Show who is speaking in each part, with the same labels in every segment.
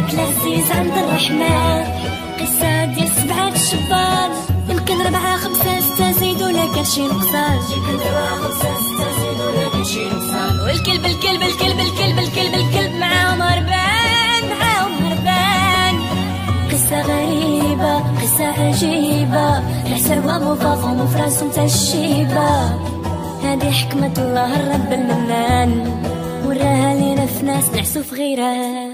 Speaker 1: عزيز عند الرحمن قصة ديال سبعة شبان يمكن ربعة خمسة ستة زيدوا لك شي نقصان يمكن ربعة خمسة ستة زيدوا لك شي نقصان والكلب الكلب الكلب الكلب الكلب الكلب معاهم هربان معاهم هربان قصة غريبة قصة عجيبة الحسروة مفاقهم وفي راسهم تا الشيبة هذه حكمة الله الرب المنان وراها لينا في ناس نعسو في غيرها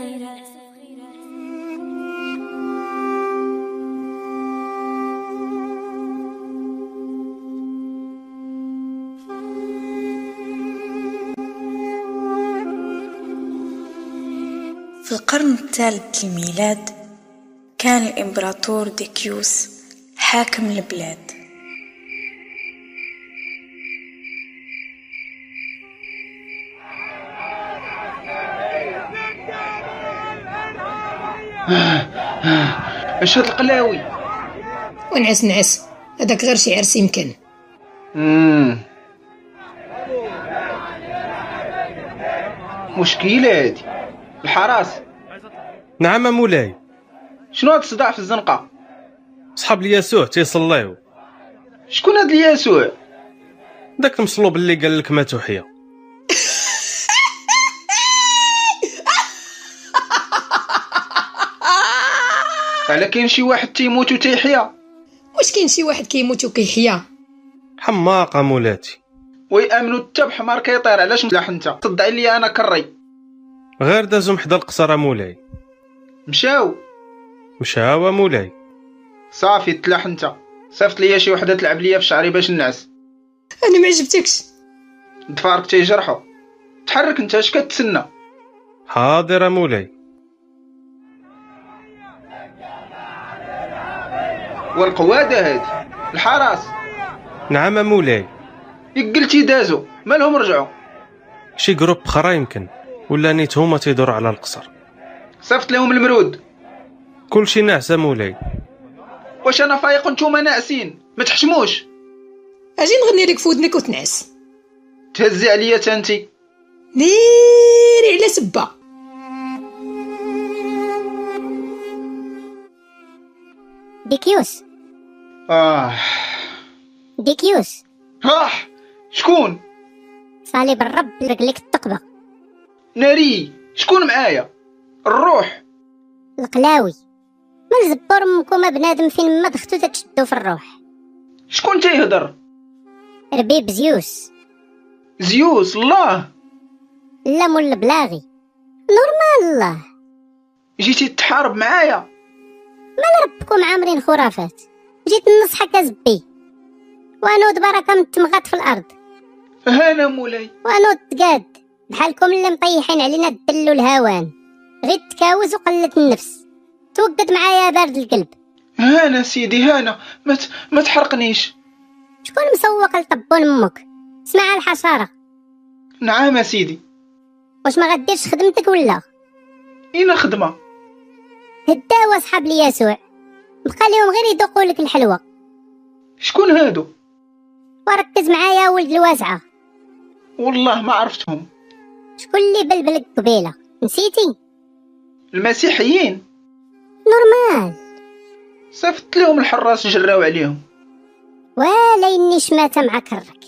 Speaker 2: في القرن الثالث للميلاد كان الإمبراطور ديكيوس حاكم البلاد
Speaker 3: اش هاد القلاوي
Speaker 4: ونعس نعس هذاك غير شي عرس يمكن
Speaker 3: امم مشكلة هادي الحراس
Speaker 5: نعم مولاي
Speaker 3: شنو هاد الصداع في الزنقة
Speaker 5: صحاب اليسوع تيصليو
Speaker 3: شكون هاد اليسوع
Speaker 5: داك المصلوب اللي قال لك ما تحيا
Speaker 3: على كاين شي واحد تيموت وتيحيا
Speaker 4: واش كاين شي واحد كيموت وكيحيا
Speaker 5: حماقة مولاتي
Speaker 3: ويامنوا حتى بحمار كيطير علاش ملاح انت تدعي لي انا كري
Speaker 5: غير دازهم حدا القصرة مولاي
Speaker 3: مشاو
Speaker 5: مشاو مولاي
Speaker 3: صافي تلاح انت صيفط ليا شي وحده تلعب ليا في شعري باش ننعس
Speaker 4: انا ما عجبتكش
Speaker 3: دفارك تيجرحو تحرك انت اش كتسنى
Speaker 5: حاضر مولاي
Speaker 3: والقواده هادي الحراس
Speaker 5: نعم مولاي
Speaker 3: قلتي دازو مالهم رجعوا
Speaker 5: شي جروب خرا يمكن ولا نيت هما تيدور على القصر
Speaker 3: صيفط لهم المرود
Speaker 5: كلشي ناعس مولاي
Speaker 3: واش انا فايق وانتوما ناعسين ما تحشموش
Speaker 4: اجي نغني لك في ودنك وتنعس
Speaker 3: تهزي عليا تانتي
Speaker 4: ديري على سبه
Speaker 6: ديكيوس
Speaker 3: اه
Speaker 6: ديكيوس
Speaker 3: راح Ah, شكون
Speaker 6: صليب الرب لرجليك التقبة
Speaker 3: ناري شكون معايا الروح
Speaker 6: القلاوي من زبور امكم بنادم فين ما دختو تتشدو في الروح
Speaker 3: شكون تيهضر
Speaker 6: ربيب زيوس
Speaker 3: زيوس الله
Speaker 6: لا مول البلاغي نورمال الله
Speaker 3: جيتي تحارب معايا
Speaker 6: ربكم عامرين خرافات جيت ننصحك ازبي وانود بركة من التمغات في الارض
Speaker 3: هانا مولاي
Speaker 6: وانود تقاد بحالكم اللي مطيحين علينا الدل والهوان غير التكاوز وقلة النفس توقد معايا يا بارد القلب
Speaker 3: هانا سيدي هانا ما ت... ما تحرقنيش
Speaker 6: شكون مسوق لطبون امك سمع الحشرة
Speaker 3: نعم يا سيدي
Speaker 6: واش ما غديرش خدمتك ولا
Speaker 3: اين خدمه
Speaker 6: هداوا صحاب لي يسوع بقى ليهم غير يدوقوا لك الحلوى
Speaker 3: شكون هادو
Speaker 6: وركز معايا يا ولد الواسعة
Speaker 3: والله ما عرفتهم
Speaker 6: شكون اللي بلبلك قبيلة نسيتي
Speaker 3: المسيحيين
Speaker 6: نورمال
Speaker 3: صيفط لهم الحراس جراو عليهم
Speaker 6: ولا اني شماتة مع كرك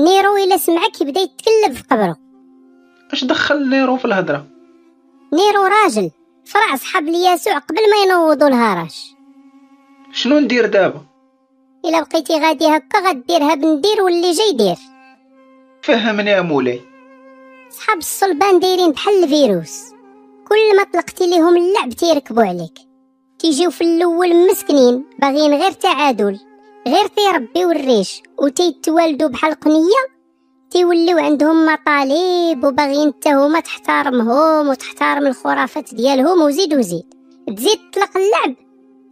Speaker 6: نيرو الا سمعك يبدا يتكلب في قبره
Speaker 3: اش دخل نيرو في الهضره
Speaker 6: نيرو راجل فرع صحاب لي يسوع قبل ما ينوضوا الهراش
Speaker 3: شنو ندير دابا
Speaker 6: الا بقيتي غادي هكا غديرها بندير واللي جاي دير
Speaker 3: فهمني يا مولاي
Speaker 6: صحاب الصلبان دايرين بحال الفيروس كل ما طلقتي ليهم اللعب تيركبوا عليك تيجيو في الاول مسكنين باغيين غير تعادل غير تيربيو الريش وتيتوالدوا بحال قنيه تيوليو عندهم مطالب وباغيين حتى هما تحترمهم وتحترم الخرافات ديالهم وزيد وزيد تزيد تطلق اللعب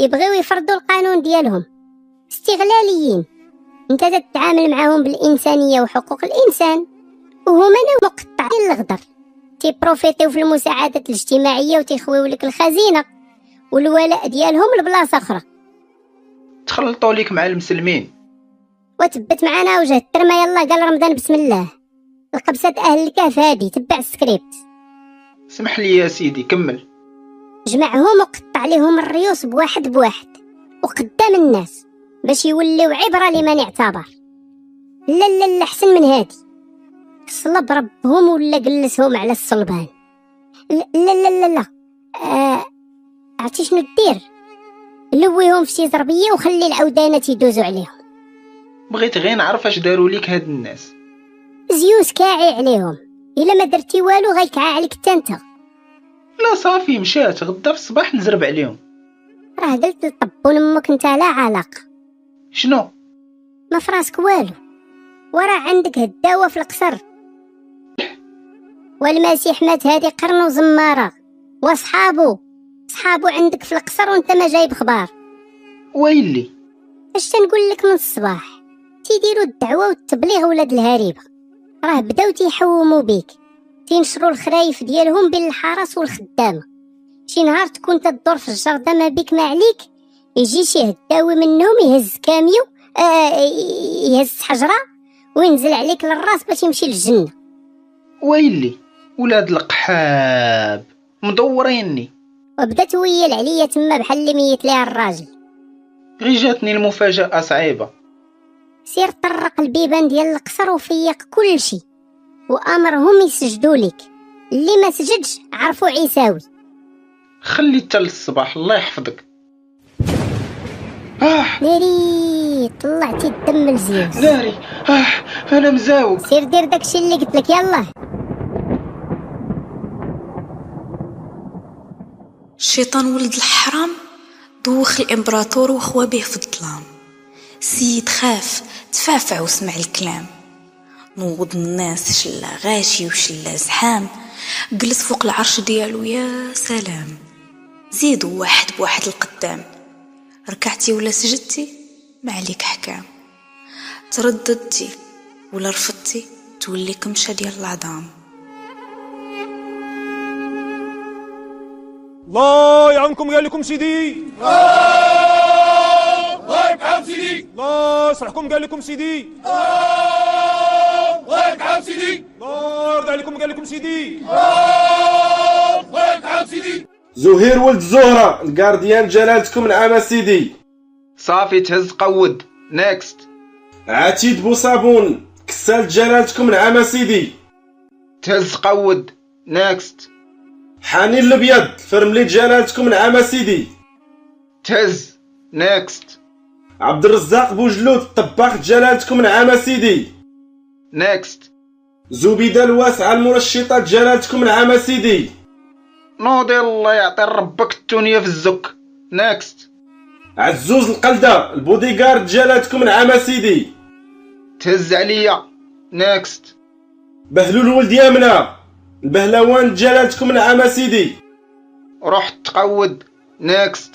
Speaker 6: يبغيو يفرضوا القانون ديالهم استغلاليين انت تتعامل معاهم بالانسانيه وحقوق الانسان وهما ناو مقطعين الغدر تيبروفيتيو في المساعدات الاجتماعيه وتيخويو لك الخزينه والولاء ديالهم لبلاصه اخرى
Speaker 3: تخلطوا ليك مع المسلمين
Speaker 6: وتبت معانا وجه الترمه يلا قال رمضان بسم الله القبسه اهل الكهف هادي تبع السكريبت
Speaker 3: سمح لي يا سيدي كمل
Speaker 6: جمعهم وقطع لهم الريوس بواحد بواحد وقدام الناس باش يوليو عبرة لمن اعتبر لا لا لا حسن من هادي صلب ربهم ولا جلسهم على الصلبان لا لا لا لا, لا. آه، عرفتي شنو دير لويهم في شي زربيه وخلي العودانات يدوزوا عليهم
Speaker 7: بغيت غير نعرف اش داروا ليك هاد الناس
Speaker 6: زيوس كاعي عليهم الا ما درتي والو غيكعى عليك حتى انت
Speaker 7: لا صافي مشات غدا في الصباح نزرب عليهم
Speaker 6: راه دلت لطبون امك انت لا علاقه
Speaker 7: شنو
Speaker 6: ما فراسك والو وراه عندك هداوة في القصر والمسيح مات هادي قرن وزمارة وصحابو صحابو عندك في القصر وانت ما جايب خبار
Speaker 7: ويلي
Speaker 6: اش تنقول لك من الصباح تيديروا الدعوة والتبليغ ولاد الهريبة راه بداو تيحوموا بيك تينشروا الخرايف ديالهم بين الحرس والخدامة شي نهار تكون تدور في الجردة ما بيك ما عليك يجي شي هداوي منهم يهز كاميو آه ي- يهز حجرة وينزل عليك للراس باش يمشي للجنة
Speaker 7: ويلي ولاد القحاب مدوريني
Speaker 6: وبدا تويل عليا تما بحال اللي ميت ليها الراجل
Speaker 7: غي جاتني المفاجأة صعيبة
Speaker 6: سير طرق البيبان ديال القصر وفيق كل شيء وامرهم يسجدوا لك اللي ما سجدش عرفوا عيساوي
Speaker 7: خلي حتى للصباح الله يحفظك
Speaker 8: آه.
Speaker 7: اه
Speaker 6: ناري طلعتي الدم لزيوس
Speaker 7: ناري
Speaker 8: آه.
Speaker 7: اه انا مزاوق
Speaker 6: سير دير داكشي اللي قلت لك يلاه
Speaker 2: الشيطان ولد الحرام دوخ الامبراطور وخوى به في الظلام السيد خاف تفعفع وسمع الكلام نوض الناس شلا غاشي وشلا زحام جلس فوق العرش ديالو يا سلام زيدوا واحد بواحد القدام ركعتي ولا سجدتي ما عليك حكام ترددتي ولا رفضتي تولي كمشة ديال العظام
Speaker 9: الله يعاونكم قال لكم سيدي
Speaker 10: الله يبعاو سيدي
Speaker 9: الله يصلحكم قال لكم سيدي
Speaker 10: الله يبعاو سيدي
Speaker 9: الله يرضى عليكم قال لكم سيدي
Speaker 10: الله يبعاو سيدي
Speaker 3: زهير ولد زهرة الجارديان جلالتكم العام سيدي
Speaker 7: صافي تهز قود نيكست
Speaker 3: عتيد بوصابون كسال جلالتكم العام سيدي
Speaker 7: تهز قود نيكست
Speaker 3: حنين الابيض فرملي جلالتكم العام سيدي
Speaker 7: تهز نيكست
Speaker 3: عبد الرزاق بوجلود الطباخ جلالتكم العام سيدي
Speaker 7: نيكست
Speaker 3: زبيدة الواسعة المرشطة جلالتكم العام سيدي
Speaker 7: نوضي الله يعطي ربك التونية في الزك نيكست
Speaker 3: عزوز القلدة البوديغارد جلالتكم العام سيدي
Speaker 7: تهز عليا نيكست
Speaker 3: بهلول ولد يامنة البهلوان جلالتكم العام سيدي
Speaker 7: روح تقود نيكست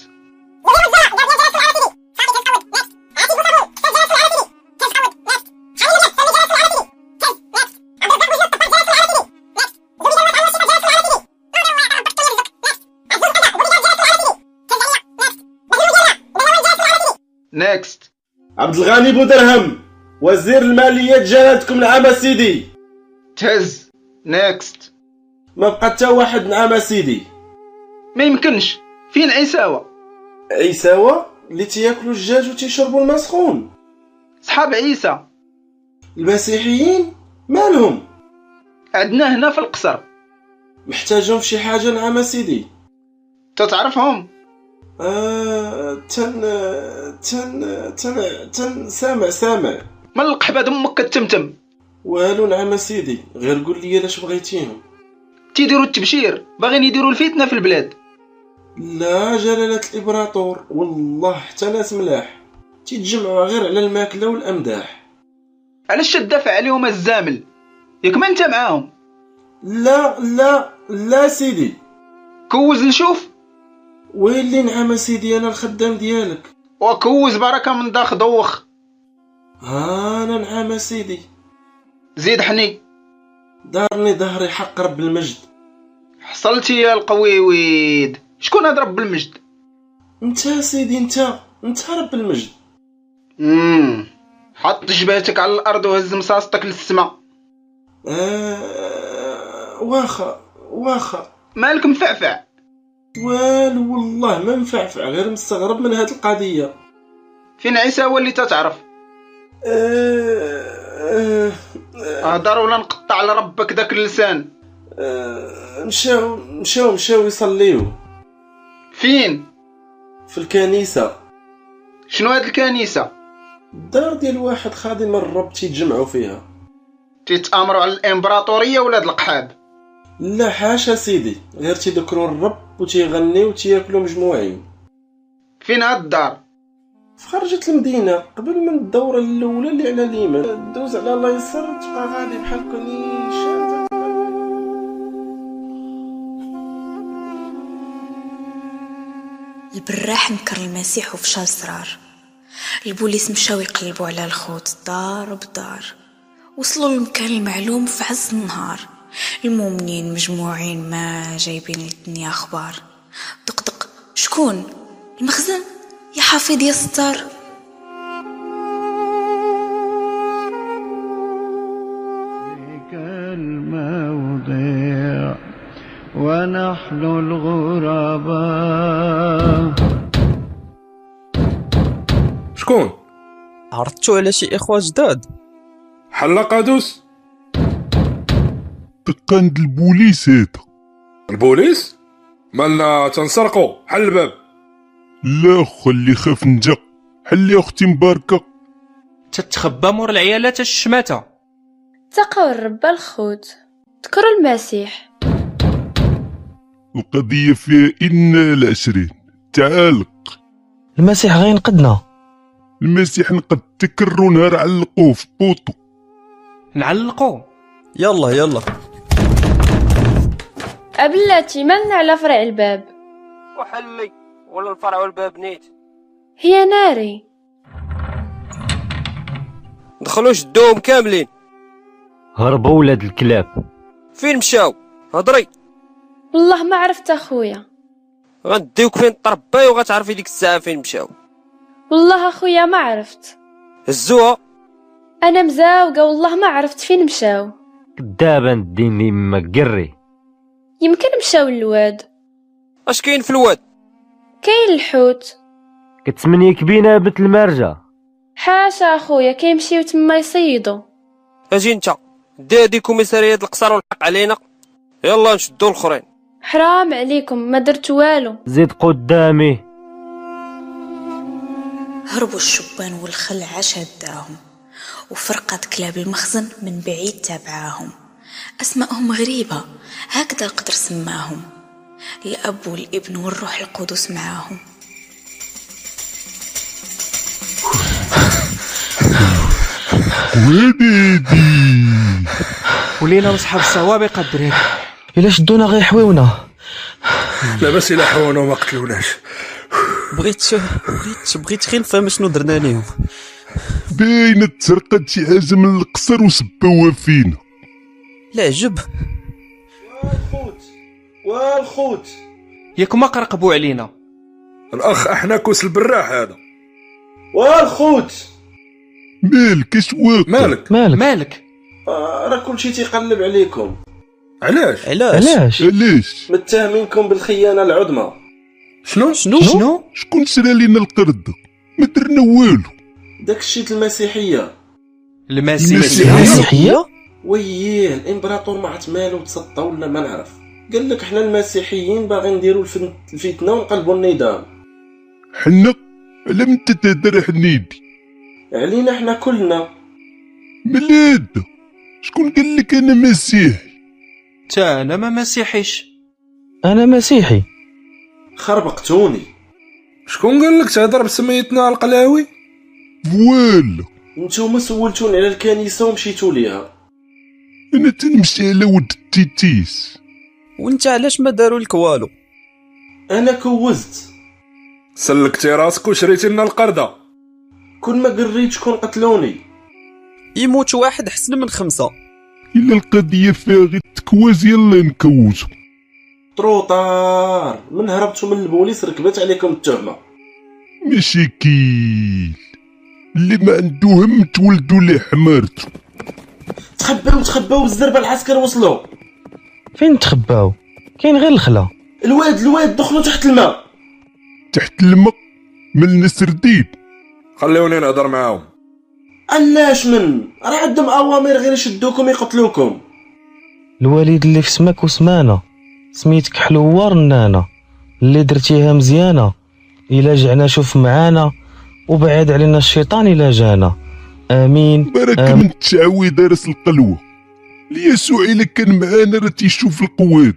Speaker 7: نيكست
Speaker 3: عبد الغني بودرهم وزير المالية جلالتكم العام سيدي
Speaker 7: تهز نيكست
Speaker 3: ما بقى حتى واحد نعم سيدي
Speaker 7: ما يمكنش فين عيساوة
Speaker 3: عيساوة اللي تياكلوا الدجاج وتيشربوا الماء سخون
Speaker 7: صحاب عيسى
Speaker 3: المسيحيين مالهم
Speaker 7: عندنا هنا في القصر
Speaker 3: محتاجهم في شي حاجة نعم سيدي
Speaker 7: تتعرفهم
Speaker 3: آه تن تن تن تن سامع سامع
Speaker 7: من القحبة دمك كتمتم
Speaker 3: والو نعم سيدي غير قول لي لاش بغيتيهم
Speaker 7: تيديروا التبشير باغيين يديروا الفتنة في البلاد
Speaker 3: لا جلالة الإمبراطور والله حتى ناس ملاح تيتجمعوا غير على الماكلة والأمداح
Speaker 7: علاش تدافع عليهم الزامل ياك ما انت معاهم
Speaker 3: لا لا لا سيدي
Speaker 7: كوز نشوف
Speaker 3: ويلي نعم سيدي انا الخدام ديالك
Speaker 7: وكوز بركة من داخ دوخ
Speaker 3: ها انا نعم سيدي
Speaker 7: زيد حني
Speaker 3: دارني ظهري حق رب المجد
Speaker 7: حصلتي يا القويويد شكون هاد رب المجد
Speaker 3: انت سيدي انت انت رب المجد
Speaker 7: مم. حط جبهتك على الارض وهز مصاصتك للسماء
Speaker 3: آه واخا واخا
Speaker 7: مالك مفعفع
Speaker 3: والو والله ما مفعفع غير مستغرب من هاد القضيه
Speaker 7: فين عيسى هو اللي تتعرف
Speaker 3: آه، آه،
Speaker 7: اهدر ولا نقطع على ربك داك اللسان
Speaker 3: آه، مشاو مشاو مشاو يصليو
Speaker 7: فين
Speaker 3: في الكنيسه
Speaker 7: شنو هاد الكنيسه
Speaker 3: الدار ديال واحد خادم الرب تيتجمعوا فيها
Speaker 7: تيتامروا على الامبراطوريه ولاد القحاب
Speaker 3: لا حاشا سيدي غير تيذكروا الرب وتيغنيو وتياكلوا مجموعين
Speaker 7: فين هاد الدار
Speaker 3: في خرجت المدينة قبل من الدورة الأولى اللي على اليمين دوز على اليسار تبقى غادي بحال كنيشة
Speaker 2: البراح نكر المسيح وفشل صرار البوليس مشاو يقلبوا على الخوت دار بدار وصلوا للمكان المعلوم في عز النهار المؤمنين مجموعين ما جايبين للدنيا اخبار دقدق شكون المخزن يا حفيظ يا ستار
Speaker 11: ذلك الموضع ونحن الغرباء
Speaker 10: شكون
Speaker 12: عرضتو على شي اخوة جداد
Speaker 10: حلقادوس
Speaker 13: تقند البوليس هذا
Speaker 10: البوليس مالنا تنسرقوا حل الباب
Speaker 13: لا خلي خاف نجا حلي اختي مباركه
Speaker 14: تتخبى مور العيالات الشماتة
Speaker 15: تقوا الرب الخوت ذكروا المسيح
Speaker 13: القضيه فيها إنا العشرين تعال
Speaker 12: المسيح غينقذنا
Speaker 13: المسيح نقد تكر ونهار علقوه في بوطو
Speaker 14: نعلقو
Speaker 12: يلا يلا
Speaker 15: أبلاتي مالنا على فرع الباب
Speaker 16: وحلي ولا الفرع والباب نيت
Speaker 15: هي ناري
Speaker 16: دخلوا شدوهم كاملين
Speaker 4: هربوا ولاد الكلاب
Speaker 16: فين مشاو هضري
Speaker 15: والله ما عرفت أخويا
Speaker 16: غنديوك فين طرباي وغتعرفي ديك الساعه فين مشاو
Speaker 15: والله أخويا ما عرفت
Speaker 16: هزوها
Speaker 15: أنا مزاوقة والله ما عرفت فين مشاو
Speaker 4: كدابة نديني ما قري
Speaker 15: يمكن مشاو للواد
Speaker 16: اش كاين في الواد
Speaker 15: كاين الحوت
Speaker 4: كتسمني كبينة بنت المارجة
Speaker 15: حاشا أخويا كيمشيو تما يصيدو
Speaker 16: اجي انت دي هادي كوميساريه القصر والحق علينا يلا نشدو الاخرين
Speaker 15: حرام عليكم ما درت والو
Speaker 4: زيد قدامي
Speaker 2: هربوا الشبان والخلعة شداهم وفرقة كلاب المخزن من بعيد تابعاهم أسماءهم غريبة هكذا القدر سماهم الأب والابن والروح القدس معاهم
Speaker 13: وليدي
Speaker 14: ولينا وصحاب السوابق الدريك
Speaker 12: الا شدونا غيحويونا
Speaker 10: لاباس الى حوانا وما قتلوناش
Speaker 12: بغيت بغيت بغيت غير نفهم شنو درنا ليهم
Speaker 13: باينه تسرقت شي حاجه من القصر وسبوها فينا
Speaker 12: لا عجب
Speaker 3: والخوت والخوت
Speaker 14: ياك ما قرقبوا علينا
Speaker 10: الاخ احناكوس البراح هذا
Speaker 3: والخوت
Speaker 13: مالك اش واقع
Speaker 10: مالك
Speaker 12: مالك
Speaker 14: مالك
Speaker 3: آه، راه كلشي تيقلب عليكم
Speaker 10: علاش
Speaker 12: علاش علاش
Speaker 13: علاش
Speaker 3: متهمينكم بالخيانه العظمى
Speaker 10: شنو
Speaker 12: شنو
Speaker 14: شنو
Speaker 13: شكون سرى لينا القرد ما درنا والو
Speaker 3: داك الشيء ديال المسيحيه
Speaker 14: المسيحية
Speaker 13: المسيحية.
Speaker 12: مسيحية
Speaker 3: وييه الامبراطور ما عرف مالو تسطى ولا ما نعرف قال لك حنا المسيحيين باغي نديرو الفن- الفتنه ونقلبوا النظام
Speaker 13: حنا على من تتهدر حنيدي
Speaker 3: علينا حنا كلنا
Speaker 13: ملاده شكون قال لك انا مسيحي
Speaker 14: تا انا ما مسيحيش
Speaker 12: انا مسيحي
Speaker 3: خربقتوني
Speaker 10: شكون قال لك تهضر بسميتنا القلاوي
Speaker 13: فوالا
Speaker 3: نتوما سولتوني على الكنيسه ومشيتو ليها
Speaker 13: انا تنمشي على ود التيتيس
Speaker 12: وانت علاش ما داروا لك والو
Speaker 3: انا كوزت
Speaker 10: سلكتي راسك وشريتي لنا القرده
Speaker 3: كون ما قريت شكون قتلوني
Speaker 12: يموت واحد حسن من خمسة
Speaker 13: الا القضيه فيها غير التكواز يلا نكوزو
Speaker 3: تروطار من هربتو من البوليس ركبت عليكم التهمه
Speaker 13: ماشي كيل اللي ما عنده هم تولدو ليه حمارته
Speaker 3: تخباو تخباو الزربه العسكر وصلوا
Speaker 12: فين تخباو كاين غير الخلا
Speaker 3: الواد الواد دخلوا تحت الماء
Speaker 13: تحت الماء من النسر ديب
Speaker 10: خليوني نهضر معاهم
Speaker 3: علاش من راه عندهم اوامر غير يشدوكم يقتلوكم
Speaker 8: الوالد اللي في سماك وسمانة سميتك حلوة رنانة اللي درتيها مزيانة إلا جعنا شوف معانا وبعد علينا الشيطان إلا جانا آمين
Speaker 13: راك
Speaker 8: آمين
Speaker 13: من التعاويذة راس القلوة ليسوع إلا كان معانا راه تيشوف القواد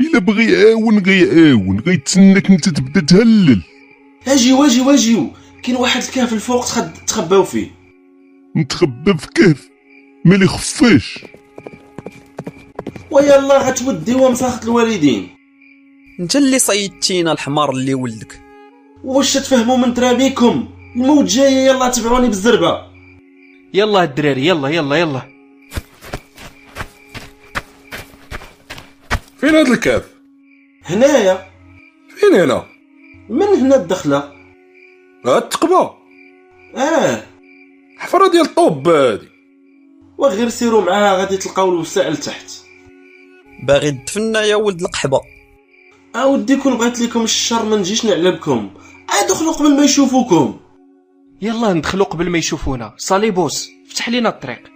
Speaker 13: إلا بغي يعاون غيعاون غيتسناك انت تبدا تهلل
Speaker 3: اجيو اجيو اجيو كاين واحد الكهف الفوق تخد... تخباو فيه
Speaker 13: نتخبى في كهف مالي خفاش
Speaker 3: ويلا غتوديو مساخة الوالدين
Speaker 12: انت اللي صيدتينا الحمار اللي ولدك
Speaker 3: واش تفهموا من ترابيكم الموت جايه يلا تبعوني بالزربه
Speaker 14: يلا الدراري يلا يلا يلا
Speaker 10: فين هاد الكاف
Speaker 3: هنايا
Speaker 10: فين هنا
Speaker 3: من هنا الدخله
Speaker 10: هاد التقبة
Speaker 3: اه
Speaker 10: حفرة ديال الطوب هادي
Speaker 3: وغير سيروا معاها غادي تلقاو الوسائل لتحت
Speaker 12: باغي تدفنا يا ولد القحبه
Speaker 3: اودي كون بغيت لكم الشر ما نجيش نعلبكم ادخلوا قبل ما يشوفوكم
Speaker 14: يلا ندخلوا قبل ما يشوفونا صليبوس فتح لينا الطريق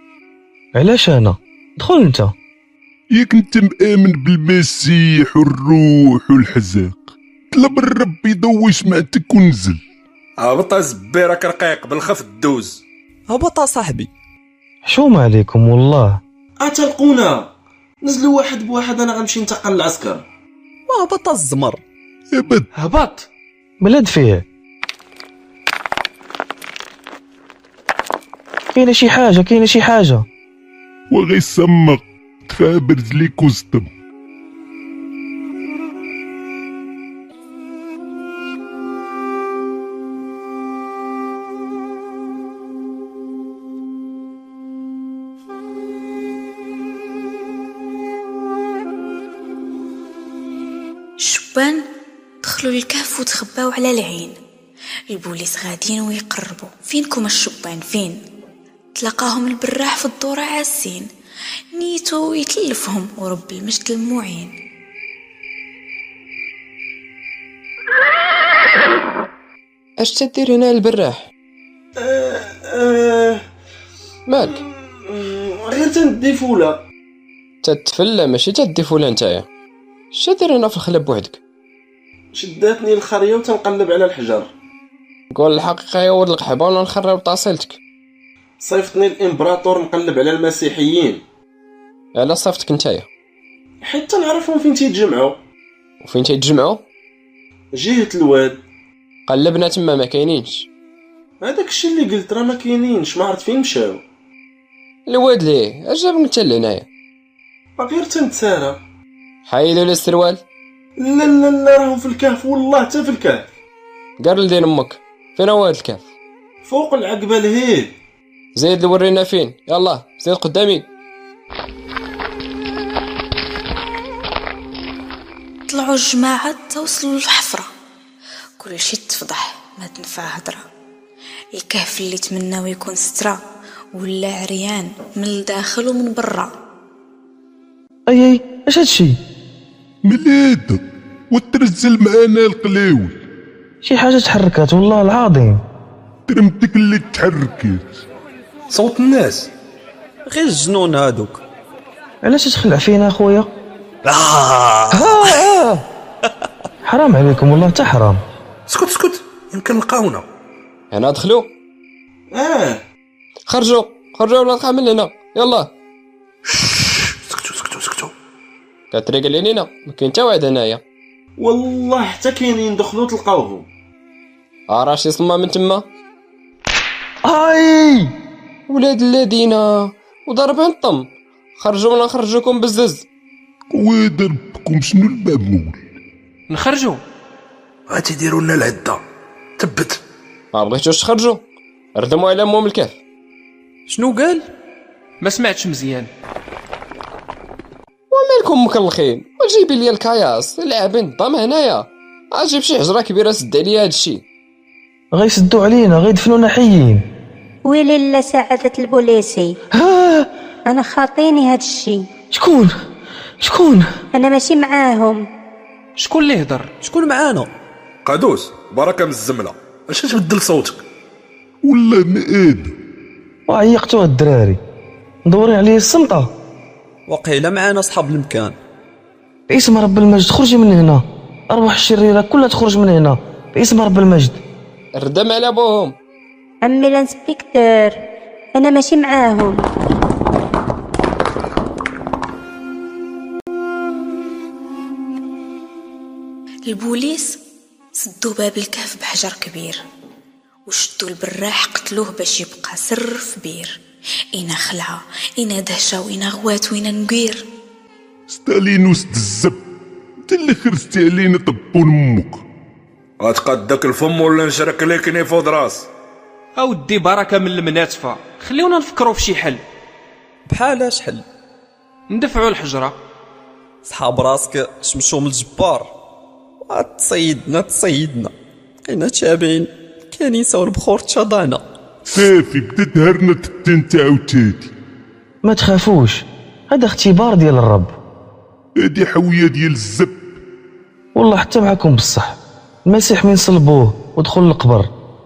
Speaker 8: علاش أنا دخل أنت
Speaker 13: ياك انت مآمن بالمسيح والروح والحزاق طلب الرب يضوي شمعتك ونزل
Speaker 10: هبط الزبيرة كرقيق بالخف دوز
Speaker 12: هبط صاحبي
Speaker 8: حشومة عليكم والله
Speaker 3: اتلقونا نزلوا واحد بواحد انا غنمشي ننتقل للعسكر
Speaker 12: هبط الزمر
Speaker 13: هبط
Speaker 14: هبط
Speaker 8: بلاد فيه كاينه شي حاجه كاينه شي حاجه
Speaker 13: وغيسمق دفع برجليك وصدم
Speaker 2: الشبان دخلوا للكهف وتخباو على العين البوليس غاديين ويقربوا فينكم الشبان فين تلقاهم البراح في الدورة عاسين نيتو يتلفهم ورب المجد المعين
Speaker 17: اش تدير هنا البراح
Speaker 3: آه،
Speaker 17: مالك
Speaker 3: غير تندي فوله
Speaker 17: تتفلى ماشي تدي فولا نتايا اش تدير هنا في الخلا بوحدك
Speaker 3: شداتني الخريه وتنقلب على الحجر
Speaker 17: قول الحقيقه يا ولد القحبه ولا نخرب طاسيلتك
Speaker 3: صيفطني الامبراطور نقلب على المسيحيين
Speaker 17: على صفتك نتايا
Speaker 3: حتى نعرفهم فين تيتجمعوا
Speaker 17: وفين تيتجمعوا
Speaker 3: جهه الواد
Speaker 17: قلبنا تما ما كاينينش
Speaker 3: هذاك الشيء اللي قلت راه ما كاينينش ما عرفت فين مشاو
Speaker 17: الواد ليه اش جابك نتا لهنايا
Speaker 3: غير تنتسارى
Speaker 17: حيدوا لي السروال
Speaker 3: لا لا لا راهم في الكهف والله حتى في الكهف
Speaker 17: قال لدين امك فين هو هاد الكهف
Speaker 3: فوق العقبه لهيه
Speaker 17: زيد ورينا فين يلا زيد قدامي
Speaker 2: طلعوا الجماعة توصلوا للحفرة كل شي تفضح ما تنفع هضرة الكهف اللي تمناو يكون سترة ولا عريان من الداخل ومن برا
Speaker 8: اي اي اش هادشي
Speaker 13: ملاد وترزل معانا القلاوي
Speaker 8: شي حاجه تحركات والله العظيم
Speaker 13: ترمتك اللي تحركت
Speaker 10: صوت الناس
Speaker 12: غير الجنون هادوك
Speaker 8: علاش تخلع فينا اخويا
Speaker 12: آه.
Speaker 8: آه، آه. حرام عليكم والله حتى حرام
Speaker 10: اسكت اسكت يمكن لقاونا
Speaker 17: هنا دخلوا
Speaker 3: اه
Speaker 17: خرجوا خرجوا ولا تقع من هنا يلا
Speaker 10: سكتوا سكتوا سكتوا
Speaker 17: كتريق لينا ما كاين حتى واحد هنايا
Speaker 3: والله حتى كاينين دخلوا تلقاوهم
Speaker 17: آه، راه شي صمام من تما
Speaker 8: اي
Speaker 17: ولاد الذين وضربها الطم خرجوا ولا نخرجوكم بزز
Speaker 13: قواد ربكم شنو المعمول
Speaker 14: نخرجوا
Speaker 10: غادي يديروا لنا العده تبت
Speaker 17: ما بغيتوش تخرجوا ردموا على موم الكهف
Speaker 14: شنو قال ما سمعتش مزيان
Speaker 17: ومالكم مكلخين وجيبي لي الكياس لاعبين الضم هنايا اجيب شي حجره كبيره سد عليا هادشي
Speaker 8: غيسدوا علينا غيدفنونا حيين
Speaker 18: ويلي لا سعادة البوليسي أنا خاطيني هاد الشي
Speaker 8: شكون شكون
Speaker 18: أنا ماشي معاهم
Speaker 14: شكون اللي هضر شكون معانا
Speaker 10: قادوس بركه من الزمله اش تبدل صوتك
Speaker 8: ولا مئاد وعيقتوه الدراري ندوري عليه السمطه
Speaker 12: وقيلا معانا صحاب المكان
Speaker 8: باسم رب المجد خرجي من هنا ارواح الشريره كلها تخرج من هنا باسم رب المجد
Speaker 17: ردم على بوهم
Speaker 18: عمي الانسبكتور انا ماشي معاهم
Speaker 2: البوليس سدوا باب الكهف بحجر كبير وشدوا البراح قتلوه باش يبقى سر في بير اين خلعه اين دهشه واين غوات واين نقير
Speaker 13: ستالينوس تزب انت اللي خرجتي علينا طبون امك
Speaker 10: غتقدك الفم ولا نشرك لك نيفوض راس
Speaker 14: اودي بركه من المناتفه خليونا نفكروا في شي حل
Speaker 12: بحال شحل
Speaker 14: ندفعوا الحجره
Speaker 12: صحاب راسك شمشوم الجبار تصيدنا تصيدنا بقينا تابعين الكنيسه والبخور تشضانا
Speaker 13: صافي بدات هرنا تنت عاوتاني
Speaker 8: ما تخافوش هذا اختبار ديال الرب
Speaker 13: هادي حويه ديال الزب
Speaker 8: والله حتى معكم بصح المسيح من صلبوه ودخل القبر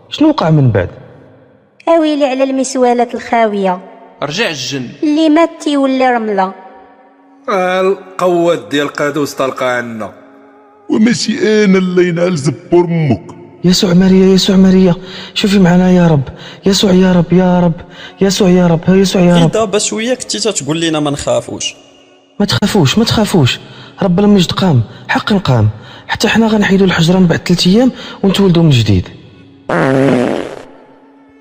Speaker 8: شنو وقع من بعد
Speaker 18: هاويلي على المسوالة الخاوية
Speaker 14: رجع الجن
Speaker 18: اللي مات تيولي رملة
Speaker 10: القوات ديال قادوس طلقه عنا
Speaker 13: وماشي انا اللي ينعل زبور امك
Speaker 8: يسوع ماريا يسوع ماريا شوفي معنا يا رب يسوع يا رب يا رب يسوع يا رب ها يسوع يا رب
Speaker 12: دابا شويه كنتي تتقول لنا ما نخافوش
Speaker 8: ما تخافوش ما تخافوش رب المجد قام حقا قام حتى حنا غنحيدوا الحجره من بعد ثلاث ايام ونتولدوا من جديد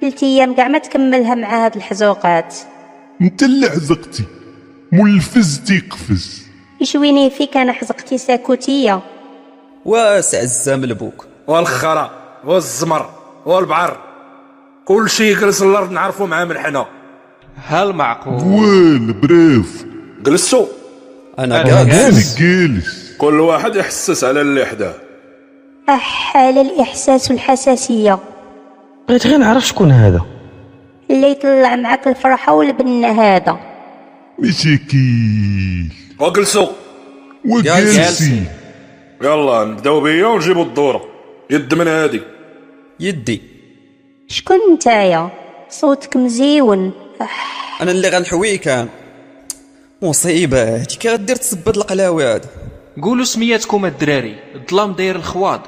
Speaker 18: ثلاث ايام كاع ما تكملها مع هاد الحزوقات
Speaker 13: انت اللي حزقتي ملفز تيقفز
Speaker 18: يشويني فيك انا حزقتي ساكوتيه
Speaker 12: واسع الزام لبوك
Speaker 10: والخرا والزمر والبعر كل شيء يجلس الارض نعرفوا معاه من حنا
Speaker 14: هالمعقول
Speaker 13: ويل بريف
Speaker 10: جلسوا
Speaker 12: انا
Speaker 13: جالس جالس
Speaker 10: كل واحد يحسس على اللي حداه
Speaker 18: اح على الاحساس والحساسيه
Speaker 8: بغيت غير نعرف شكون هذا
Speaker 18: اللي يطلع معاك الفرحه والبنه هذا
Speaker 13: مشاكيل
Speaker 10: وجلسوا
Speaker 13: وجالسين
Speaker 10: يلا نبداو بيا ونجيبوا الدوره يد من هادي
Speaker 12: يدي
Speaker 18: شكون نتايا صوتك مزيون أح
Speaker 12: انا اللي غنحويك انا مصيبه هادي كي غدير تسبد القلاوي هاد
Speaker 14: قولوا سمياتكم الدراري الظلام داير الخواض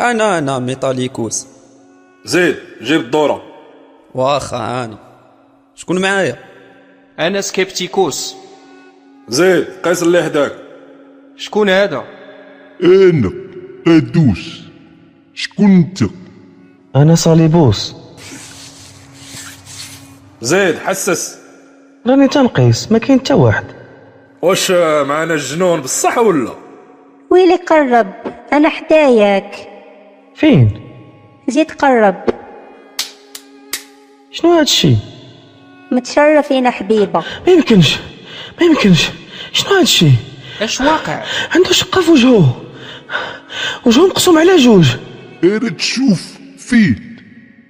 Speaker 12: انا انا ميتاليكوس
Speaker 10: زيد جيب الدوره
Speaker 12: واخا انا شكون معايا
Speaker 14: انا سكيبتيكوس
Speaker 10: زيد قيس اللي حداك
Speaker 14: شكون هذا
Speaker 13: انا قادوس شكون انت
Speaker 8: انا صليبوس
Speaker 10: زيد حسس
Speaker 8: راني تنقيس ما كاين حتى واحد
Speaker 10: واش آه، معانا الجنون بصح ولا
Speaker 18: ويلي قرب انا حداياك
Speaker 8: فين
Speaker 18: زيد قرب
Speaker 8: شنو هادشي
Speaker 18: متشرفين حبيبه
Speaker 8: ما يمكنش ما يمكنش شنو هادشي
Speaker 14: اش واقع
Speaker 8: عنده شقه في وجهه وجهه مقسوم على جوج
Speaker 13: انا تشوف فين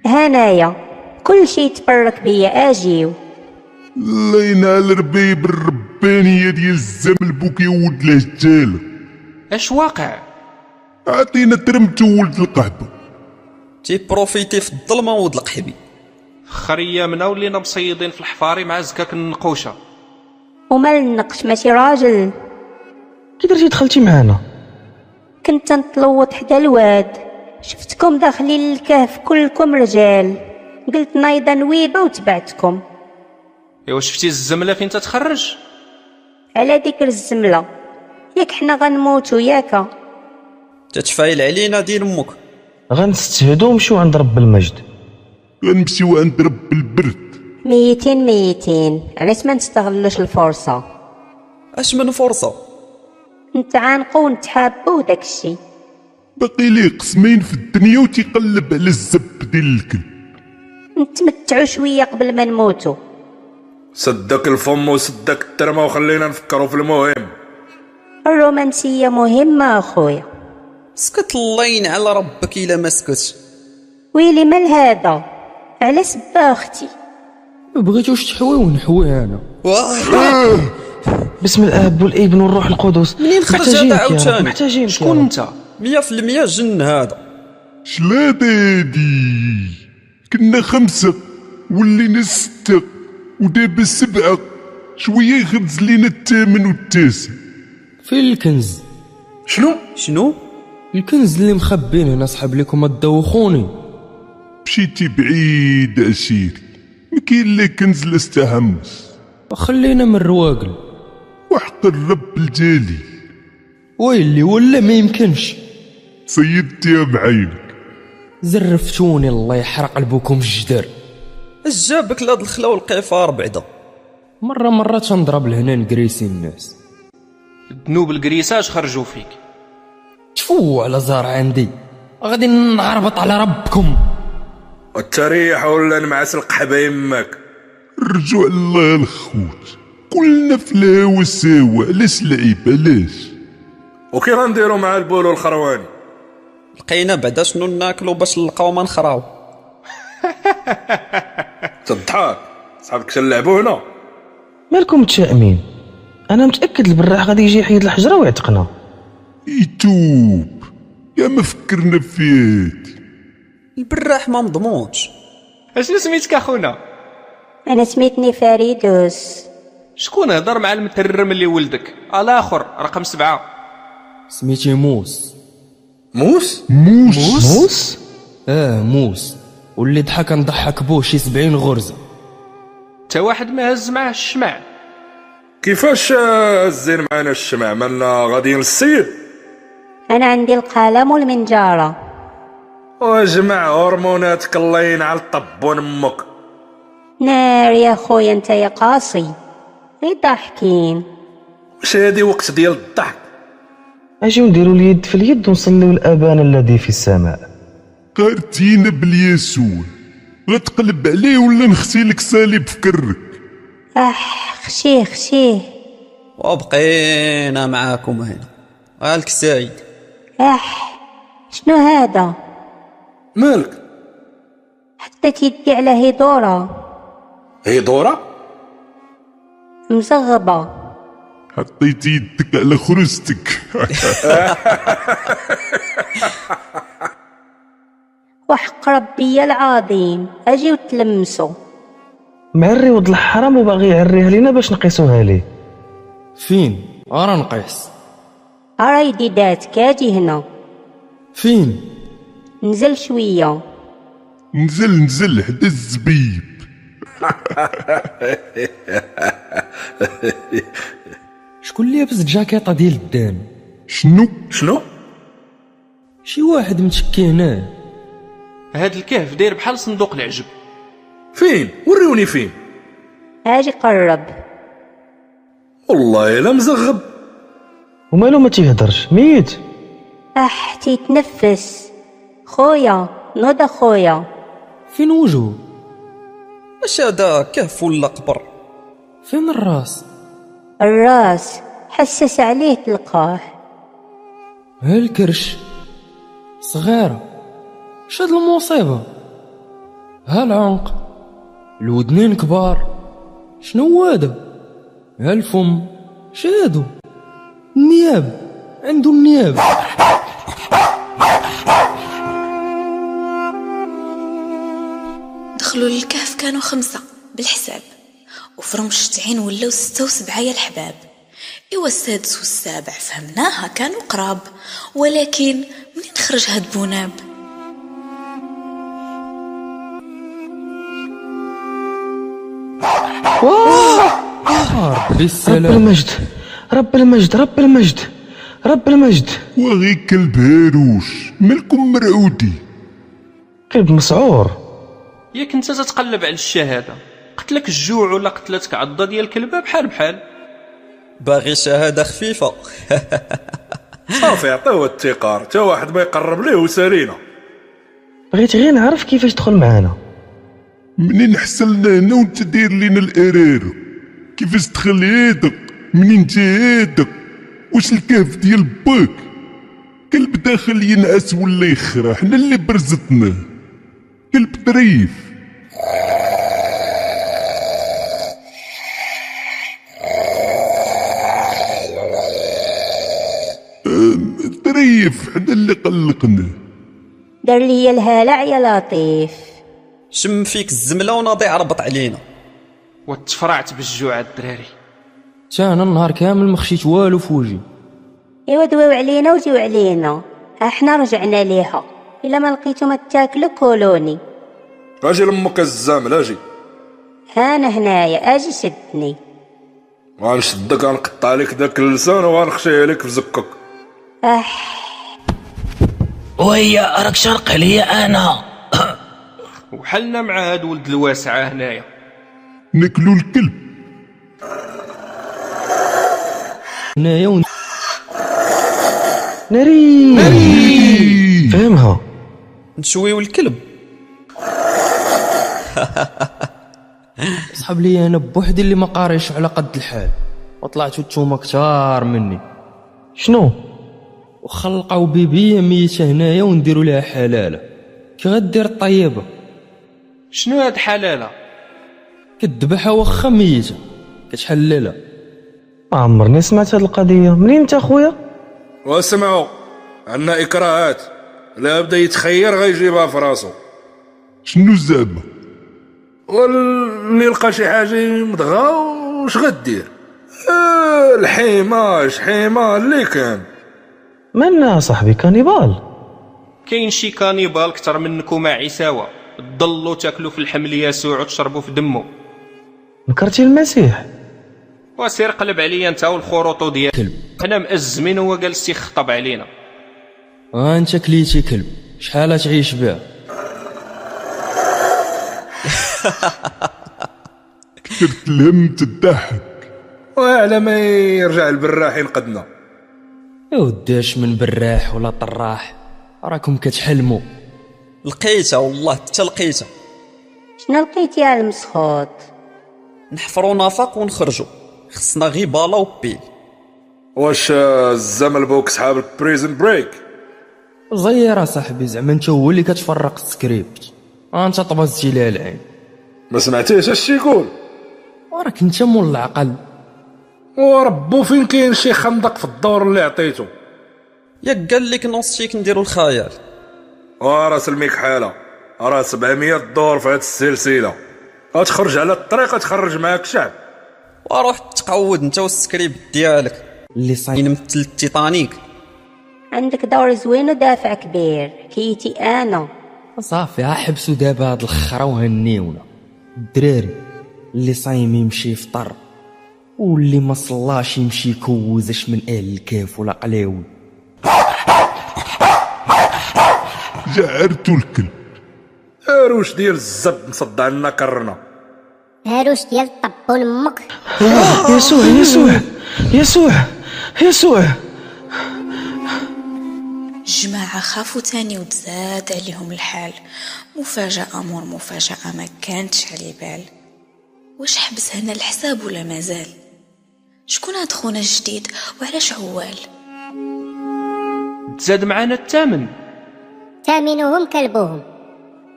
Speaker 18: هنايا كل شي تبرك بيا اجيو
Speaker 13: الله ينال ربي بالربانيه ديال الزمل بوك يولد الهجاله
Speaker 14: اش واقع
Speaker 13: عطينا ترمت ولد القحبه
Speaker 12: تي بروفيتي في الظلمه ود القحبي
Speaker 14: خريه منا ولينا مصيدين في الحفاري مع زكاك النقوشه
Speaker 18: وما النقش ماشي راجل
Speaker 8: كي درتي دخلتي معانا
Speaker 18: كنت نتلوط حدا الواد شفتكم داخلين للكهف كلكم رجال قلت نايضه نويبه وتبعتكم
Speaker 14: ايوا شفتي الزمله فين تتخرج
Speaker 18: على ذكر الزمله ياك حنا غنموتو ياك
Speaker 12: تتفايل علينا دين امك
Speaker 8: غنستهدو ونمشيو عند رب المجد
Speaker 13: غنمشيو عند رب البرد
Speaker 18: ميتين ميتين علاش ما نستغلوش الفرصه
Speaker 12: اش من فرصه
Speaker 18: نتعانقو ونتحابو وداكشي
Speaker 13: باقي ليه قسمين في الدنيا وتيقلب على الزب ديال الكلب
Speaker 18: نتمتعو شويه قبل ما نموتو
Speaker 10: سدك الفم وسدك الترمه وخلينا نفكروا في المهم
Speaker 18: الرومانسيه مهمه اخويا
Speaker 12: سكت الله يعين على ربك الا ما سكتش
Speaker 18: ويلي مال هذا على سبا اختي
Speaker 13: آه.
Speaker 19: بغيتوش تحويو نحويها انا
Speaker 12: واه
Speaker 8: بسم الاب والابن والروح القدس
Speaker 12: منين خرج
Speaker 8: محتاجينك
Speaker 12: هذا
Speaker 8: يا رب،
Speaker 12: عاوتاني
Speaker 8: محتاجينك يا
Speaker 12: شكون
Speaker 8: رب.
Speaker 12: انت 100% جن هذا
Speaker 13: شلاد هادي كنا خمسة ولينا ستة ودابا سبعة شوية يخرج لينا الثامن والتاسع
Speaker 17: فين الكنز شنو شنو الكنز اللي مخبين هنا صحاب لكم ما تدوخوني
Speaker 13: مشيتي بعيد أسيري ما كاين لا كنز لا استهمس
Speaker 17: خلينا من الرواقل
Speaker 13: وحق الرب الجالي
Speaker 17: ويلي ولا ما يمكنش
Speaker 13: صيدتيها بعينك
Speaker 17: زرفتوني الله يحرق لبوكم الجدار
Speaker 12: اش جابك لهاد الخلا والقفار بعدا
Speaker 17: مره مره تنضرب لهنا نكريسي الناس
Speaker 14: الذنوب الكريساج خرجوا فيك
Speaker 17: تفو على زهر عندي غادي نعربط على ربكم
Speaker 9: التريح ولا نمعس القحبه يماك
Speaker 13: الرجوع الله الخوت كلنا في الهوا سوا علاش لعيب علاش
Speaker 9: وكي غنديرو مع البولو الخرواني
Speaker 12: لقينا بعدا شنو ناكلو باش نلقاو ما نخراو
Speaker 9: تضحك صحابك تلعبوا هنا
Speaker 8: مالكم متشائمين انا متاكد البراح غادي يجي يحيد الحجره ويعتقنا
Speaker 13: يتوب يا ما فكرنا فيه
Speaker 12: البراح ما مضمونش
Speaker 20: اشنو سميتك اخونا
Speaker 18: انا سميتني فريدوس
Speaker 14: شكون هضر مع المترم اللي ولدك الاخر رقم سبعة
Speaker 17: سميتي موس
Speaker 12: موس
Speaker 13: موس
Speaker 17: موس اه موس واللي ضحك نضحك بوه شي 70 غرزه
Speaker 14: تا واحد ما هز معاه الشمع
Speaker 9: كيفاش آه، الزين معانا الشمع مالنا غاديين للسيد
Speaker 18: انا عندي القلم والمنجاره
Speaker 9: وجمع هرموناتك الله ينعل طبون امك
Speaker 18: نار يا خويا انت يا قاسي غير ضاحكين
Speaker 9: واش هادي وقت ديال الضحك
Speaker 8: اجيو نديرو اليد في اليد ونصليو الابانا الذي في السماء
Speaker 13: قارتينا باليسوع غتقلب عليه ولا نخسي لك صليب في كرك
Speaker 18: اح خشيه خشيه
Speaker 12: وبقينا معاكم هنا مالك سعيد
Speaker 18: اح شنو هذا
Speaker 9: مالك
Speaker 18: حطيت يدي على هيدوره
Speaker 9: هي دورة
Speaker 18: مزغبه
Speaker 13: حطيتي يدك على خرستك
Speaker 18: وحق ربي العظيم اجيو تلمسوا
Speaker 8: معري ود الحرام وباغي يعريها لينا باش نقيسوها ليه
Speaker 17: فين ارا نقيس
Speaker 18: ارا يديدات كادي هنا
Speaker 17: فين
Speaker 18: نزل شويه
Speaker 13: نزل نزل حدا الزبيب
Speaker 17: شكون اللي لابس جاكيطه ديال الدم
Speaker 13: شنو
Speaker 9: شنو
Speaker 17: شي واحد متشكي هنا
Speaker 14: هاد الكهف داير بحال صندوق العجب
Speaker 9: فين وريوني فين
Speaker 18: اجي قرب
Speaker 9: والله الا مزغب
Speaker 8: ومالو ما تيهضرش ميت
Speaker 18: اح تيتنفس خويا نوضة خويا
Speaker 17: فين وجهو
Speaker 12: اش هذا كهف ولا قبر
Speaker 17: فين الراس
Speaker 18: الراس حسس عليه تلقاه
Speaker 17: ها الكرش صغيره شاد المصيبه ها العنق الودنين كبار شنو هذا ها الفم شادو النياب عنده النياب
Speaker 2: دخلوا للكهف كانوا خمسة بالحساب وفي رمشة عين ولاو ستة وسبعة يا الحباب إوا السادس والسابع فهمناها كانوا قراب ولكن منين خرج هاد بوناب
Speaker 17: آه، ربي
Speaker 8: رب
Speaker 17: السلام
Speaker 8: المجد رب المجد رب المجد رب المجد
Speaker 13: وغي كلب هاروش مالكم مرعودي
Speaker 8: كلب مسعور
Speaker 14: ياك انت تتقلب على الشهاده قتلك الجوع ولا قتلتك عضه ديال الكلبه بحال بحال
Speaker 12: باغي شهاده خفيفه
Speaker 9: صافي عطيوه التيقار تا واحد ما يقرب ليه وسالينا
Speaker 8: بغيت غير نعرف كيفاش تدخل معانا
Speaker 13: منين حصلنا هنا وانت داير لينا الاريرة كيفاش دخل هادق منين جا هادق واش الكهف ديال باك كلب داخل ينعس ولا يخرع حنا اللي برزتنا كلب ظريف كيف حنا اللي قلقنا
Speaker 18: دار لي الهلع يا لطيف
Speaker 12: شم فيك الزمله وناضي ربط علينا
Speaker 14: وتفرعت بالجوع الدراري
Speaker 17: تا انا النهار كامل ما خشيت والو في وجهي
Speaker 18: ايوا دواو علينا وجيو علينا ها حنا رجعنا ليها الا ما لقيتو ما تاكلو كولوني
Speaker 9: اجي لامك الزامل اجي
Speaker 18: ها انا هنايا اجي شدني
Speaker 9: غنشدك غنقطع لك داك اللسان وغنخشيه لك في زكك
Speaker 18: اح
Speaker 14: ويا راك شرق عليا انا وحلنا مع هاد ولد الواسعه هنايا
Speaker 13: ناكلو الكلب
Speaker 17: هنايا ون... ناري ناري فهمها
Speaker 12: نشويو الكلب
Speaker 17: صحاب لي انا بوحدي اللي ما قاريش على قد الحال وطلعتو نتوما كتار مني شنو وخلقوا بيبي ميتة هنايا ونديروا لها حلاله كي غدير الطيبه
Speaker 14: شنو هاد حلاله
Speaker 17: كتذبحها واخا ميته كتحللها
Speaker 8: ما عمرني سمعت هاد القضيه منين انت اخويا
Speaker 9: واسمعوا عندنا اكراهات لا بدا يتخير غيجيبها في راسو
Speaker 13: شنو الزعبه
Speaker 9: واللي لقى شي حاجه مضغه وش غدير آه، الحيمه شحيمه اللي كان
Speaker 8: منا صاحبي كانيبال
Speaker 14: كاين شي كانيبال كتر منكم مع عيساوه تضلوا تاكلوا في الحمل يسوع وتشربوا في دمه
Speaker 8: نكرتي المسيح
Speaker 14: وسير قلب عليا انت والخروطو ديالك حنا مأزمين وهو جالس يخطب علينا
Speaker 17: آه انت كليتي كلب شحال تعيش بها
Speaker 13: كرت الهم تضحك
Speaker 9: وعلى ما يرجع البراح ينقدنا
Speaker 17: يا ودي اش من براح ولا طراح راكم كتحلموا
Speaker 12: لقيتها والله حتى لقيتها
Speaker 18: شنو لقيتي يا المسخوط
Speaker 12: نحفروا نفق ونخرجوا خصنا غي بالا وبيل
Speaker 9: واش آه، الزمل بوك صحاب البريزن بريك
Speaker 17: زير صاحبي زعما انت هو اللي كتفرق السكريبت انت طبزتي لها العين
Speaker 9: ما سمعتيش اش يقول
Speaker 17: وراك انت مول العقل
Speaker 9: وربو فين كاين شي خندق في الدور اللي عطيتو
Speaker 12: ياك قال لك نوصيك نديرو الخيال
Speaker 9: وراه آه، سلميك حاله راه 700 دور في هاد السلسله غتخرج على الطريق تخرج معاك شعب
Speaker 12: وروح تقود انت والسكريبت ديالك
Speaker 17: اللي صاين
Speaker 12: مثل التيتانيك
Speaker 18: عندك دور زوين ودافع كبير حكيتي انا
Speaker 17: صافي ها حبسوا دابا هاد الخرا وهنيونا الدراري اللي صايم يمشي يفطر واللي ما صلاش يمشي يكوز اش من اهل الكاف ولا قلاوي
Speaker 13: جعرتو الكلب
Speaker 9: اروش ديال الزب مصدع لنا كرنا
Speaker 6: هاروش ديال الطبون امك
Speaker 8: آه. يسوع يسوع يسوع يسوع
Speaker 2: الجماعة خافوا تاني وتزاد عليهم الحال مفاجأة مور مفاجأة ما كانتش على بال واش حبس هنا الحساب ولا مازال شكون هاد خونا الجديد وعلاش عوال
Speaker 14: تزاد معانا الثامن
Speaker 6: ثامنهم كلبهم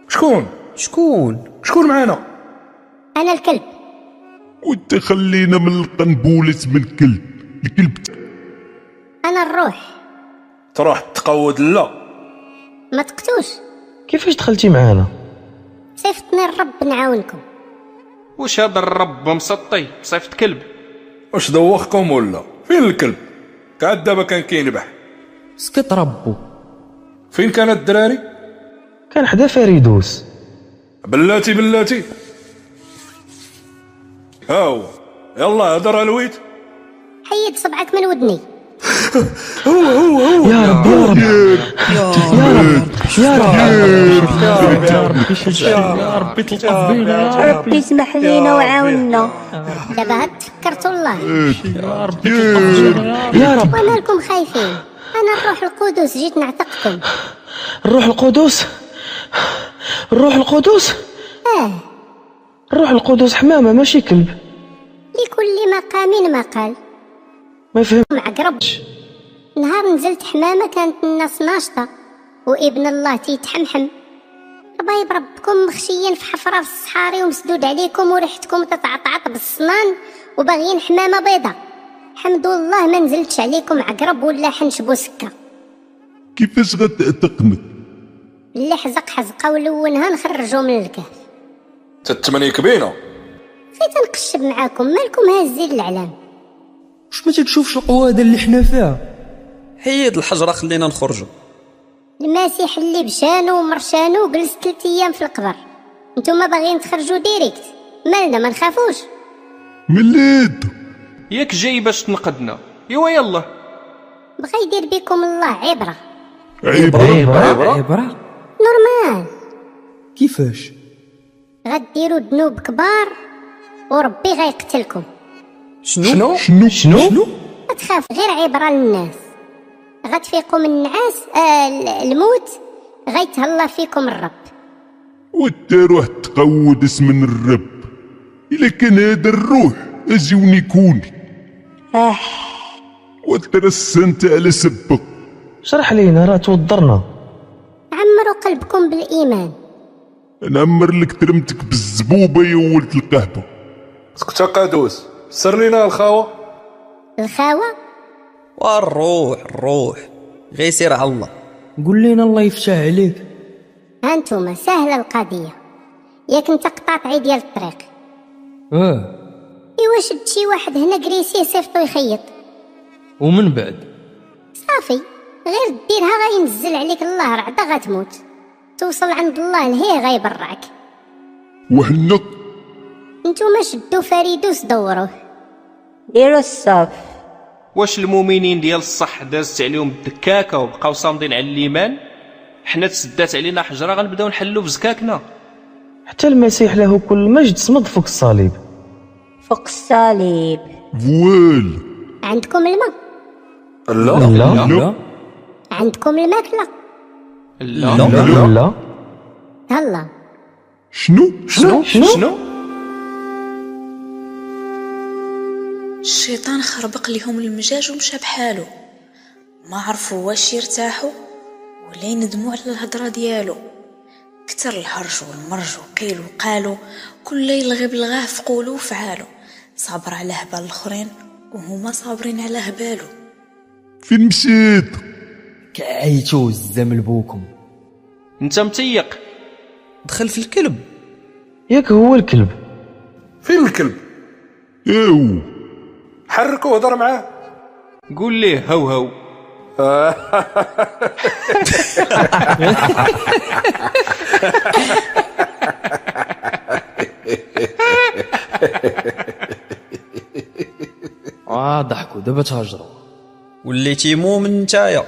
Speaker 9: شكون
Speaker 12: شكون
Speaker 9: شكون معانا
Speaker 6: انا الكلب
Speaker 13: وانت خلينا من القنبولة من الكلب الكلب
Speaker 6: انا الروح
Speaker 9: تروح تقود لا
Speaker 6: ما تقتوش
Speaker 8: كيفاش دخلتي معانا
Speaker 6: صيفطني الرب نعاونكم
Speaker 14: واش هاد الرب مسطي صيفط كلب
Speaker 9: واش دوخكم ولا فين الكلب كعاد دابا كان كينبح
Speaker 17: سكت ربو
Speaker 9: فين كان الدراري
Speaker 8: كان حدا فريدوس
Speaker 9: بلاتي بلاتي هاو يلا هضر الويت
Speaker 6: حيد صبعك من ودني
Speaker 9: هو هو هو
Speaker 8: يا رب يا رب يا رب يا رب
Speaker 17: يا ربي تلطف بينا
Speaker 6: ربي اسمح لينا وعاوننا دابا هاد تفكرت والله
Speaker 8: يا رب
Speaker 6: ومالكم خايفين انا الروح القدس جيت نعتقكم
Speaker 8: الروح القدس الروح القدس
Speaker 7: آه.
Speaker 6: اه
Speaker 8: الروح القدس حمامة ماشي كلب
Speaker 6: لكل مقام مقال
Speaker 8: ما فهم
Speaker 6: مع قرب نهار نزلت حمامة كانت الناس ناشطة وابن الله تيتحمحم ربايب ربكم مخشيين في حفرة في الصحاري ومسدود عليكم وريحتكم تتعطعط بالصنان وباغيين حمامة بيضة حمد الله ما نزلتش عليكم عقرب ولا حنش بوسكة
Speaker 13: كيفاش غتعتقنك
Speaker 6: اللي حزق حزقه ولونها نخرجو من الكهف
Speaker 10: تتمني كبينه
Speaker 6: بقيت نقشب معاكم مالكم هازين العلام
Speaker 12: واش ما تتشوفش القواده اللي حنا فيها حيد الحجره خلينا نخرجوا
Speaker 6: المسيح اللي بشانو ومرشانو جلس ثلاث ايام في القبر نتوما باغيين تخرجوا ديريكت مالنا ما نخافوش
Speaker 13: مليت
Speaker 14: ياك جاي باش تنقدنا ايوا يلا
Speaker 6: بغا يدير بكم الله عبره
Speaker 13: عبرة
Speaker 19: عبرة عبرة
Speaker 6: نورمال
Speaker 19: كيفاش
Speaker 6: غديروا ذنوب كبار وربي غيقتلكم
Speaker 12: شنو
Speaker 13: شنو شنو
Speaker 6: ما تخاف غير عبره للناس غتفيقوا من النعاس آه ال- الموت غيتهلا فيكم الرب
Speaker 13: ودا روح تقود اسم من الرب الا كان هذا الروح اجيوني كوني
Speaker 18: آه.
Speaker 13: وترسنت على سبك
Speaker 8: شرح لينا راه توضرنا
Speaker 6: عمروا قلبكم بالايمان
Speaker 13: نعمر لك ترمتك بالزبوبه يا ولد القهبه
Speaker 10: سكت قادوس سر لينا الخاوه
Speaker 6: الخاوه
Speaker 12: والروح الروح غيسير على الله
Speaker 19: قول لينا الله يفتح عليك
Speaker 6: هانتوما سهله القضيه ياك انت قطعتي ديال الطريق
Speaker 19: اه
Speaker 6: ايوا شد شي واحد هنا كريسيه صيفطو يخيط
Speaker 19: ومن بعد
Speaker 6: صافي غير ديرها غينزل عليك الله رعدة غتموت توصل عند الله لهيه غيبرعك
Speaker 13: وحنا
Speaker 6: نتوما شدو فريدوس دوروه
Speaker 18: ديروا الصف
Speaker 14: واش المؤمنين ديال الصح دازت عليهم الدكاكه وبقاو صامدين على الايمان حنا تسدات علينا حجره غنبداو نحلو بزكاكنا
Speaker 8: حتى المسيح له كل مجد صمد فوق الصليب
Speaker 18: فوق الصليب
Speaker 13: فوال
Speaker 6: عندكم الماء
Speaker 10: لا
Speaker 8: لا
Speaker 10: لا
Speaker 6: عندكم الماكلة
Speaker 14: لا
Speaker 8: لا لا
Speaker 6: هلا
Speaker 13: شنو
Speaker 2: شنو؟
Speaker 14: شنو
Speaker 2: الشيطان خربق لهم المجاج ومشى بحالو ما عرفوا واش يرتاحوا ولا يندموا على الهضره ديالو كتر الهرج والمرج وقيل وقالو كل يلغي بلغاه في قولو وفعالو صبر على هبال الاخرين وهما صابرين على هبالو
Speaker 13: فين مشيت
Speaker 19: كعيتو الزم لبوكم
Speaker 14: انت متيق
Speaker 12: دخل في الكلب
Speaker 8: ياك هو الكلب
Speaker 10: فين الكلب
Speaker 13: ايو
Speaker 10: حركو هضر معاه
Speaker 14: قول ليه هو هو
Speaker 19: اه ضحكوا دابا تهجروا
Speaker 12: وليتي مؤمن نتايا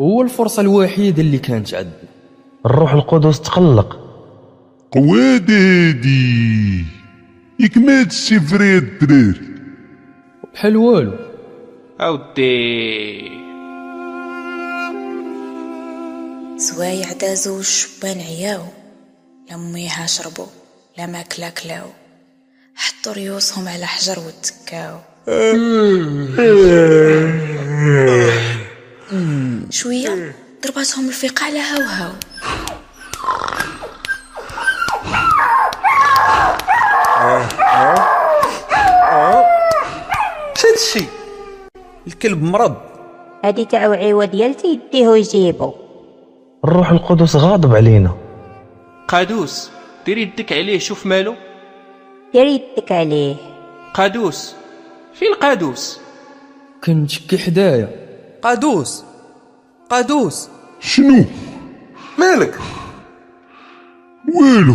Speaker 19: هو الفرصه الوحيده اللي كانت عندنا
Speaker 8: الروح القدس تقلق
Speaker 13: قوادي هادي ياك ما هادشي فري الدراري
Speaker 19: بحال والو
Speaker 14: اودي
Speaker 2: زوايع دازو الشبان عياو لا ميها شربو لا ماكلة كلاو حطوا ريوسهم على حجر وتكاو
Speaker 13: آه.
Speaker 19: آه.
Speaker 2: شوية ضرباتهم الفيقة على هاوهاو
Speaker 12: شتشي الكلب مرض
Speaker 18: هادي تاع عيوة ديالتي يديه يجيبو
Speaker 8: الروح القدس غاضب علينا
Speaker 14: قادوس دير يدك عليه شوف مالو
Speaker 18: دير يدك عليه
Speaker 14: قادوس فين قادوس
Speaker 19: كنت كي حدايا
Speaker 12: قادوس قادوس
Speaker 13: شنو
Speaker 10: مالك
Speaker 13: والو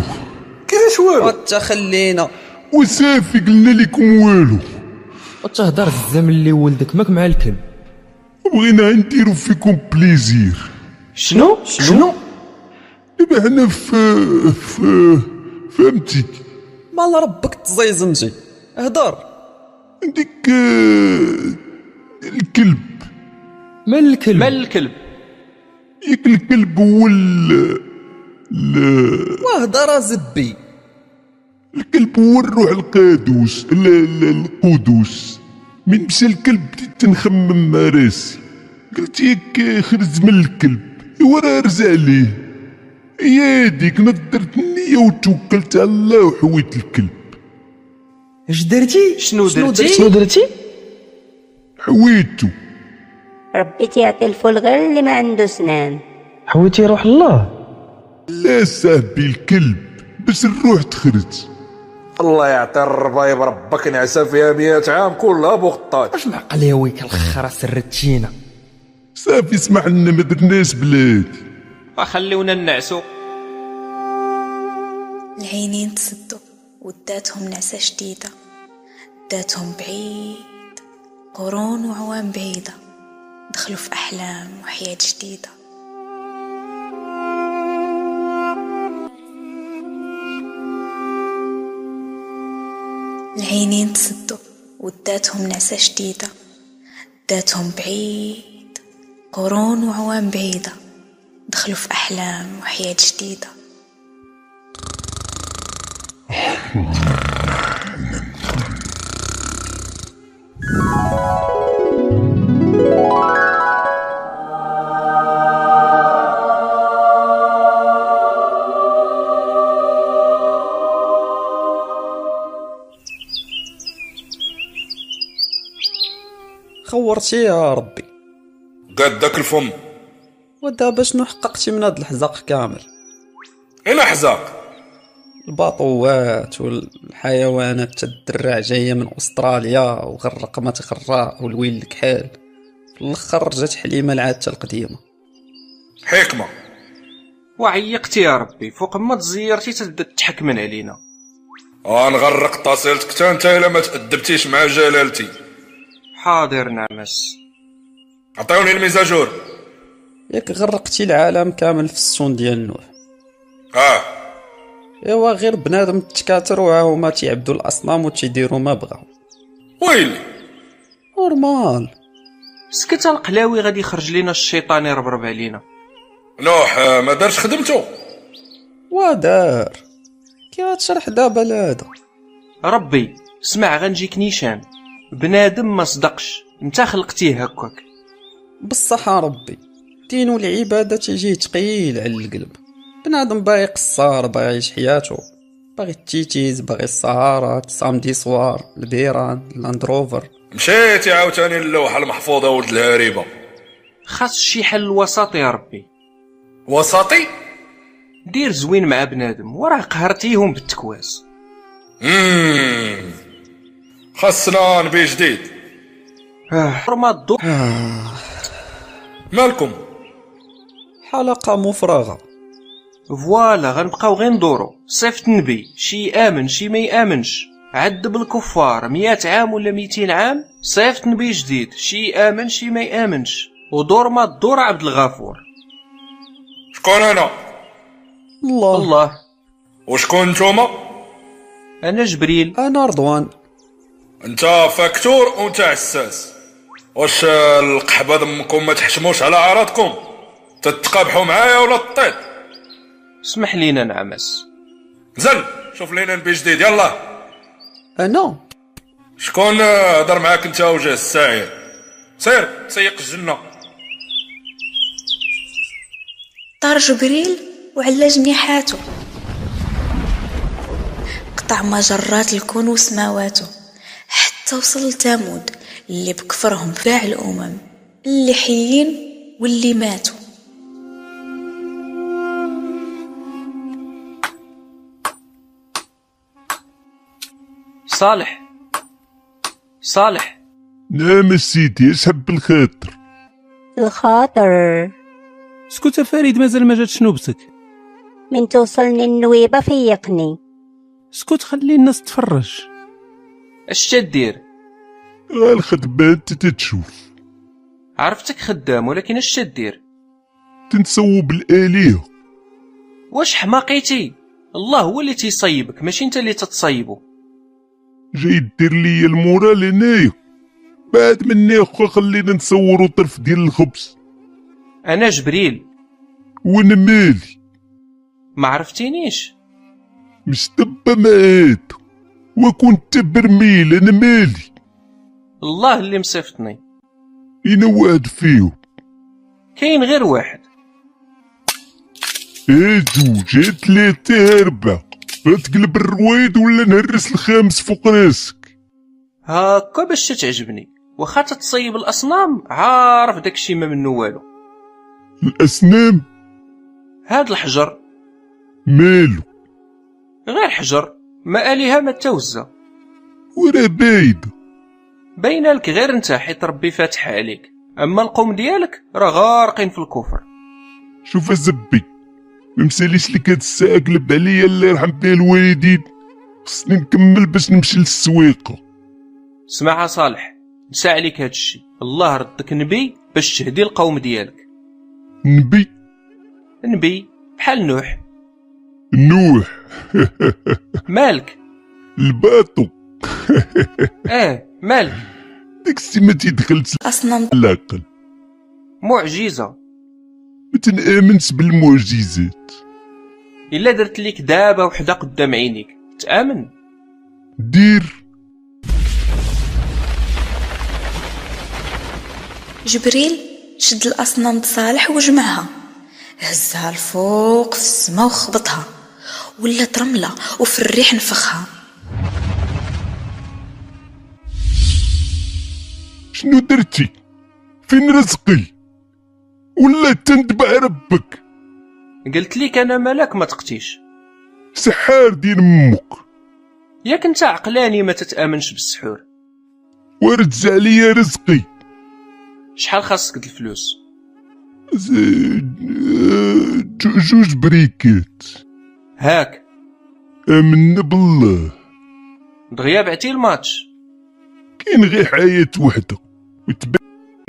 Speaker 10: كيفاش والو
Speaker 12: وتخلينا
Speaker 13: وصافي قلنا لكم والو
Speaker 19: وتهضر الزم اللي ولدك ماك مع الكلب
Speaker 13: بغينا نديرو فيكم بليزير
Speaker 14: شنو شنو
Speaker 13: دابا حنا في في فهمتي
Speaker 12: مال ربك تزيزنتي هضر
Speaker 13: ديك آه، الكلب
Speaker 19: مال الكلب
Speaker 14: مال الكلب
Speaker 13: ياك الكلب هو ال ال-
Speaker 12: وهضر زبي
Speaker 13: الكلب هو الروح القادوس ال- ال- القدوس من مشى الكلب بديت نخمم مع راسي قلت ياك آه، خرج من الكلب هو راه رجع ليه يا ديك نضرت النية وتوكلت على الله وحويت الكلب
Speaker 19: اش درتي
Speaker 14: شنو درتي
Speaker 8: شنو درتي
Speaker 13: حويته
Speaker 18: ربي تيعطي الفول غير اللي ما عنده سنان
Speaker 13: حويتي روح الله لا صاحبي الكلب باش الروح تخرج
Speaker 10: الله يعطي الربايب ربك نعسى فيها مية عام كلها بوغطاج
Speaker 19: واش معقليويك الخرا سرتينا
Speaker 13: صافي اسمح لنا ما درناش بلادي
Speaker 14: آه، خليونا نعسو
Speaker 2: العينين تسدوا وداتهم نعسة شديدة داتهم بعيد قرون وعوام بعيدة دخلوا في أحلام وحياة جديدة العينين تسدوا وداتهم نعسة شديدة داتهم بعيد قرون وعوام بعيدة دخلوا في أحلام وحياة جديدة
Speaker 12: خورتي يا ربي
Speaker 10: قد داك الفم
Speaker 12: ودابا شنو حققتي من هاد الحزاق كامل
Speaker 10: اين حزاق
Speaker 12: الباطوات والحيوانات تا الدرع جايه من استراليا وغرق ما تغرى والويل الكحال في الاخر جات حليمه العاده القديمه
Speaker 10: حكمه
Speaker 14: وعيقتي يا ربي فوق ما تزيرتي تبدا تحكمن علينا
Speaker 10: آه، غنغرق طاسيلتك حتى انت الا ما تادبتيش مع جلالتي
Speaker 14: حاضر نعمس
Speaker 10: عطيوني الميزاجور
Speaker 12: ياك غرقتي العالم كامل في السون ديال نوح
Speaker 10: اه
Speaker 12: ايوا غير بنادم تكاتر وها هما تيعبدوا الاصنام وتيديروا ما بغاو
Speaker 10: ويلي
Speaker 12: نورمال
Speaker 14: سكت القلاوي غادي يخرج لينا الشيطان يربرب علينا
Speaker 10: نوح آه، ما دارش خدمته
Speaker 12: ودار كي غتشرح دابا لهذا
Speaker 14: ربي اسمع غنجيك نيشان بنادم ما صدقش انت خلقتيه هكاك
Speaker 12: بصح ربي الدين والعبادة تيجي تقيل على القلب بنادم باغي قصار باغي يعيش حياته باغي التيتيز باغي السهرات سامدي سوار البيران اللاندروفر
Speaker 10: مشيتي عاوتاني اللوحه المحفوظه ولد الهريبه
Speaker 14: خاص شي حل وسطي يا ربي
Speaker 10: وسطي
Speaker 14: دير زوين مع بنادم وراه قهرتيهم بالتكواس
Speaker 10: مم. خاصنا نبي جديد
Speaker 14: رما الضو
Speaker 10: مالكم
Speaker 12: حلقة مفرغة
Speaker 14: فوالا غنبقاو غير ندورو صيفط النبي شي يامن شي ما يامنش عذب الكفار مية عام ولا ميتين عام صيفط نبي جديد شي يامن شي ما يامنش ودور ما الدور عبد الغفور
Speaker 10: شكون انا
Speaker 12: الله
Speaker 14: الله
Speaker 10: وشكون نتوما
Speaker 14: انا جبريل
Speaker 12: انا رضوان
Speaker 10: انت فاكتور وانت عساس واش آه، القحبه ذمكم ما تحشموش على عراضكم تتقابحوا معايا ولا الطيط
Speaker 14: اسمح لينا نعمس
Speaker 10: زل شوف لينا نبي جديد يلا
Speaker 12: انا
Speaker 10: شكون آه، هضر معاك انت وجه الساعر سير سيق الجنه
Speaker 2: طار جبريل وعلى جنيحاته قطع مجرات الكون وسماواته حتى وصل لتمود اللي بكفرهم كاع الأمم اللي حيين واللي ماتوا
Speaker 14: صالح صالح
Speaker 13: نعم السيدي اسحب الخاطر
Speaker 18: الخاطر
Speaker 21: اسكت فريد مازال ما جاتش نوبتك
Speaker 18: من توصلني النويبة فيقني
Speaker 21: اسكت خلي الناس تفرج
Speaker 14: اش تدير
Speaker 13: راه الخدمة انت تتشوف
Speaker 14: عرفتك خدام ولكن اش تدير
Speaker 13: تنسوب الآلهة
Speaker 14: واش حماقيتي الله هو اللي تيصيبك ماشي انت اللي تتصيبو
Speaker 13: جاي دير لي المورال هنايا بعد مني اخويا خلينا نصورو طرف ديال الخبز
Speaker 14: انا جبريل
Speaker 13: وانا مالي
Speaker 14: ما عرفتينيش
Speaker 13: مش دبا ما هاد وكنت برميل انا مالي
Speaker 14: الله اللي مصيفطني
Speaker 13: انا واحد فيهم
Speaker 14: كاين غير واحد
Speaker 13: ها زوج ها ثلاثة ها أربعة غتقلب الرويد ولا نهرس الخامس فوق راسك
Speaker 14: هاكا باش تعجبني واخا تتصيب الاصنام عارف داكشي ما منو والو
Speaker 13: الأسنان
Speaker 14: هاد الحجر
Speaker 13: مالو
Speaker 14: غير حجر ما اليها ما توزه
Speaker 13: ورا بايد
Speaker 14: باينه لك غير انت حيت ربي فاتح عليك اما القوم ديالك راه غارقين في الكفر
Speaker 13: شوف الزبي ما مساليش لك هاد الساعة قلب عليا الله يرحم بها الوالدين خصني نكمل باش نمشي للسويقة
Speaker 14: سمعها صالح نسى عليك هادشي الله ردك نبي باش تهدي القوم ديالك
Speaker 13: نبي
Speaker 14: نبي بحال نوح
Speaker 13: نوح
Speaker 14: مالك
Speaker 13: الباطو
Speaker 14: اه مالك
Speaker 13: ديك السي ما تيدخلش
Speaker 2: أصنام
Speaker 13: العقل
Speaker 14: معجزه
Speaker 13: ما تنامنش بالمعجزات
Speaker 14: الا درت ليك دابا وحده قدام عينيك تامن
Speaker 13: دير
Speaker 2: جبريل شد الأصنام بصالح وجمعها هزها الفوق في السما وخبطها ولات رملة وفي الريح نفخها
Speaker 13: شنو درتي فين رزقي ولا تندبع ربك
Speaker 14: قلت ليك انا مالك ما تقتيش
Speaker 13: سحار دين امك
Speaker 14: ياك انت عقلاني ما تتامنش بالسحور
Speaker 13: ورجع لي رزقي
Speaker 14: شحال خاصك د الفلوس
Speaker 13: ز- آه، جو- جوج بريكات
Speaker 14: هاك
Speaker 13: امنا بالله
Speaker 14: دغيا بعتي الماتش
Speaker 13: كاين غير حياة وحدة وتبع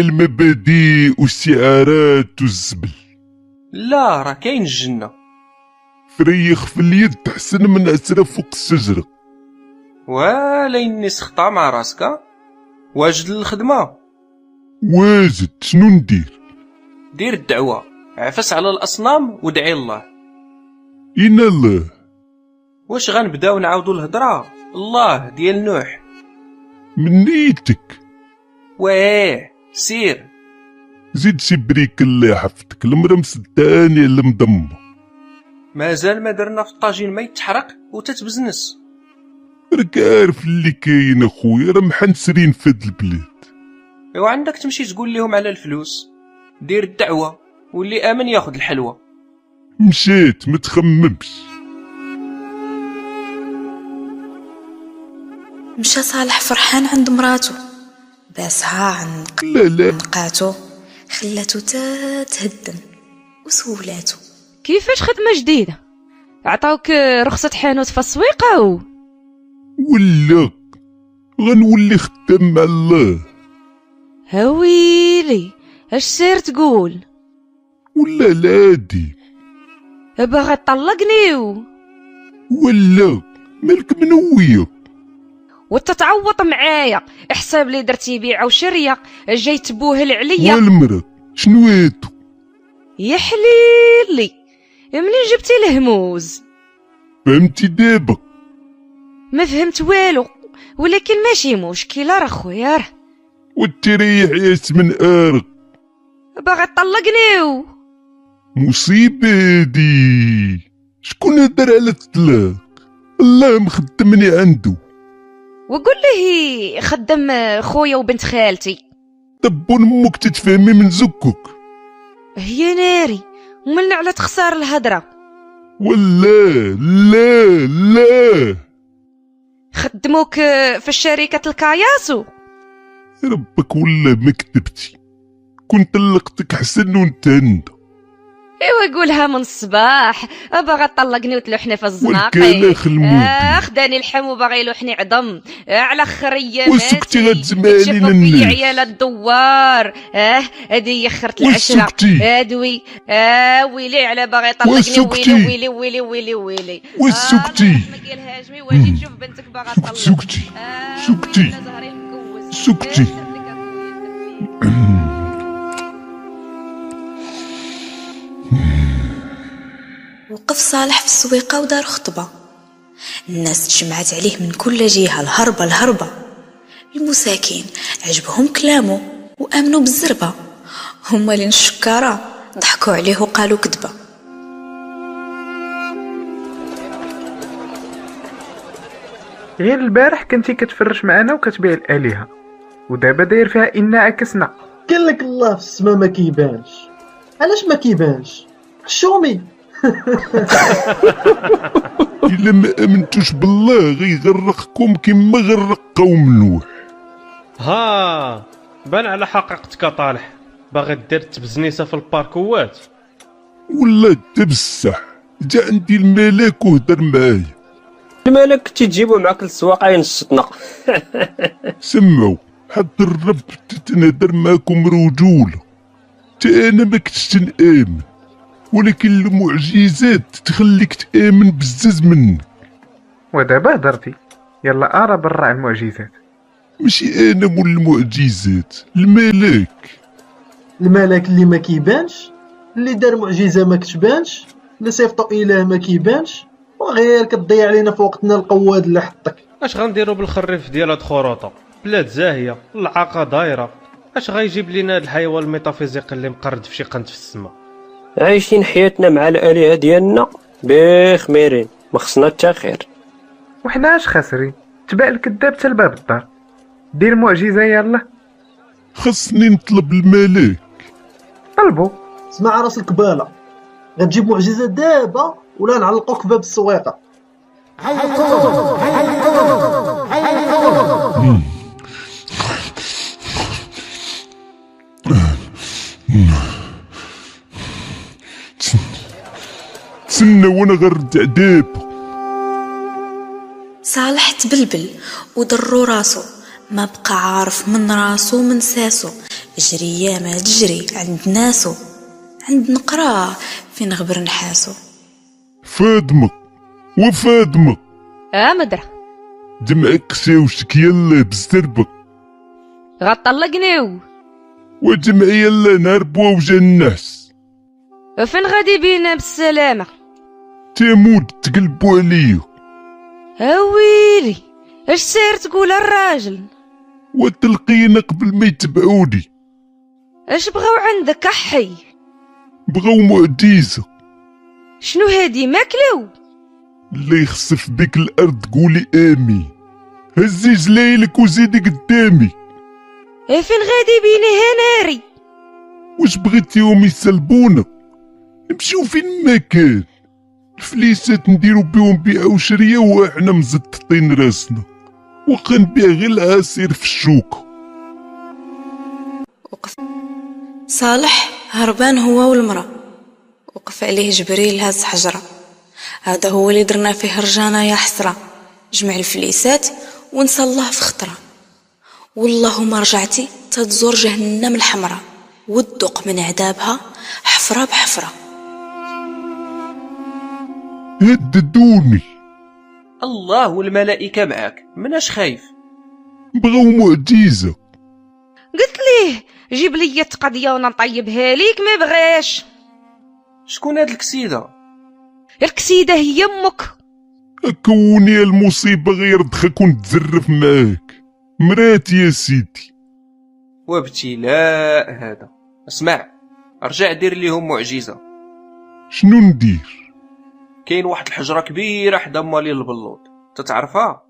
Speaker 13: المبادئ والشعارات والزبل
Speaker 14: لا راه كاين الجنه
Speaker 13: فريخ في اليد احسن من عسرة فوق الشجرة
Speaker 14: ولا اني سخطا مع راسك آه؟ واجد للخدمه
Speaker 13: واجد شنو ندير
Speaker 14: دير الدعوه عفس على الاصنام ودعي الله
Speaker 13: إن الله
Speaker 14: واش غنبداو نعاودو الهضره الله ديال نوح
Speaker 13: من نيتك
Speaker 14: واه سير
Speaker 13: زيد شي بريك اللي حفتك المرا مسداني اللي مضمة
Speaker 14: مازال ما درنا في الطاجين ما يتحرق وتتبزنس
Speaker 13: راك عارف اللي كاين اخويا راه محنسرين في هاد البلاد
Speaker 14: ايوا عندك تمشي تقول لهم على الفلوس دير الدعوه واللي امن ياخذ الحلوه
Speaker 13: مشيت ما تخممش
Speaker 2: مشى صالح فرحان عند مراته باسها عن
Speaker 13: لا لا
Speaker 2: نقاته خلاتو تا تهدم وسولاتو
Speaker 22: كيفاش خدمه جديده عطاوك آه، رخصه حانوت في السويقه و
Speaker 13: ولا غنولي خدام مع الله
Speaker 22: هويلي اش سير تقول
Speaker 13: ولا العادي
Speaker 22: باغا تطلقني و
Speaker 13: ولا مالك منوية
Speaker 22: وتتعوط معايا حساب لي درتي بيعه وشريه جاي تبوهل عليا
Speaker 13: والمرا شنو هاتو
Speaker 22: يا حليلي منين جبتي الهموز
Speaker 13: فهمتي دابا
Speaker 22: ما فهمت والو ولكن ماشي مشكله راه خويا راه
Speaker 13: والتريح ياس من ارق
Speaker 22: باغا تطلقني و
Speaker 13: مصيبة هادي شكون هدر على الطلاق الله مخدمني عنده
Speaker 22: وقول ليه خدم آه، خويا وبنت خالتي
Speaker 13: طبون امك تتفهمي من زكك
Speaker 22: هي ناري ومن على تخسار الهضره
Speaker 13: ولا لا لا
Speaker 22: خدموك آه، في شركه الكاياسو
Speaker 13: ربك ولا ما كتبتي كنت طلقتك حسن وانت هند
Speaker 22: ايوا قولها من الصباح باغا طلقني وتلوحني في الزناقي
Speaker 13: والكلاخ الموبل.
Speaker 22: خداني الحم وباغا يلوحني عظم آه، على خريه
Speaker 13: وسكتي غتزمالي
Speaker 22: تشفوا في
Speaker 13: للناس
Speaker 22: عيال الدوار اه هادي هي خرت العشره
Speaker 13: وسكتي.
Speaker 22: ادوي اه ويلي على باغي يطلقني
Speaker 13: وسكتي.
Speaker 22: ويلي ويلي ويلي ويلي ويلي
Speaker 13: وسكتي سكتي سكتي سكتي
Speaker 2: وقف صالح في السويقة ودار خطبة الناس تجمعت عليه من كل جهة الهربة الهربة المساكين عجبهم كلامه وآمنوا بالزربة هما اللي الشكارة ضحكوا عليه وقالوا كذبة
Speaker 1: غير البارح كنتي كتفرش معنا وكتبيع الالهه
Speaker 23: ودابا داير فيها إنا عكسنا
Speaker 1: قال لك الله في السما ما كيبانش علاش ما كيبانش حشومي
Speaker 13: الا ما امنتوش بالله غيغرقكم كما غرق قوم نوح
Speaker 5: ها بان على حقيقتك طالح باغي دير تبزنيسه في الباركوات
Speaker 13: ولا تبسح جا عندي الملاك وهدر معايا
Speaker 16: الملك تجيبو معاك للسواقه ينشطنا
Speaker 13: سمعوا حتى الرب تتنهدر معاكم رجوله تا انا ما كنتش تنامن ولكن المعجزات تخليك تامن بزاز منك
Speaker 23: ودابا هضرتي يلا أرى برا المعجزات
Speaker 13: ماشي انا مول المعجزات الملاك
Speaker 1: الملاك اللي ما كيبانش اللي دار معجزه ما كتبانش اللي صيفطو اله ما كيبانش وغير كتضيع علينا في وقتنا القواد اللي حطك
Speaker 5: اش غنديرو بالخريف ديال هاد الخروطه بلاد زاهيه العاقه دايره اش غيجيب لينا هاد الحيوان الميتافيزيق اللي مقرد في شي قنت في السما
Speaker 16: عايشين حياتنا مع الالهه ديالنا بخميرين ما خصنا حتى خير
Speaker 23: وحنا اش خاسرين تبع الكذاب تا لباب الدار دير معجزة يلا
Speaker 13: خصني نطلب الملاك
Speaker 23: طلبو
Speaker 1: اسمع راس الكباله غتجيب معجزه دابا ولا نعلقوك باب السويقه
Speaker 13: تسنى وانا غنرجع دابا
Speaker 2: صالح تبلبل ودرو راسو ما بقى عارف من راسو من ساسو جري يا ما تجري عند ناسو عند نقراه فين غبر نحاسو
Speaker 13: فاطمه وفاطمه
Speaker 22: اه مدرة
Speaker 13: دمعك قسا وشك يلا بزربك
Speaker 22: غطلقنيو
Speaker 13: ودمع يلا نهار بواوجه الناس
Speaker 22: فين غادي بينا بالسلامة
Speaker 13: تموت تقلبوا عليا
Speaker 22: هويلي اش سير تقول الراجل
Speaker 13: وتلقينا قبل ما يتبعوني
Speaker 22: اش بغاو عندك احي
Speaker 13: بغاو معجزه
Speaker 22: شنو هادي ماكلو
Speaker 13: اللي يخسف بك الارض قولي امين هزي جلايلك وزيدي قدامي
Speaker 22: إيه فين غادي بيني هناري
Speaker 13: واش بغيتيهم يسلبونا نمشيو فين ما كان الفليسات نديرو بيهم بيع وشريه وإحنا مزططين راسنا وقا نبيع غير العصير في الشوكه
Speaker 2: صالح هربان هو والمرأة وقف عليه جبريل هاز حجرة هذا هو اللي درنا فيه رجانا يا حسرة جمع الفليسات ونسى الله في خطرة والله ما رجعتي تتزور جهنم الحمراء والدق من عذابها حفرة بحفرة
Speaker 13: هددوني
Speaker 14: الله والملائكه معاك مناش خايف
Speaker 13: بغاو معجزه
Speaker 22: قلت ليه جيب لي التقضية وانا نطيبها ليك ما بغاش
Speaker 14: شكون هاد الكسيده
Speaker 22: الكسيدة هي امك
Speaker 13: كوني المصيبه غير دخلك ونتزرف معاك مراتي يا سيدي
Speaker 14: وابتلاء هذا اسمع رجع دير ليهم معجزه
Speaker 13: شنو ندير
Speaker 14: كاين واحد الحجره كبيره حدا مالي البلوط تتعرفها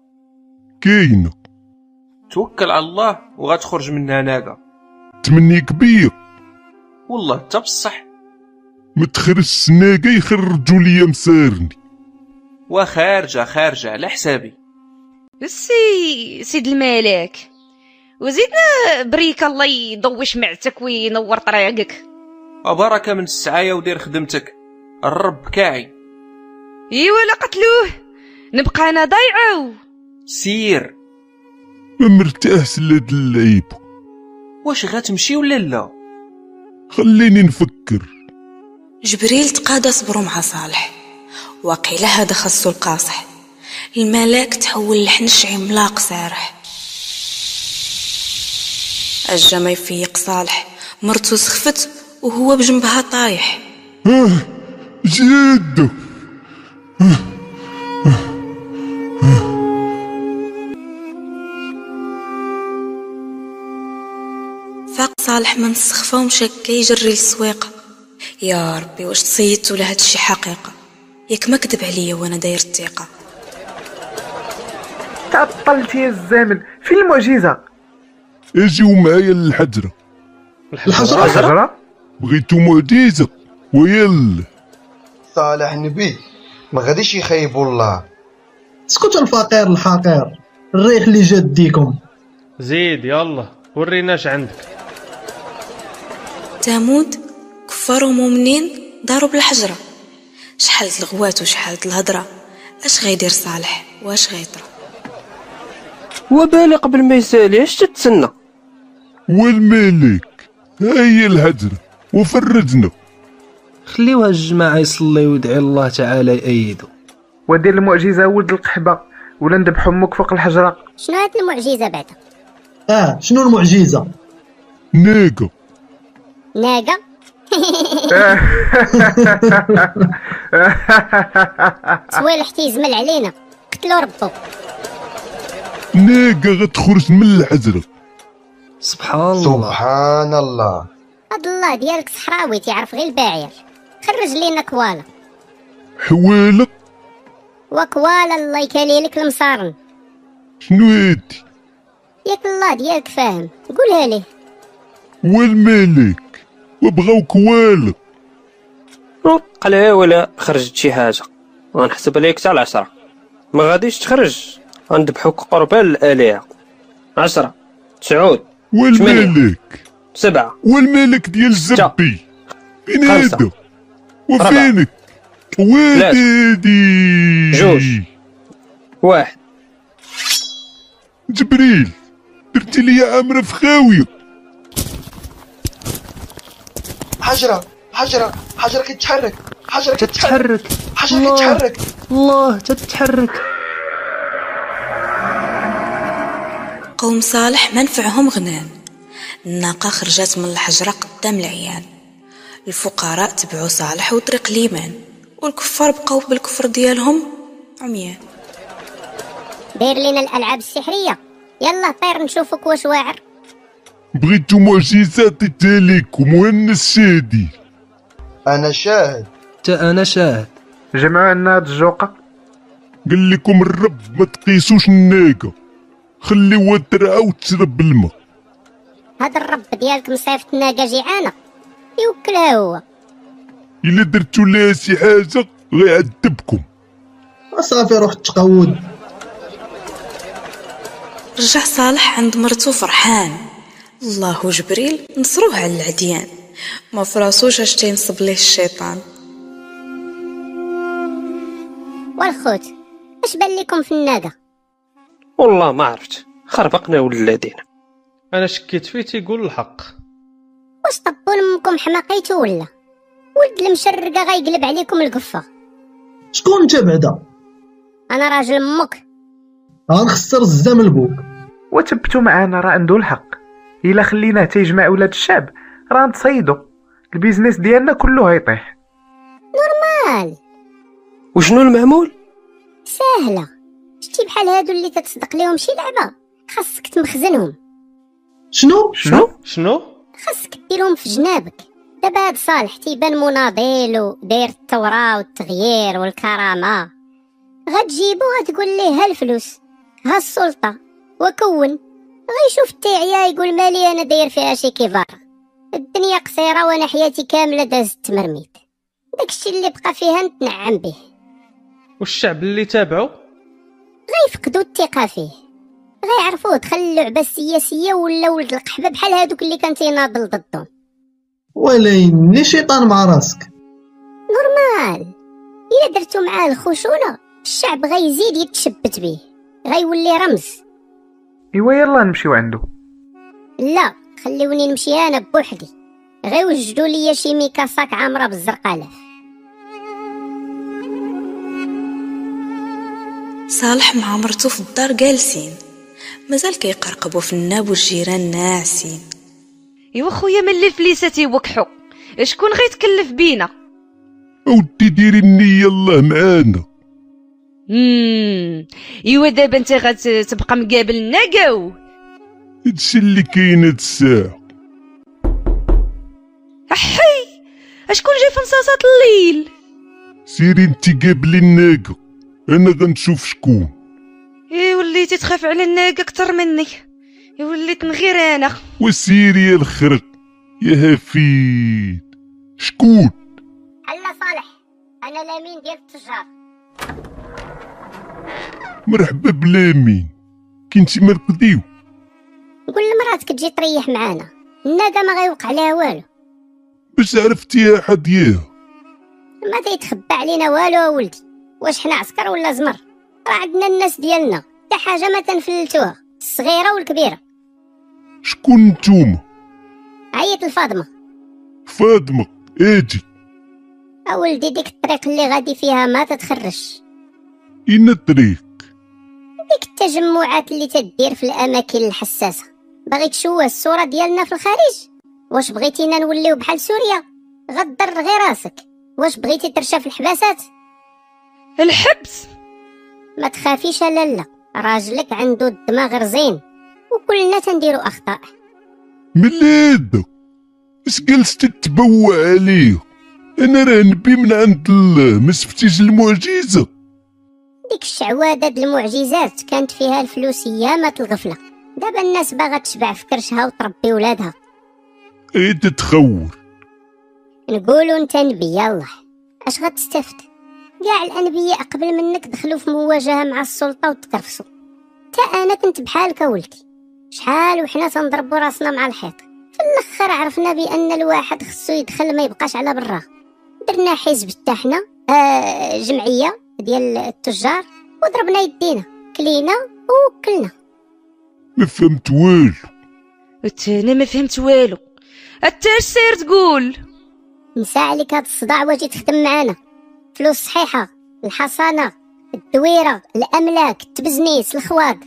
Speaker 13: كاينه
Speaker 14: توكل على الله وغتخرج منها ناقه
Speaker 13: تمني كبير
Speaker 14: والله حتى بصح
Speaker 13: ما تخرجش ناقه يخرجوا ليا مسارني
Speaker 14: وخارجه خارجه على حسابي
Speaker 22: سي سيد الملك وزيدنا بريك الله يضوي شمعتك وينور طريقك
Speaker 14: وبركه من السعايه ودير خدمتك الرب كاعي
Speaker 22: ايوا لا قتلوه نبقى انا ضايعه
Speaker 14: سير
Speaker 13: ما مرتاحش لهاد اللعيبه
Speaker 14: واش غتمشي ولا لا
Speaker 13: خليني نفكر
Speaker 2: جبريل تقادى صبرو مع صالح وقيل هذا خاصو القاصح الملاك تحول لحنش عملاق سارح اجا ما يفيق صالح مرتو سخفت وهو بجنبها طايح
Speaker 13: آه جد
Speaker 2: فاق صالح من السخفة ومشى كيجري للسويقة يا ربي واش تصيدتو لهاد الشي حقيقة ياك ما كذب عليا وانا داير الثقة
Speaker 23: تعطلتي يا الزامن فين المعجزة
Speaker 13: اجيو معايا للحجرة
Speaker 1: الحجرة؟ الحجرة؟
Speaker 13: بغيتو معجزة ويلا
Speaker 7: صالح نبي ما غاديش يخيبوا الله
Speaker 1: اسكت الفقير الحقير الريح اللي جات ديكم
Speaker 5: زيد يلا وريناش عندك
Speaker 2: تامود كفار ومؤمنين داروا بالحجرة شحال د الغوات وشحال د الهضرة اش غيدير صالح واش غيطرى
Speaker 16: وبالي قبل ما يسالي اش تتسنى
Speaker 13: والملك ها هي الهجرة وفرجنا
Speaker 24: خليوها الجماعة يصلي ويدعي الله تعالى يأيدو
Speaker 23: ودير المعجزة ولد القحبة ولا ندبح امك فوق الحجرة
Speaker 6: شنو هاد المعجزه بعدا
Speaker 1: اه شنو المعجزة
Speaker 13: ناقة
Speaker 6: ناقه سوالح تيزمل علينا قتلو ربو
Speaker 13: ناقة غتخرج من الحجرة
Speaker 24: سبحان
Speaker 13: الله
Speaker 7: سبحان الله
Speaker 6: هاد الله ديالك صحراوي تيعرف غير الباعير خرج لينا كوالا
Speaker 13: حوالة
Speaker 6: وكوالا الله يكالي لك المصارن
Speaker 13: شنو هادي
Speaker 6: ياك الله ديالك فاهم قولها ليه
Speaker 13: والملك وبغاو كوالا
Speaker 16: قال لها ولا خرجت شي حاجه غنحسب عليك تاع العشرة ما غاديش تخرج غنذبحوك قربان الالهه عشرة تسعود ثمانية
Speaker 13: والملك
Speaker 16: سبعة
Speaker 13: والملك ديال الزبي فين هذا وفينك وادي
Speaker 16: جوج واحد
Speaker 13: جبريل درتي لي امر في خاويه
Speaker 7: حجرة حجرة حجرة كتحرك حجرة
Speaker 24: تتحرك
Speaker 7: حجرة كتحرك
Speaker 24: الله تتحرك
Speaker 2: قوم صالح ما نفعهم غنان الناقة خرجت من الحجرة قدام العيان الفقراء تبعوا صالح وطريق ليمان والكفار بقاو بالكفر ديالهم عميان
Speaker 6: داير لينا الالعاب السحريه يلا طير نشوفك واش واعر
Speaker 13: بغيتو معجزات التاليك ومهندس شادي
Speaker 7: انا شاهد
Speaker 24: حتى انا شاهد
Speaker 23: جمعوا لنا هاد الجوقة
Speaker 13: قال لكم الرب ما تقيسوش الناقة خليوها ترعى وتشرب الماء
Speaker 6: هاد الرب ديالك مصيفط ناقه جيعانه يوكلها هو
Speaker 13: الا درتو لها شي حاجة غيعذبكم
Speaker 1: صافي روح تقود
Speaker 2: رجع صالح عند مرتو فرحان الله وجبريل نصروه على العديان ما فراسوش اش تينصب ليه الشيطان
Speaker 6: والخوت اش بان لكم في الناقه
Speaker 16: والله ما عرفت خربقنا ولادينا
Speaker 5: انا شكيت فيه تيقول الحق
Speaker 6: واش طبوا لمكم حماقيتو ولا ولد المشرقه غيقلب عليكم القفه
Speaker 1: شكون انت بعدا
Speaker 6: انا راجل امك
Speaker 1: غنخسر الزام البوك
Speaker 23: وتبتو معانا راه عنده الحق الا خليناه تيجمع ولاد الشعب راه نتصيدو البيزنس ديالنا كله هيطيح
Speaker 6: نورمال
Speaker 16: وشنو المعمول
Speaker 6: سهله شتي بحال هادو اللي تتصدق ليهم شي لعبه خاصك تمخزنهم
Speaker 1: شنو
Speaker 5: شنو شنو
Speaker 6: خاصك ديرهم في جنابك دابا هاد صالح تيبان مناضل وداير الثوره والتغيير والكرامه غتجيبو غتقول ليه ها الفلوس ها السلطه وكون غيشوف التاعيه يقول مالي انا داير فيها شي كبار الدنيا قصيره وانا حياتي كامله دازت تمرميد داكشي اللي بقى فيها نتنعم به
Speaker 5: والشعب اللي تابعو
Speaker 6: غيفقدوا الثقه فيه غيعرفوه دخل اللعبه السياسيه ولا ولد القحبه بحال هادوك اللي كان تيناضل ضدهم
Speaker 1: وليني شيطان مع راسك
Speaker 6: نورمال الا درتو معاه الخشونه الشعب غيزيد يتشبت بيه غيولي رمز
Speaker 23: ايوا يلا نمشيو عنده
Speaker 6: لا خليوني نمشي انا بوحدي غيوجدوا ليا شي ميكاساك عامره بالزرقاله
Speaker 2: صالح مع مرتو في الدار جالسين مازال كيقرقبوا في الناب والجيران ناعسين
Speaker 22: ايوا خويا ملي الفليسه تيوكحو شكون غيتكلف بينا
Speaker 13: اودي ديري النية الله معانا
Speaker 22: امم ايوا دابا انت غتبقى مقابل الناقاو
Speaker 13: هادشي اللي كاين هاد الساعة
Speaker 22: احي شكون جاي في نصاصات الليل
Speaker 13: سيري انتي قابلي الناقة انا غنشوف شكون
Speaker 22: E اي وليتي تخاف على الناقه اكثر مني يا وليت نغير انا
Speaker 13: وسيري يا الخرق يا هفيد شكون
Speaker 6: حلا صالح انا الامين ديال التجار
Speaker 13: مرحبا بلامين كنتي مرقديو
Speaker 6: قول لمراتك تجي تريح معانا الندى ما غيوقع لها والو
Speaker 13: باش عرفتيها حديها
Speaker 6: ما تيتخبى علينا والو يا ولدي واش حنا عسكر ولا زمر راه عندنا الناس ديالنا حتى حاجه ما تنفلتوها الصغيره والكبيره
Speaker 13: شكون نتوما
Speaker 6: عيط لفاطمه
Speaker 13: فاطمة اجي
Speaker 6: يا ولدي ديك الطريق اللي غادي فيها ما تتخرج
Speaker 13: إن الطريق
Speaker 6: ديك التجمعات اللي تدير في الاماكن الحساسه باغي تشوه الصوره ديالنا في الخارج واش بغيتينا نوليو بحال سوريا غدر غير راسك واش بغيتي ترشا في الحباسات
Speaker 22: الحبس
Speaker 6: ما تخافيش يا لالا راجلك عنده الدماغ رزين وكلنا تنديرو اخطاء
Speaker 13: ملاد اش جلستي تتبوع عليه انا راه نبي من عند الله ما شفتيش المعجزه
Speaker 6: ديك الشعوذه د المعجزات كانت فيها الفلوس يامات الغفله دابا الناس باغا تشبع في كرشها وتربي ولادها
Speaker 13: اي تتخور
Speaker 6: نقولوا انت نبي يلا اش غتستفد كاع الانبياء قبل منك دخلوا في مواجهه مع السلطه وتكرفسوا تا انا كنت بحالك ولدي شحال وحنا تنضربوا راسنا مع الحيط في الاخر عرفنا بان الواحد خصو يدخل ما يبقاش على برا درنا حزب حتى حنا آه جمعيه ديال التجار وضربنا يدينا كلينا ووكلنا
Speaker 13: ما فهمت والو
Speaker 22: انا ما فهمت والو حتى اش ساير تقول
Speaker 6: نسى عليك هاد الصداع واجي تخدم معانا فلوس صحيحه الحصانه الدويره الاملاك التبزنيس الخواض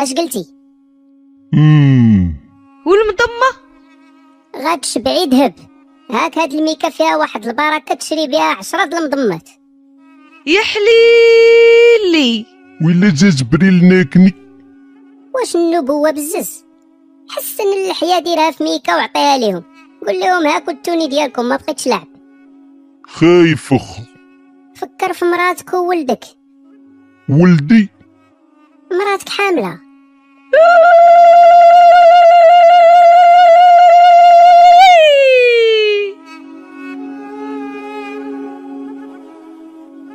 Speaker 6: اش قلتي
Speaker 13: مم.
Speaker 22: والمضمه
Speaker 6: غتشبعي ذهب هاك هاد الميكا فيها واحد البركه تشري بها عشرة د المضمات
Speaker 22: يا حليلي
Speaker 13: ولا جا جبريل ناكني
Speaker 6: واش النبوه بزز حسن اللحيه ديرها في ميكا وعطيها ليهم قول لهم هاكو التوني ديالكم ما بقيتش لعب
Speaker 13: خايف اخو
Speaker 6: فكر في مراتك وولدك
Speaker 13: ولدي
Speaker 6: مراتك حامله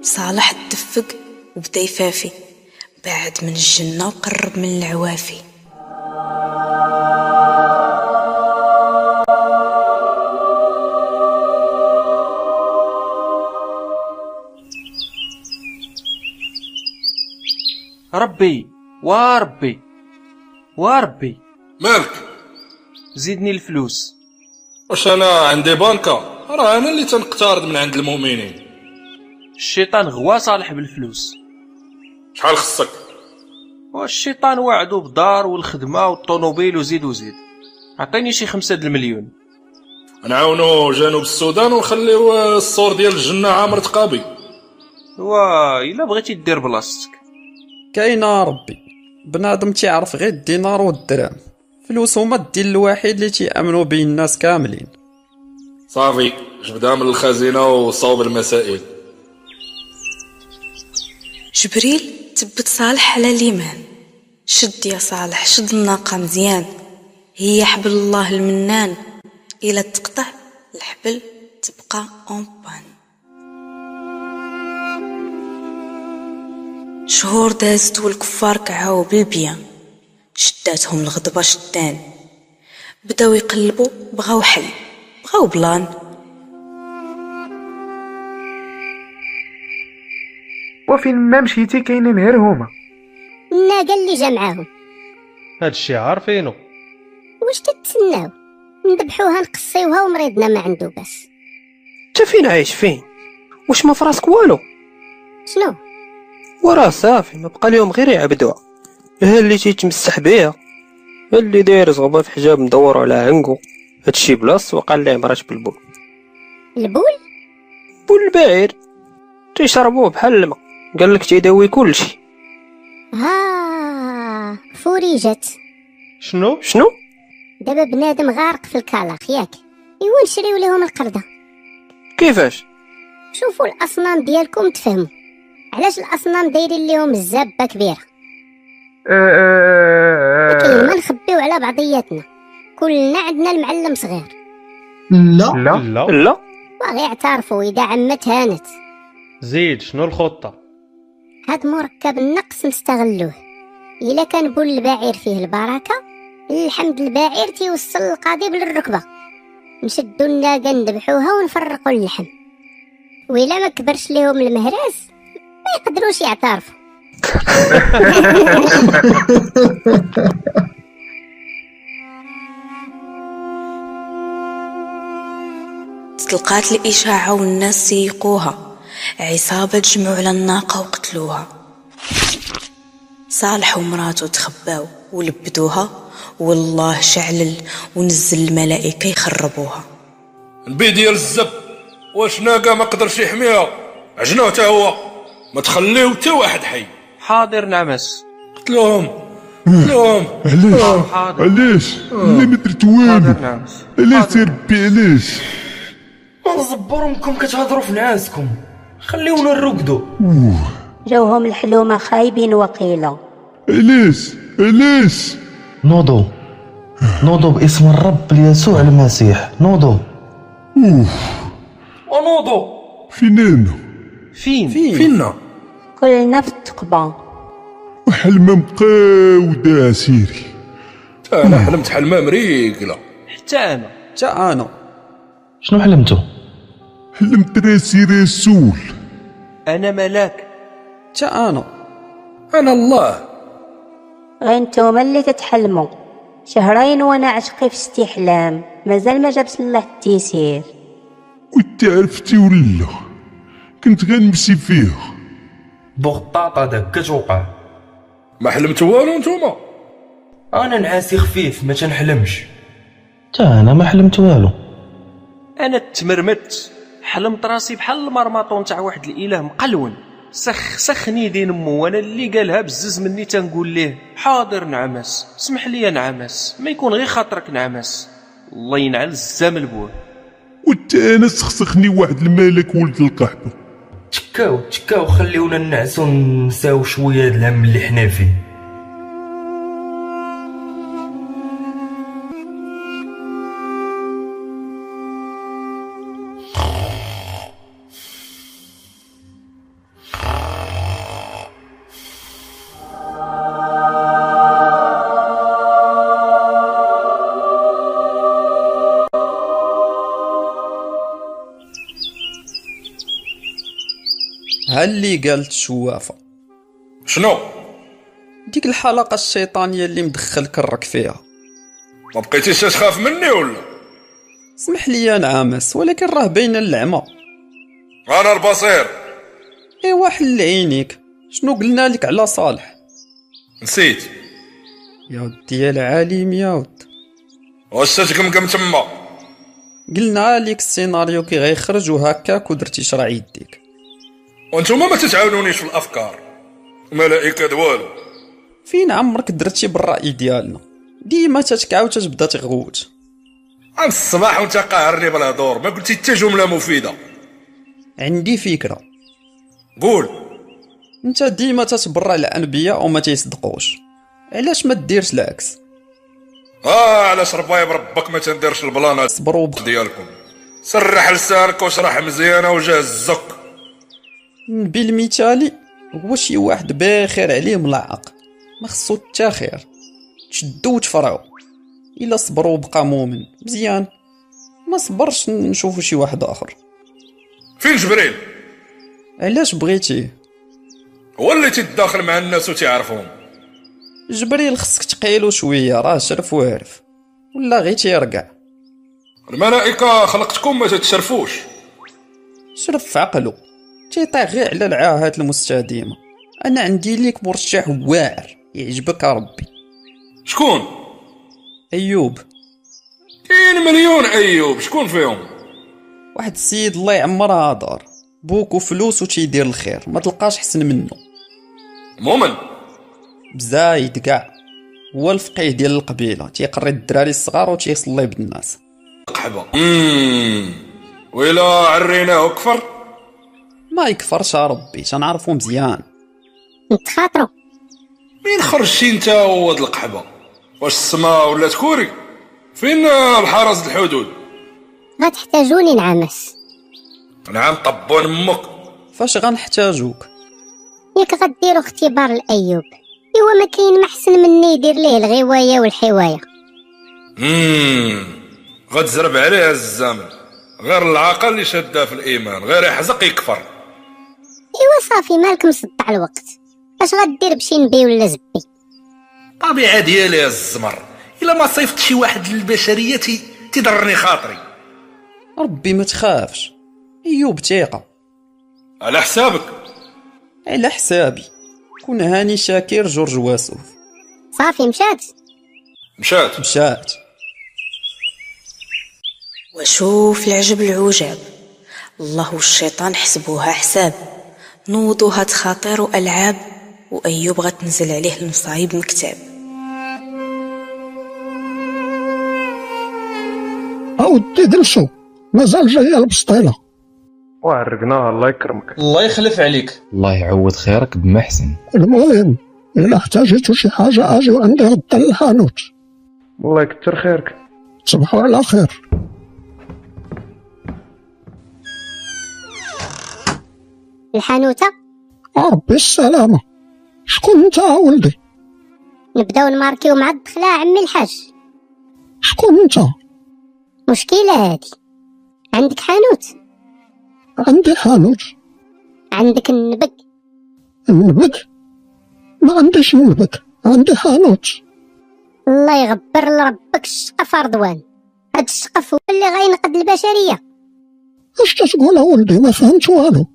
Speaker 2: صالح تدفق وبدا يفافي بعد من الجنة وقرب من العوافي
Speaker 14: ربي وربي وربي
Speaker 10: مالك
Speaker 14: زيدني الفلوس
Speaker 10: واش انا عندي بنكة راه انا اللي تنقترض من عند المؤمنين
Speaker 14: الشيطان غوا صالح بالفلوس
Speaker 10: شحال خصك
Speaker 14: والشيطان وعدو بدار والخدمة والطوموبيل وزيد وزيد عطيني شي خمسة د المليون
Speaker 10: نعاونو جنوب السودان ونخليو السور ديال الجنة عامر تقابي
Speaker 14: وا الا بغيتي دير بلاصتك
Speaker 12: كاينه ربي بنادم تيعرف غير الدينار والدرهم فلوس هما الدين الوحيد اللي تيامنوا به الناس كاملين
Speaker 10: صافي جبدها من الخزينة وصوب المسائل
Speaker 2: جبريل تبت صالح على اليمين شد يا صالح شد الناقة مزيان هي حبل الله المنان إلا تقطع الحبل تبقى اون بان شهور دازت والكفار كعاو بالبيا شداتهم الغضبة شدان بداو يقلبوا بغاو حل بغاو بلان
Speaker 23: وفين ما مشيتي كاينين غير هما
Speaker 6: الناقه اللي جا معاهم
Speaker 5: هادشي عارفينو
Speaker 6: واش تتسناو نذبحوها نقصيوها ومريضنا ما عنده باس
Speaker 16: انت فين عايش فين واش ما فراسك والو
Speaker 6: شنو
Speaker 16: وراه صافي ما بقى ليهم غير يعبدوها ها اللي تيتمسح بيها ها اللي داير زغبه في حجاب مدور على عنقو هادشي بلاص وقال ليه مرات بالبول
Speaker 6: البول
Speaker 16: بول البعير تيشربوه بحال الماء قال لك تيداوي كلشي
Speaker 6: ها فريجت
Speaker 5: شنو
Speaker 16: شنو
Speaker 6: دابا بنادم غارق في الكلاق ياك ايوا نشريو لهم القرده
Speaker 16: كيفاش
Speaker 6: شوفوا الاصنام ديالكم تفهموا علاش الاصنام دايرين ليهم الزبه كبيره
Speaker 23: أه أه
Speaker 17: آه.
Speaker 6: كاين ما نخبيو على على بعضياتنا كلنا عندنا المعلم صغير
Speaker 25: لا
Speaker 5: لا
Speaker 6: وغي اعترفوا اذا عمت هانت
Speaker 5: زيد شنو الخطة
Speaker 6: هاد مركب النقص نستغلوه الا كان بول البعير فيه البركه الحمد البعير تيوصل القضيب للركبه نشدو الناقه نذبحوها ونفرقوا اللحم وإلا ما كبرش ليهم المهراس ما يقدروش يعترفوا
Speaker 2: تلقات الإشاعة والناس سيقوها عصابة جمعوا على الناقة وقتلوها صالح ومراته تخباو ولبدوها والله شعلل ونزل الملائكة يخربوها
Speaker 9: نبي ديال الزب واش ناقة ما قدرش يحميها عجنوه تا هو ما تخليو تا واحد حي
Speaker 14: حاضر نعمس
Speaker 9: قتلوهم
Speaker 13: آه، علاش علاش اللي ما درت والو علاش يا ربي علاش
Speaker 17: زبرمكم كتهضروا في نعاسكم خليونا نرقدو
Speaker 13: أوه،
Speaker 18: جاوهم الحلومة خايبين وقيلة
Speaker 13: علاش علاش
Speaker 8: نوضوا نوضوا باسم الرب يسوع المسيح نوضوا
Speaker 17: ونوضو
Speaker 13: فينانا
Speaker 14: فين
Speaker 13: فينا
Speaker 18: كلنا في التقبة
Speaker 13: وحلمة مقاودة عسيري
Speaker 9: تا انا حلمت حلمه مريقله
Speaker 14: حتى انا
Speaker 12: حتى انا
Speaker 8: شنو حلمتو
Speaker 13: حلمت راسي رسول
Speaker 14: انا ملاك
Speaker 12: حتى انا انا الله
Speaker 18: غير نتوما اللي تتحلموا شهرين وانا عشقي في استحلام مازال ما جابش الله التيسير
Speaker 13: كنت عرفتي ولا كنت غنمشي فيها
Speaker 17: بغطاطة داك كتوقع
Speaker 9: ما حلمت والو نتوما
Speaker 17: انا نعاسي خفيف ما تنحلمش
Speaker 8: تا انا ما حلمت والو
Speaker 14: انا تمرمدت حلمت راسي بحال المرمطون تاع واحد الاله مقلون سخ سخني دي نمو وانا اللي قالها بزز مني تنقول ليه حاضر نعمس سمح لي نعمس ما يكون غير خاطرك نعمس الله ينعل الزمل بوه
Speaker 13: وانت انا سخسخني واحد الملك ولد القحبة
Speaker 17: تكاو تكاو خليونا نعسو نساو شوية هاد الهم اللي حنا فيه
Speaker 12: ها اللي قالت الشوافة
Speaker 9: شنو
Speaker 12: ديك الحلقة الشيطانية اللي مدخل كرك فيها
Speaker 9: ما بقيتيش تخاف مني ولا
Speaker 12: سمح لي نعمس ولكن راه باينة العمى
Speaker 9: انا البصير
Speaker 12: ايوا حل عينيك إيه شنو قلنا لك على صالح
Speaker 9: نسيت
Speaker 12: يا ودي يا العالم يا ود
Speaker 9: واش تتكمكم تما
Speaker 12: قلنا لك السيناريو كي غيخرج وهكاك ودرتي شرع يديك
Speaker 9: وانتوما ما تتعاونونيش في الافكار ملائكه دوالو
Speaker 12: فين عمرك درتي بالراي ديالنا ديما تتكعاو تتبدا تغوت
Speaker 9: عن الصباح وانت قاهرني بلا دور ما قلتي حتى جمله مفيده
Speaker 12: عندي فكره
Speaker 9: قول
Speaker 12: انت ديما تتبرع الانبياء وما تيصدقوش علاش ما ديرش العكس
Speaker 9: اه علاش رباي بربك ما تنديرش البلانات
Speaker 12: صبروا
Speaker 9: ديالكم سرح لسانك واشرح مزيانه وجه الزق
Speaker 12: النبي المثالي هو شي واحد باخر عليه ملعق ما خصو حتى خير تشدو وتفرعو الا صبروا وبقى مؤمن مزيان ما صبرش نشوفو شي واحد اخر
Speaker 9: فين جبريل
Speaker 12: علاش بغيتيه
Speaker 9: هو اللي تداخل مع الناس وتعرفهم
Speaker 12: جبريل خصك تقيلو شويه راه شرف وعرف ولا غير تيرقع
Speaker 9: الملائكه خلقتكم ما تتشرفوش
Speaker 12: شرف في عقلو تيطيح غير على العاهات المستديمه انا عندي ليك مرشح واعر يعجبك ربي
Speaker 9: شكون
Speaker 12: ايوب
Speaker 9: كاين مليون ايوب شكون فيهم
Speaker 12: واحد السيد الله يعمرها دار بوكو فلوس وتيدير الخير ما تلقاش حسن منه
Speaker 9: مؤمن
Speaker 12: بزايد كاع هو الفقيه ديال القبيله تيقري الدراري الصغار وتيصلي بالناس
Speaker 9: قحبه امم ويلا عريناه كفر
Speaker 12: ما يكفرش يا ربي تنعرفو مزيان
Speaker 6: نتخاطروا
Speaker 9: مين خرجتي انت واد القحبه واش السما ولات كوري فين آه، الحرس الحدود
Speaker 6: غتحتاجوني نعمس
Speaker 9: نعم طبون امك
Speaker 12: فاش غنحتاجوك
Speaker 6: ياك غديروا اختبار الايوب ايوا ما كاين ما احسن مني يدير ليه الغوايه والحوايه
Speaker 9: امم غتزرب عليها الزمن غير العاقل اللي شاده في الايمان غير يحزق يكفر
Speaker 6: ايوا صافي مالك مصدع الوقت اش غدير بشي نبي ولا زبي
Speaker 26: طبيعه ديالي الزمر الا ما صيفط شي واحد للبشريه تي- تضرني خاطري
Speaker 12: ربي ما تخافش ايوب ثقه
Speaker 9: على حسابك
Speaker 12: على حسابي كون هاني شاكر جورج واسوف
Speaker 6: صافي مشات
Speaker 9: مشات
Speaker 12: مشات
Speaker 2: وشوف العجب العجاب الله والشيطان حسبوها حساب نوضوها تخاطر وألعاب وأيوب غتنزل عليه المصايب مكتاب
Speaker 3: اودي درسو مازال جايه البسطيله
Speaker 27: وعرقناها الله يكرمك
Speaker 28: الله يخلف عليك
Speaker 17: الله يعوض خيرك بما حسن
Speaker 3: المهم الا احتاجيتو شي حاجه اجي عندي غدا للحانوت
Speaker 27: الله يكثر خيرك
Speaker 3: تصبحوا على خير
Speaker 6: الحانوته
Speaker 3: ربي السلامه آه، شكون انت يا ولدي
Speaker 6: نبداو نماركيو مع الدخله عمي الحاج
Speaker 3: شكون انت
Speaker 6: مشكله هادي عندك حانوت
Speaker 3: عندي حانوت
Speaker 6: عندك النبك
Speaker 3: نبك ما عنديش نبك عندي حانوت
Speaker 6: الله يغبر لربك الشقف رضوان هاد الشقف هو اللي غينقذ البشريه
Speaker 3: اش تتقول يا ولدي ما فهمت والو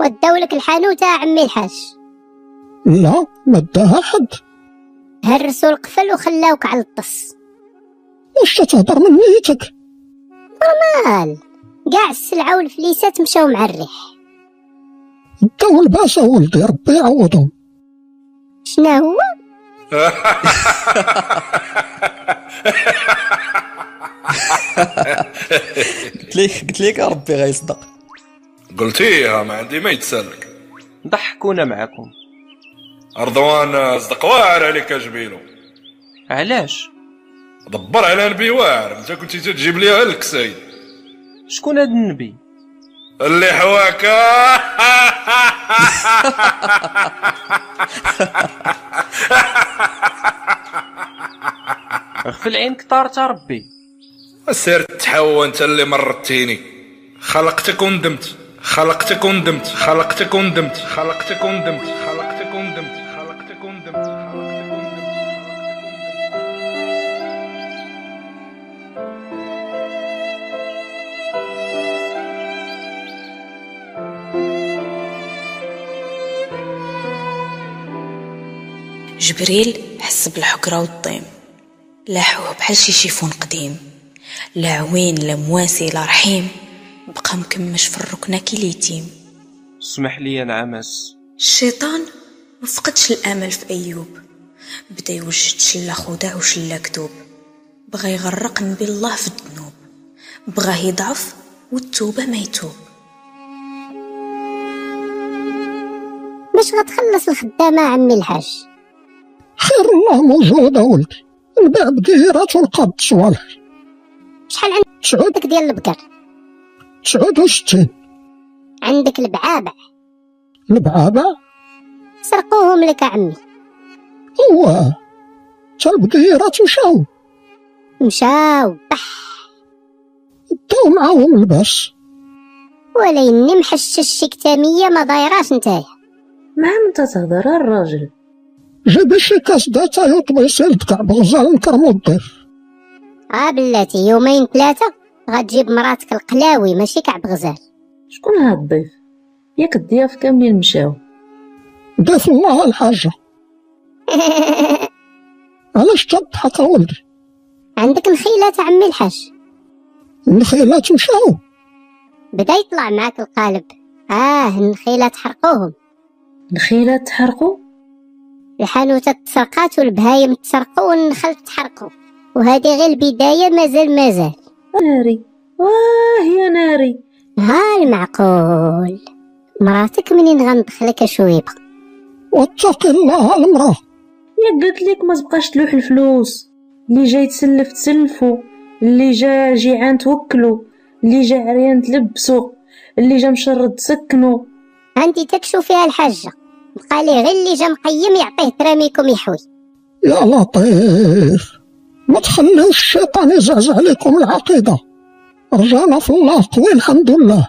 Speaker 6: وداولك الحانوته يا عمي الحاج
Speaker 3: لا ما داها حد
Speaker 6: هرسوا القفل وخلاوك على الطس
Speaker 3: واش تتهضر من نيتك
Speaker 6: برمال كاع السلعه والفليسات مشاو مع الريح
Speaker 3: داو الباس يا ولدي ربي يعوضهم
Speaker 6: شنو هو
Speaker 12: قلت ليك قلت ليك ربي غيصدق
Speaker 9: قلتيها ما عندي ما يتسلك
Speaker 14: ضحكونا معكم
Speaker 9: رضوان صدق واعر عليك يا جبيلو
Speaker 14: علاش
Speaker 9: دبر على نبي واعر انت كنتي تجيب لي غير الكسايد
Speaker 14: شكون هاد النبي
Speaker 9: اللي حواك
Speaker 14: غفل عينك طارت ربي
Speaker 9: سير تحوى انت اللي مرتيني خلقتك وندمت خلقتك وندمت خلقتك وندمت خلقتك وندمت خلقتك وندمت خلقتك وندمت خلقتك وندمت
Speaker 2: جبريل حس بالحكرة والطيم لاحوه بحال شي شيفون قديم لا عوين لا مواسي لا رحيم بقى مكمش في الركنة كي اليتيم
Speaker 14: اسمح لي يا نعمس
Speaker 2: الشيطان مفقدش الامل في ايوب بدا يوجد شلا خداع وشلا كذوب بغى يغرق نبي الله في الذنوب بغاه يضعف والتوبه ما يتوب
Speaker 6: باش غتخلص الخدامه عمي الحاج
Speaker 3: خير الله موجود يا ولدي نباع بديرات ونقاد صوالح
Speaker 6: شحال عندك ديال البقر
Speaker 3: تسعود وستين
Speaker 6: عندك البعابع
Speaker 3: البعابع
Speaker 6: سرقوهم لك يا عمي
Speaker 3: هو تا البديرات مشاو
Speaker 6: مشاو بح
Speaker 3: داو معاهم الباس
Speaker 6: ولا يني محشش شي كتاميه ما دايراش نتايا
Speaker 29: مع من تتهضر الراجل
Speaker 3: جيب شي كاس داتا يوطبيسيل تكع بغزال نكرمو الضيف
Speaker 6: اه بلاتي يومين ثلاثه غتجيب مراتك القلاوي ماشي كعب غزال
Speaker 29: شكون هاد الضيف ياك الضياف كاملين مشاو
Speaker 3: ضيف الله الحاجة علاش تضحك يا ولدي
Speaker 6: عندك نخيلات عمي الحاج
Speaker 3: النخيلات مشاو
Speaker 6: بدا يطلع معاك القالب اه النخيلات حرقوهم
Speaker 29: نخيلات تحرقوا
Speaker 6: الحانوتات تسرقات والبهايم تسرقوا والنخل تحرقوا وهذه غير البدايه مازال مازال
Speaker 29: ناري واه يا ناري
Speaker 6: ها المعقول مراتك منين غندخلك شويبه
Speaker 3: واتق الله المراه
Speaker 30: ياك قلت لك ما تبقاش تلوح الفلوس اللي جاي تسلف تسلفو اللي جا جيعان توكلو اللي جا عريان تلبسو اللي جا مشرد تسكنو
Speaker 6: عندي تكشفيها الحاجه بقى ليه غير اللي جا مقيم يعطيه تراميكم يحوي
Speaker 11: يا لطيف ما تخليوش الشيطان يزعزع عليكم العقيدة رجعنا في الله قوي الحمد لله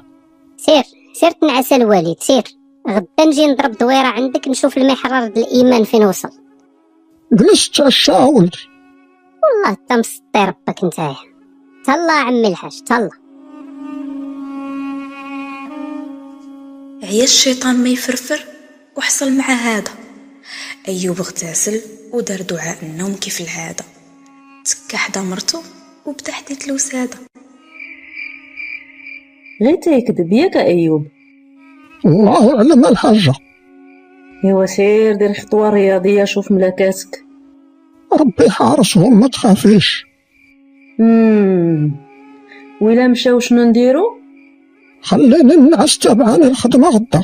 Speaker 6: سير سير تنعس الوالد سير غدا نجي نضرب دويره عندك نشوف المحرر د الايمان فين وصل
Speaker 11: جلس تعشى ولدي
Speaker 6: والله انت مسطي ربك نتايا تهلا عمي الحاج تهلا
Speaker 2: عيا الشيطان ما يفرفر وحصل مع هذا أيوب اغتسل ودار دعاء النوم كيف العادة تكا حدا مرتو وبدا حديت له سادة
Speaker 30: غير تيكذب ياك ايوب
Speaker 11: الله علم الحاجة
Speaker 30: ايوا سير دير خطوه رياضيه شوف ملاكاتك
Speaker 11: ربي حارسهم ما تخافيش
Speaker 30: امم ولا مشاو شنو نديرو
Speaker 11: خليني الناس تابعاني الخدمة غدا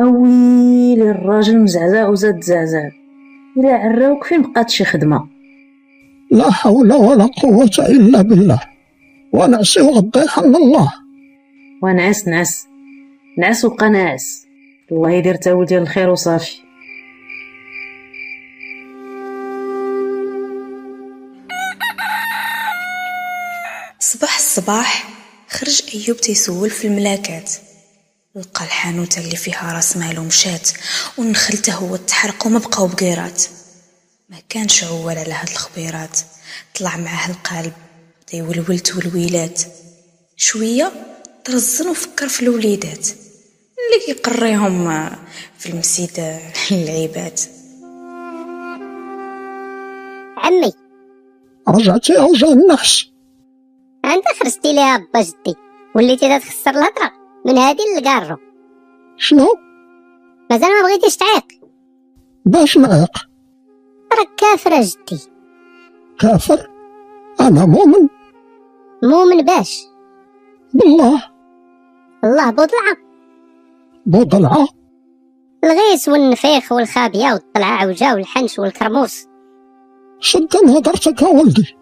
Speaker 30: اويلي الراجل مزعزع وزاد زعزع الا عراوك فين بقات شي خدمه
Speaker 11: لا حول ولا قوة إلا بالله ونعسي وغدا يحن الله
Speaker 30: ونعس نعس نعس وبقى ناعس الله يدير تاول ديال الخير وصافي
Speaker 2: صباح الصباح خرج أيوب تيسول في الملاكات لقى الحانوتة اللي فيها راس مالو مشات ونخلته هو تحرق وما بقاو بقيرات ما كانش عوال على هاد الخبيرات طلع معاه القالب تيولول تولويلات شوية ترزن وفكر في الوليدات اللي كيقريهم آه، في المسيد آه، العباد
Speaker 6: عمي
Speaker 11: رجعتي عوجة النحس
Speaker 6: انت خرجتي ليها با جدي وليتي تخسر الهضره من هادي للقارو
Speaker 11: شنو
Speaker 6: مازال ما بغيتيش تعيق
Speaker 11: باش نعيق
Speaker 6: راك كافر اجدي
Speaker 11: كافر أنا مؤمن
Speaker 6: مؤمن باش
Speaker 11: بالله
Speaker 6: الله بضلعه
Speaker 11: بضلعة
Speaker 6: الغيس والنفيخ والخابيه والطلعه عوجه والحنش والكرموس
Speaker 11: شدا هضرتك يا ولدي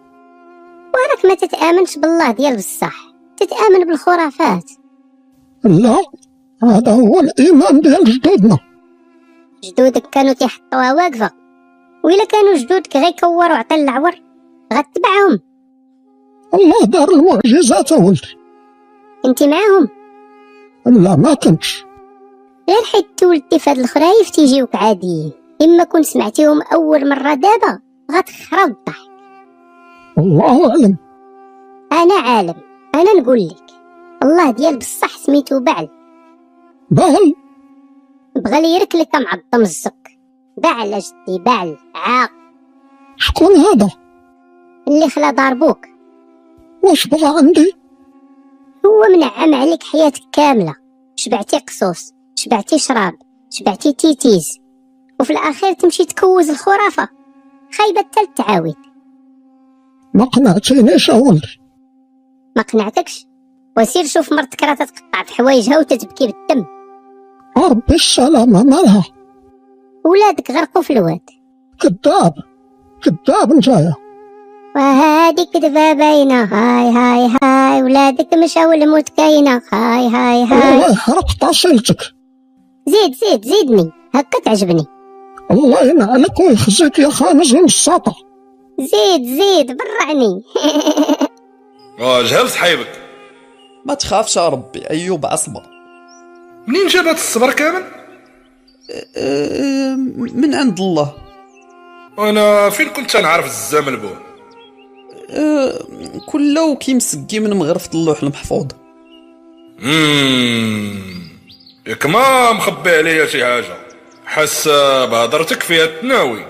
Speaker 6: وراك ما تتامنش بالله ديال بصح تتامن بالخرافات
Speaker 11: لا هذا هو الإيمان ديال جدودنا
Speaker 6: جدودك كانوا تيحطوها واقفه وإلا كانوا جدودك غير كوروا عطل العور غتبعهم
Speaker 11: الله دار المعجزات يا ولدي
Speaker 6: انت معاهم
Speaker 11: لا ما كنتش
Speaker 6: غير حيت تولدتي في هاد الخرايف تيجيوك عاديين اما كون سمعتيهم اول مره دابا غتخرب الضحك
Speaker 11: الله أعلم
Speaker 6: انا عالم انا نقول لك الله ديال بصح سميتو بعل
Speaker 11: بعل
Speaker 6: بغى لي يركلك معظم الزك بعل اجدي بعل عاق
Speaker 11: شكون هذا
Speaker 6: اللي خلا ضربوك
Speaker 11: واش بغى عندي
Speaker 6: هو منعم عليك حياتك كامله شبعتي قصوص شبعتي شراب شبعتي تيتيز وفي الاخير تمشي تكوز الخرافه خايبه حتى التعاويد
Speaker 11: ما قنعتينيش يا ولدي
Speaker 6: ما قنعتكش وسير شوف مرتك راه تتقطع في حوايجها وتتبكي بالدم
Speaker 11: آه، ربي السلامة مالها
Speaker 6: ولادك غرقوا في الواد
Speaker 11: كذاب كذاب نتايا
Speaker 6: وهادي كدبه باينه هاي هاي هاي ولادك مشاو الموت كاينه هاي هاي هاي
Speaker 11: الله يحرق طاسيلتك
Speaker 6: زيد زيد زيدني هكا تعجبني
Speaker 11: الله ينعلك ويخزيك يا خانز المساطة
Speaker 6: زيد زيد برعني
Speaker 9: اه جهل صحيبك
Speaker 12: ما تخافش يا ربي ايوب اصبر
Speaker 9: منين جاب هاد الصبر كامل
Speaker 12: أه، من عند الله
Speaker 9: وانا فين كنت نعرف الزمن بو
Speaker 12: أه، كله كيمسكي من مغرفه اللوح المحفوظ
Speaker 9: اممم ياك ما مخبي عليا شي حاجه حس بهضرتك فيها التناوي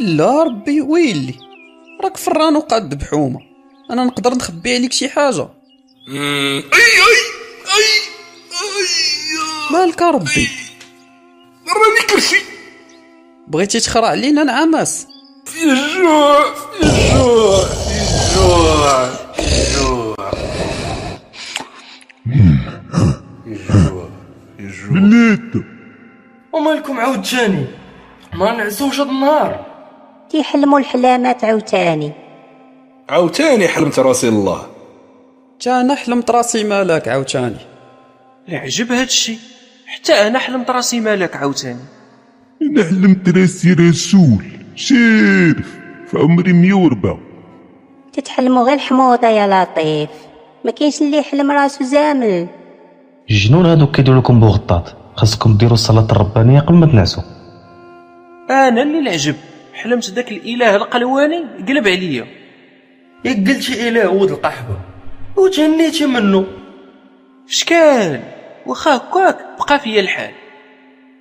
Speaker 12: لا ربي ويلي راك فران وقاد بحومه انا نقدر نخبي عليك شي حاجه
Speaker 9: أمم، اي اي اي
Speaker 12: مالك يا ربي
Speaker 9: راني كرشي
Speaker 12: بغيتي تخرع علينا نعماس
Speaker 9: في الجوع في الجوع في الجوع في الجوع
Speaker 13: مليت
Speaker 3: ومالكم عاوتاني ما نعزوش هاد النهار
Speaker 18: تيحلموا الحلامات عاوتاني
Speaker 9: عاوتاني حلمت راسي الله
Speaker 12: تا انا حلمت راسي مالك عاوتاني
Speaker 14: عجب هادشي حتى انا حلمت راسي مالك عاوتاني
Speaker 13: انا حلمت راسي رسول شارف في عمري 104
Speaker 18: تتحلموا غير الحموضه يا لطيف ما كاينش اللي يحلم راسو زامل
Speaker 8: الجنون هادوك كيديروا لكم بوغطاط خاصكم ديروا الصلاه الربانيه قبل ما تنعسوا
Speaker 14: انا اللي العجب حلمت ذاك الاله القلواني قلب عليا
Speaker 3: قلتي اله ود القحبه وتهنيتي منه
Speaker 14: شكال واخا هكاك بقى فيا الحال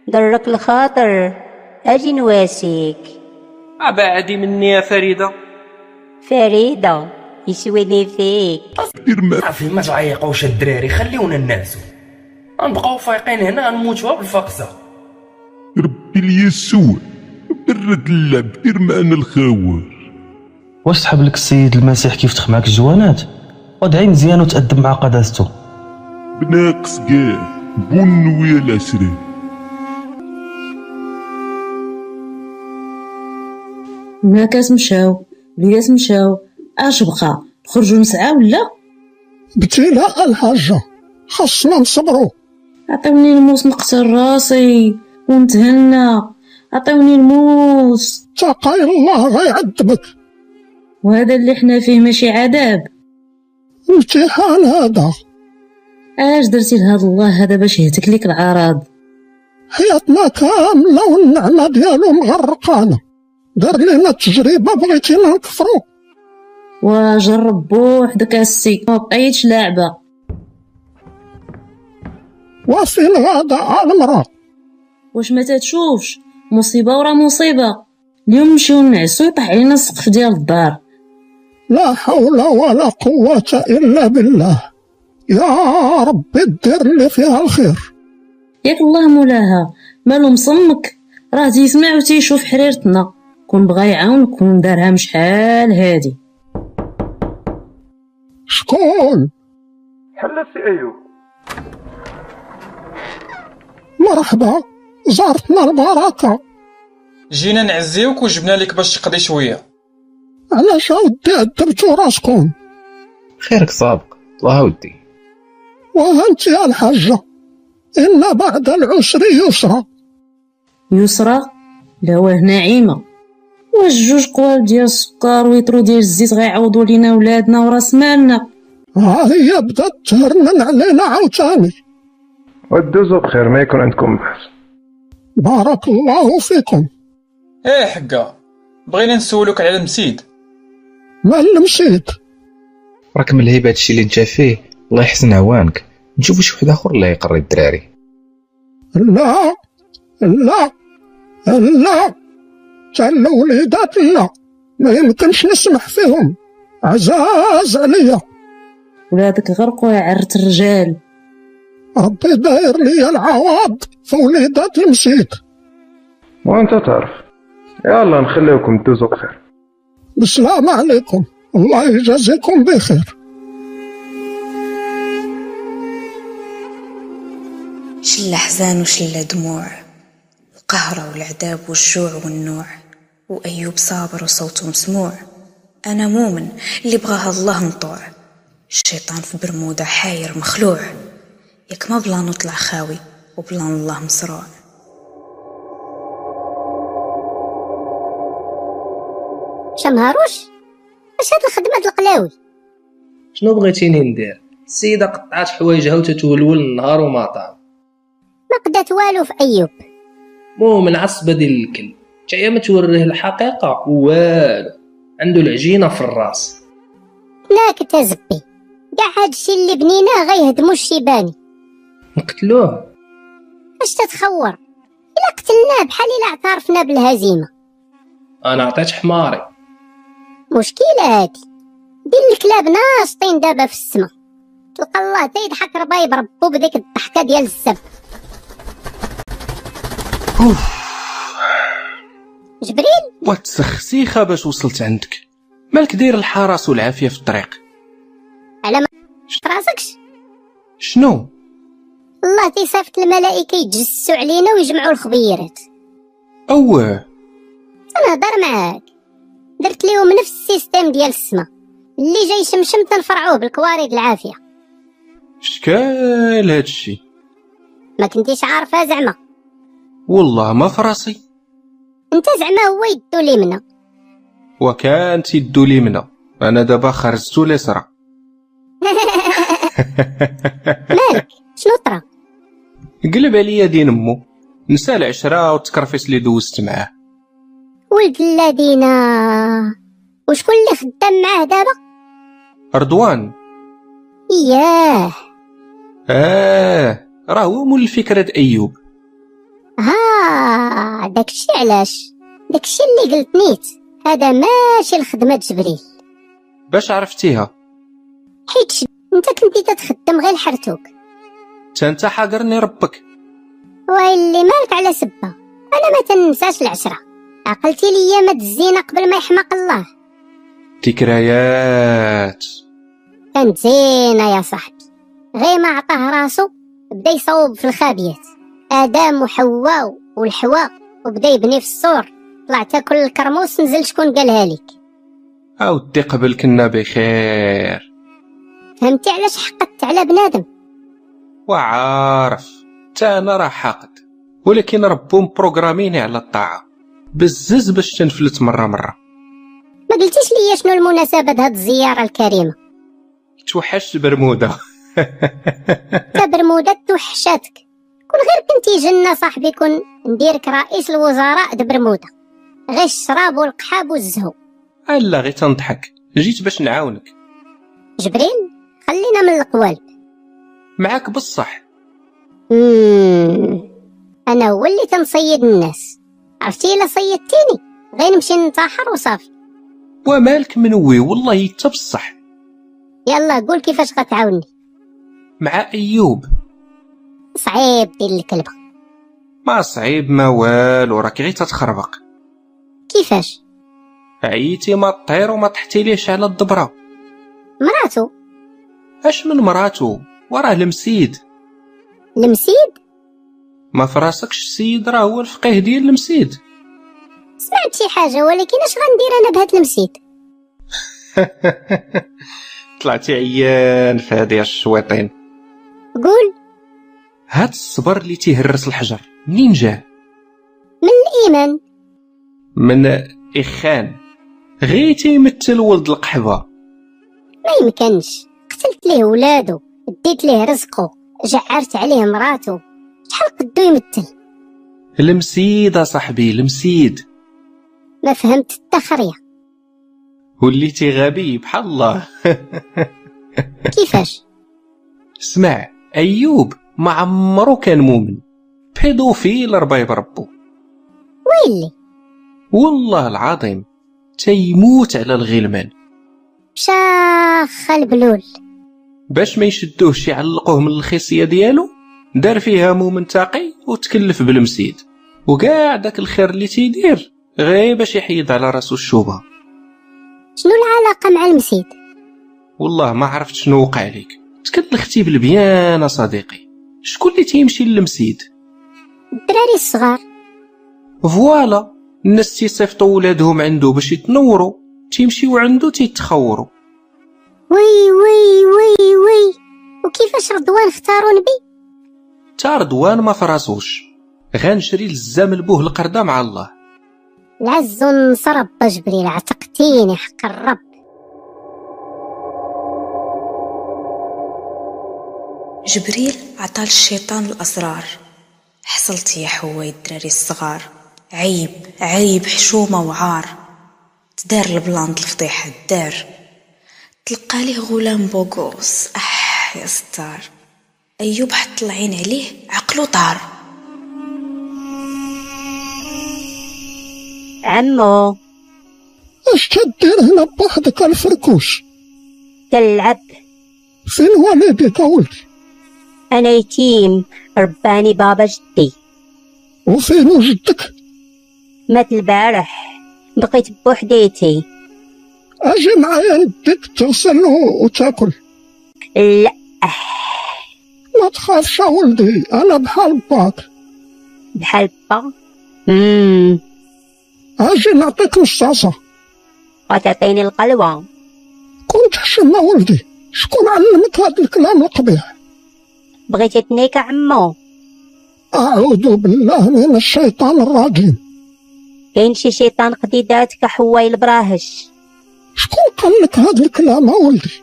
Speaker 18: درك الخاطر اجي نواسيك
Speaker 14: ابعدي مني يا فريده
Speaker 18: فريده يسويني فيك
Speaker 13: دير ما
Speaker 3: صافي ما تعيقوش الدراري خليونا ننعسو غنبقاو فايقين هنا غنموتوها بالفقسه
Speaker 13: ربي اليسوع برد اللعب دير معنا الخوار
Speaker 8: واش سحب لك السيد المسيح كيف تخ معاك الجوانات ودعي مزيان وتأدب مع قداسته
Speaker 13: بناقص كاع بن ويا العشرين
Speaker 30: الناكاس مشاو البياس مشاو اش بقى نخرجوا نسعى ولا
Speaker 11: ابتلاء الحاجة خاصنا نصبرو
Speaker 30: عطيوني الموس نقتل راسي ونتهنى عطيوني الموس
Speaker 11: تقاي الله غيعذبك
Speaker 30: وهذا اللي حنا فيه ماشي عذاب
Speaker 11: امتحان هذا
Speaker 30: اش درتي لهاد الله هذا باش يهتك ليك العراض
Speaker 11: حياتنا كاملة والنعمة ديالو مغرقانا دار لينا تجربة بغيتينا نكفرو
Speaker 30: وجرب بوحدك السي ما بقيتش لاعبه
Speaker 11: وفين غادا على المرأة
Speaker 30: واش ما تتشوفش مصيبه ورا مصيبه اليوم نمشيو نعسو يطيح علينا السقف ديال الدار
Speaker 11: لا حول ولا قوة إلا بالله يا ربي دير لي فيها الخير
Speaker 30: ياك الله مولاها مالو مصمك راه تيسمع وتيشوف حريرتنا كون بغا يعاونك كون دارها مشحال هادي
Speaker 11: شكون
Speaker 23: حل سي ايوب
Speaker 11: مرحبا زارتنا البركة
Speaker 15: جينا نعزيوك وجبنا لك باش تقضي شويه
Speaker 11: علاش اودي عذبتو راسكم
Speaker 4: خيرك سابق الله ودي
Speaker 11: وانت يا الحاجة إن بعد العسر يسرا
Speaker 30: يسرى الهواه ناعمه واش جوج قوالب ديال السكر ويترو ديال الزيت غيعوضوا لينا ولادنا وراس مالنا
Speaker 11: ها هي بدات تهرمن علينا عاوتاني
Speaker 23: ودوزو بخير ما يكون عندكم بحث
Speaker 11: بارك الله فيكم
Speaker 15: ايه حقا بغينا نسولك على المسيد
Speaker 11: مع المشيت
Speaker 4: راك من الهيبه هادشي اللي انت فيه الله يحسن عوانك نشوف شي واحد اخر اللي يقري الدراري
Speaker 11: لا لا لا تاع الوليدات لا ما يمكنش نسمح فيهم عزاز عليا
Speaker 30: ولادك غرقوا يا عرة الرجال
Speaker 11: ربي داير لي العواض في وليدات المسيد
Speaker 23: وانت تعرف يلا نخليكم تدوزوا بخير
Speaker 11: بالسلام عليكم الله يجازيكم بخير
Speaker 2: شلا حزان وشلا دموع القهرة والعذاب والجوع والنوع وأيوب صابر وصوته مسموع أنا مؤمن اللي بغاها الله مطوع الشيطان في برمودة حاير مخلوع ياك ما بلا نطلع خاوي وبلان الله مصروع
Speaker 6: شمهروش اش هاد الخدمه د القلاوي
Speaker 3: شنو بغيتيني ندير السيده قطعت حوايجها وتتولول النهار وما طاب
Speaker 6: ما قدات والو في ايوب
Speaker 3: المهم العصبه ديال الكل تعيا ما توريه الحقيقه والو عنده العجينه في الراس
Speaker 6: ناكت يا زبي كاع هادشي اللي بنيناه غيهدمو الشيباني
Speaker 3: نقتلوه
Speaker 6: اش تتخور الا قتلناه بحال الا اعترفنا بالهزيمه
Speaker 3: انا عطيت حماري
Speaker 6: مشكله هادي ديال الكلاب ناشطين دابا في السما تلقى الله تيضحك ربايب ربو بديك الضحكه ديال السب جبريل
Speaker 14: وتسخسيخة باش وصلت عندك مالك داير الحرس والعافية في الطريق
Speaker 6: على ما شفت راسكش
Speaker 14: شنو
Speaker 6: الله تيصيفط الملائكه يتجسسوا علينا ويجمعوا الخبيرات
Speaker 14: أوه
Speaker 6: انا هضر معاك درت ليهم نفس السيستم ديال السما اللي جاي شمشم تنفرعوه بالكواريد العافيه
Speaker 14: شكال هادشي
Speaker 6: ما كنتيش عارفه زعما
Speaker 14: والله ما فراسي
Speaker 6: انت زعما هو يدو اليمنى
Speaker 14: وكان تيدو اليمنى انا دابا خرجتو اليسرى
Speaker 6: مالك شنو طرا
Speaker 14: قلب عليا دين امو نسى العشرة والتكرفيس اللي دوزت معاه
Speaker 6: ولد الذين وشكون اللي خدام معاه دابا
Speaker 14: رضوان
Speaker 6: اياه
Speaker 14: اه راه هو مول الفكرة ايوب
Speaker 6: ها داكشي علاش داكشي اللي قلت نيت هذا ماشي الخدمه جبريل
Speaker 14: باش عرفتيها
Speaker 6: حيت ش- انت كنتي تتخدم غير الحرتوك
Speaker 14: تا انت حاقرني ربك
Speaker 6: ويلي مالك على سبه انا ما تنساش العشره عقلتي ليا ما تزينا قبل ما يحمق الله
Speaker 14: ذكريات
Speaker 6: كانت زينه يا صاحبي غير ما عطاه راسو بدا يصوب في الخابيات ادم وحواء والحواء وبدا يبني في السور طلع تاكل الكرموس نزل شكون قالها لك
Speaker 14: اودي قبل كنا بخير
Speaker 6: فهمتي علاش حقدت على بنادم
Speaker 14: وعارف تا انا راه حاقد ولكن ربو مبروغراميني على الطاعة بزز باش تنفلت مرة مرة
Speaker 6: ما قلتيش ليا شنو المناسبه دهاد الزياره الكريمه
Speaker 14: توحشت برمودة
Speaker 6: تا برمودا توحشاتك كون غير كنتي جنة صاحبي كون نديرك رئيس الوزراء د برمودا غير الشراب والقحاب والزهو
Speaker 14: الا غير تنضحك جيت باش نعاونك
Speaker 6: جبريل خلينا من القوالب
Speaker 14: معاك بصح
Speaker 6: مم. انا هو اللي تنصيد الناس عرفتي الا صيدتيني غير نمشي ننتحر وصافي
Speaker 14: ومالك منوي والله تا بصح
Speaker 6: يلا قول كيفاش غتعاوني
Speaker 14: مع ايوب
Speaker 6: صعيب ديال الكلبه
Speaker 14: ما صعيب ما والو راك غير تتخربق
Speaker 6: كيفاش
Speaker 14: عيتي ما تطير وما تحتيليش على الدبره
Speaker 6: مراتو
Speaker 14: اش من مراتو وراه المسيد
Speaker 6: المسيد
Speaker 14: ما فراسكش السيد راه هو الفقيه ديال المسيد
Speaker 6: سمعت شي حاجه ولكن اش غندير انا بهاد المسيد
Speaker 14: طلعتي عيان في هادي الشويطين
Speaker 6: قول
Speaker 14: هاد الصبر اللي تيهرس الحجر منين جاه
Speaker 6: من الايمان
Speaker 14: من اخان غير تيمثل ولد القحبه
Speaker 6: ما يمكنش قتلت ليه ولادو ديت ليه رزقو جعرت عليه مراتو شحال قدو يمثل
Speaker 14: المسيد صاحبي المسيد
Speaker 6: ما فهمت التخرية
Speaker 14: وليتي غبي بحال الله
Speaker 6: كيفاش
Speaker 14: اسمع ايوب ما عمرو كان مؤمن بيدوفيل ربيب ربو
Speaker 6: ويلي
Speaker 14: والله العظيم تيموت على الغلمان
Speaker 6: شاخ البلول
Speaker 14: باش ما يشدوهش يعلقوه من الخصيه ديالو دار فيها مؤمن تاقي وتكلف بالمسيد وكاع داك الخير اللي تيدير غير باش يحيد على راسو الشوبه
Speaker 6: شنو العلاقة مع المسيد
Speaker 14: والله ما عرفت شنو وقع لك تكتلختي بالبيان يا صديقي شكون اللي تيمشي للمسيد
Speaker 6: الدراري الصغار
Speaker 14: فوالا الناس تيصيفطوا ولادهم عنده باش يتنوروا تيمشيو عنده تيتخوروا
Speaker 6: وي وي وي وي وكيفاش رضوان اختاروا نبي
Speaker 14: تا رضوان ما فراسوش غنشري للزمل بوه القردة مع الله
Speaker 6: العز والنصر ربا جبريل عتقتيني حق الرب
Speaker 2: جبريل عطى للشيطان الأسرار حصلت يا حواي الدراري الصغار عيب عيب حشومة وعار تدار البلان د الفضيحة دار تلقى ليه غلام بوغوس أح يا ستار أيوب حط العين عليه عقلو طار
Speaker 18: عمو
Speaker 11: اش تدير هنا بوحدك الفركوش
Speaker 18: كنلعب
Speaker 11: فين والدك ولدي
Speaker 18: انا يتيم رباني بابا جدي
Speaker 11: وفين جدك
Speaker 18: مات البارح بقيت بوحديتي
Speaker 11: اجي معايا نديك تغسل و- وتاكل
Speaker 18: لا
Speaker 11: ما تخافش يا ولدي انا بحال باك
Speaker 18: بحال با مم.
Speaker 11: اجي نعطيك رصاصة
Speaker 18: وتعطيني القلوة
Speaker 11: كنت حشمة ولدي شكون علمك هذا الكلام القبيح
Speaker 18: بغيتي تنيك عمو
Speaker 11: أعوذ بالله من الشيطان الرجيم
Speaker 18: كاين شي شيطان قديدات كحوايل براهش
Speaker 11: شكون قال لك هذا الكلام أولدي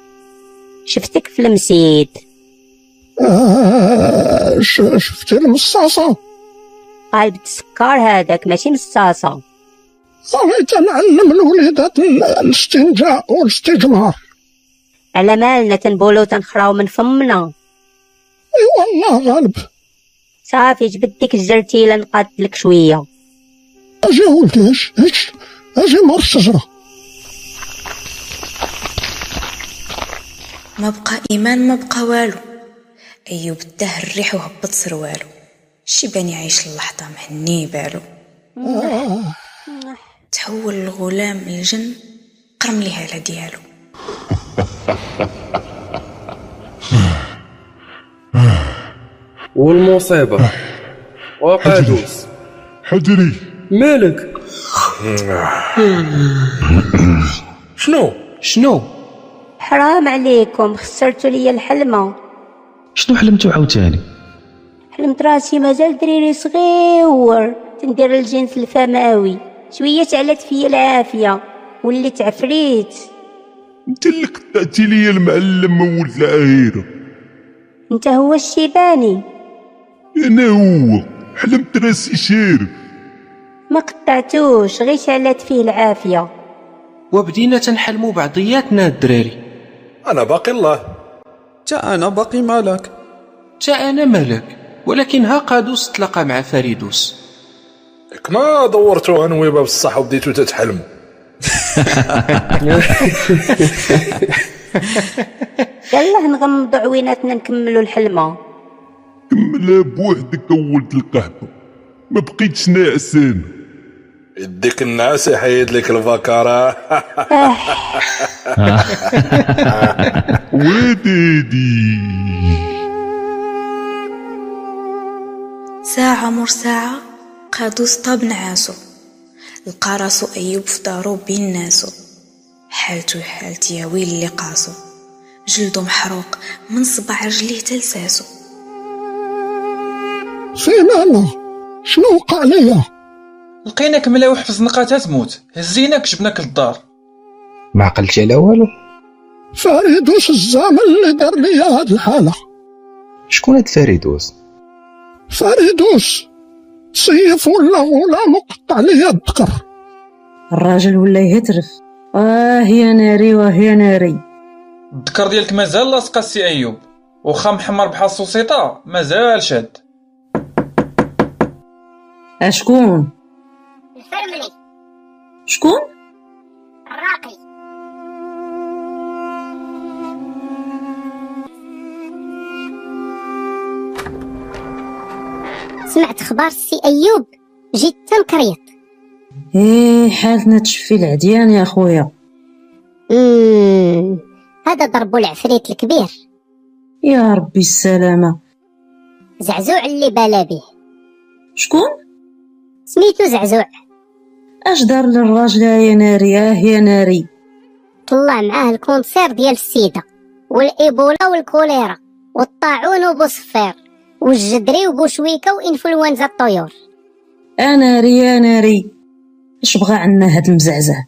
Speaker 18: شفتك في المسيد
Speaker 11: آه ش- شفتي المصاصة
Speaker 18: قلب السكر طيب، هذاك ماشي مصاصة
Speaker 11: بغيت نعلم الوليدات ال- الاستنجاء والاستجمار
Speaker 18: على مالنا تنبولو تنخراو من فمنا
Speaker 11: اي والله غالب
Speaker 18: صافي جبد ديك الجرتيلة نقاتلك شوية
Speaker 11: اجي ولدي اجي اجي اجي مور الشجرة
Speaker 2: ما بقى إيمان ما بقى والو أيوب داه الريح وهبط سروالو الشيبان يعيش اللحظة مهني بالو
Speaker 11: آه.
Speaker 2: تحول الغلام الجن قرم ليها على ديالو
Speaker 12: والمصيبة وقادوس
Speaker 13: حجري
Speaker 12: مالك
Speaker 14: شنو
Speaker 12: شنو
Speaker 18: حرام عليكم خسرتوا ليا الحلمة
Speaker 4: شنو حلمتو عاوتاني
Speaker 18: حلمت راسي مازال دريري صغير تندير الجنس الفماوي شوية تعلت فيا العافية وليت عفريت
Speaker 13: انت اللي قطعتي لي المعلم ولد العايرة
Speaker 18: انت هو الشيباني
Speaker 13: انا هو حلمت راسي شارب
Speaker 18: ما قطعتوش غير شعلت فيه العافية
Speaker 14: وبدينا تنحلموا بعضياتنا الدراري
Speaker 9: انا باقي الله
Speaker 12: تا انا باقي مالك
Speaker 14: تا انا مالك ولكن هاقادوس تلاقى مع فريدوس
Speaker 9: ياك ما آه، دورتو هنويبه بصح وبديتو تتحلموا
Speaker 18: يلاه نغمضوا عويناتنا نكملوا الحلمة
Speaker 13: كملها بوحدك ولد القحبة ما بقيتش ناعس انا
Speaker 9: يديك النعاس يحيد لك البكرة
Speaker 13: ودادي
Speaker 2: ساعة مر ساعة قادوس طاب نعاسو لقى راسو أيوب في دارو بين ناسو حالتو حالتي يا ويل اللي قاسو جلدو محروق من صباع رجليه تلساسو
Speaker 11: فين انا شنو وقع ليا
Speaker 15: لقيناك ملوح في زنقة تموت هزيناك جبناك للدار
Speaker 4: ما عقلتي على والو
Speaker 11: فريدوس الزمن اللي دار ليا هاد الحالة
Speaker 4: شكون هاد فريدوس
Speaker 11: فريدوس سيف ولا غلام وقطع ليا الذكر
Speaker 30: الراجل ولا يهترف اه يا ناري واه يا ناري
Speaker 15: الذكر ديالك مازال لاصقة السي ايوب وخا محمر بحال السوسيطة مازال شاد
Speaker 30: اشكون
Speaker 6: الفرملي
Speaker 30: شكون
Speaker 6: الراقي سمعت خبار السي ايوب جيت تنكريط
Speaker 30: ايه حالتنا تشفي العديان يا خويا
Speaker 6: مم، هذا ضربو العفريت الكبير
Speaker 30: يا ربي السلامة
Speaker 6: زعزوع اللي بلا به
Speaker 30: شكون
Speaker 6: سميتو زعزوع
Speaker 30: اش دار للراجل يا ناري اه يا ناري
Speaker 6: طلع معاه الكونسير ديال السيدة والإيبولا والكوليرا والطاعون وبوصفير والجدري وبوشويكة وإنفلونزا الطيور
Speaker 30: انا ري يا آه، ناري اش بغى عنا هاد المزعزع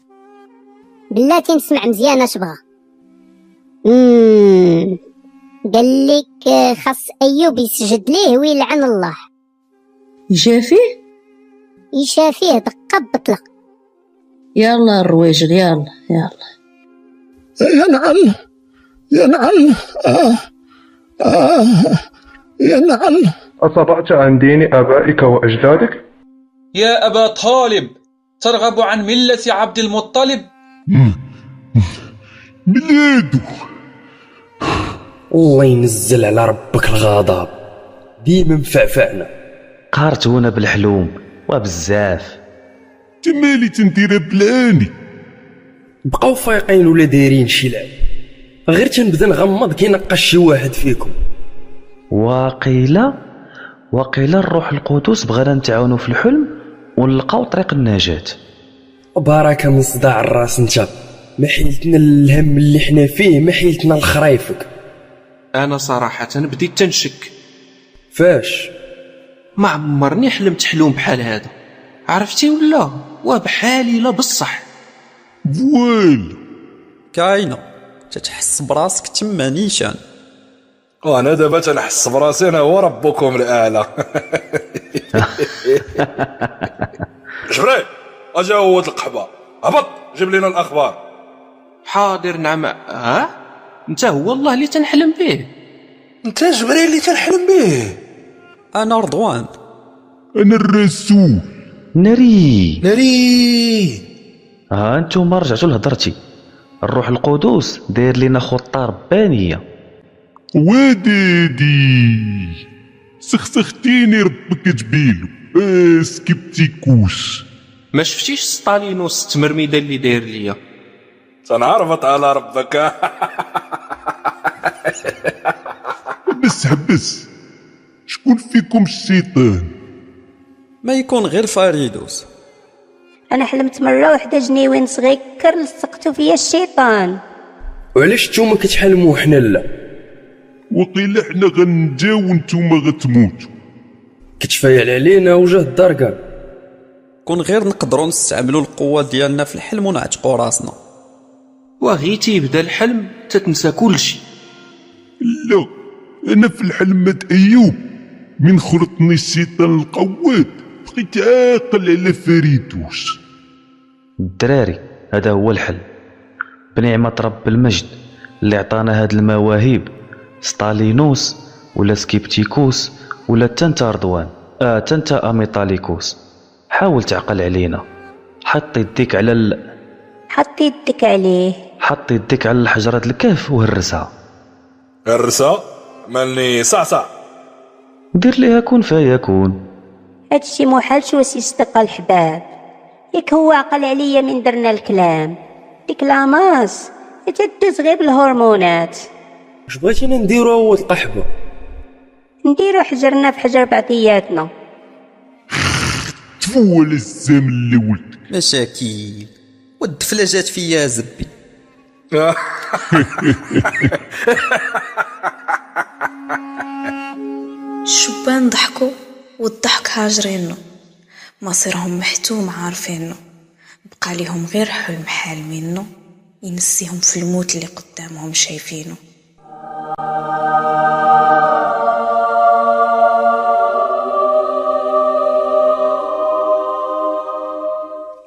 Speaker 6: بلاتي نسمع مزيان اش بغا مم، قال لك آه، خاص ايوب يسجد ليه ويلعن الله
Speaker 30: يجافيه
Speaker 6: يشافيه دقه بطلق
Speaker 30: يلا الرواجل يلا يلا
Speaker 11: ينعل ينعل آه آه ينعل
Speaker 7: أصبعت عن دين آبائك وأجدادك؟
Speaker 15: يا أبا طالب ترغب عن ملة عبد المطلب
Speaker 7: ميلادو
Speaker 17: الله ينزل على ربك الغضب ديما مفعفعنا
Speaker 8: قهرتونا بالحلوم وبزاف
Speaker 7: تمالي تندير بلاني
Speaker 17: بقاو فايقين ولا دايرين شي لعب غير تنبدا نغمض كي نقص شي واحد فيكم
Speaker 8: وقيل وقيل الروح القدس بغانا نتعاونوا في الحلم ونلقاو طريق النجاة
Speaker 17: بركه من صداع الراس انت ما حيلتنا الهم اللي حنا فيه ما حيلتنا لخرايفك
Speaker 14: انا صراحه بديت تنشك
Speaker 17: فاش
Speaker 14: ما عمرني حلمت حلم بحال هذا عرفتي ولا وبحالي لا بصح
Speaker 12: فويل كاينه تتحس براسك تما نيشان
Speaker 9: وانا دابا تنحس براسي انا هو ربكم الاعلى جبريل اجا هو القحبه هبط جيب لنا الاخبار
Speaker 14: حاضر نعم ها انت هو الله اللي تنحلم به
Speaker 9: انت جبريل اللي تنحلم به
Speaker 12: انا رضوان
Speaker 13: انا الرسول
Speaker 8: ناري
Speaker 9: ناري
Speaker 8: ها انتم رجعتوا لهضرتي الروح القدس داير لنا خطه ربانيه
Speaker 13: ودادي سخسختيني ربك آه، جبيلو اسكبتيكوش
Speaker 14: ما شفتيش ستالين وسط مرميده اللي داير ليا
Speaker 9: تنعرفط على ربك
Speaker 13: بس حبس شكون فيكم الشيطان
Speaker 12: ما يكون غير فاريدوس
Speaker 18: انا حلمت مره وحده جنيوين صغير لصقتو فيا الشيطان
Speaker 17: وعلاش نتوما كتحلموا وحنا لا
Speaker 13: وقيل حنا غنجاو وانتوما غتموتوا
Speaker 17: كتفايل علينا وجه الدركه
Speaker 12: كون غير نقدروا نستعملوا القوه ديالنا في الحلم ونعتقوا راسنا
Speaker 14: وغي تيبدا الحلم تتنسى كلشي
Speaker 13: لا انا في الحلمة ايوب من خلطني الشيطان القواد بقيت عاقل على فريدوس
Speaker 8: الدراري هذا هو الحل بنعمة رب المجد اللي عطانا هاد المواهب ستالينوس ولا سكيبتيكوس ولا تنتا رضوان آه تنتا أميطاليكوس حاول تعقل علينا حط يديك على ال...
Speaker 18: حط يدك عليه
Speaker 8: حط يديك على الحجرة الكهف وهرسها
Speaker 9: الرسا مالني صعصع
Speaker 8: دير ليها كون فيكون
Speaker 18: هادشي محال شو يستقى الحباب ياك هو عقل عليا من درنا الكلام ديك لاماس تدوز غير بالهرمونات
Speaker 17: واش بغيتينا نديرو هو القحبه
Speaker 18: نديرو حجرنا في حجر بعضياتنا
Speaker 13: تفول الزمن اللي ولد
Speaker 12: مشاكيل والدفله جات فيا زبي
Speaker 2: الشبان ضحكوا والضحك هاجرينو مصيرهم محتوم عارفينو بقى ليهم غير حلم حال منو ينسيهم في الموت اللي قدامهم شايفينو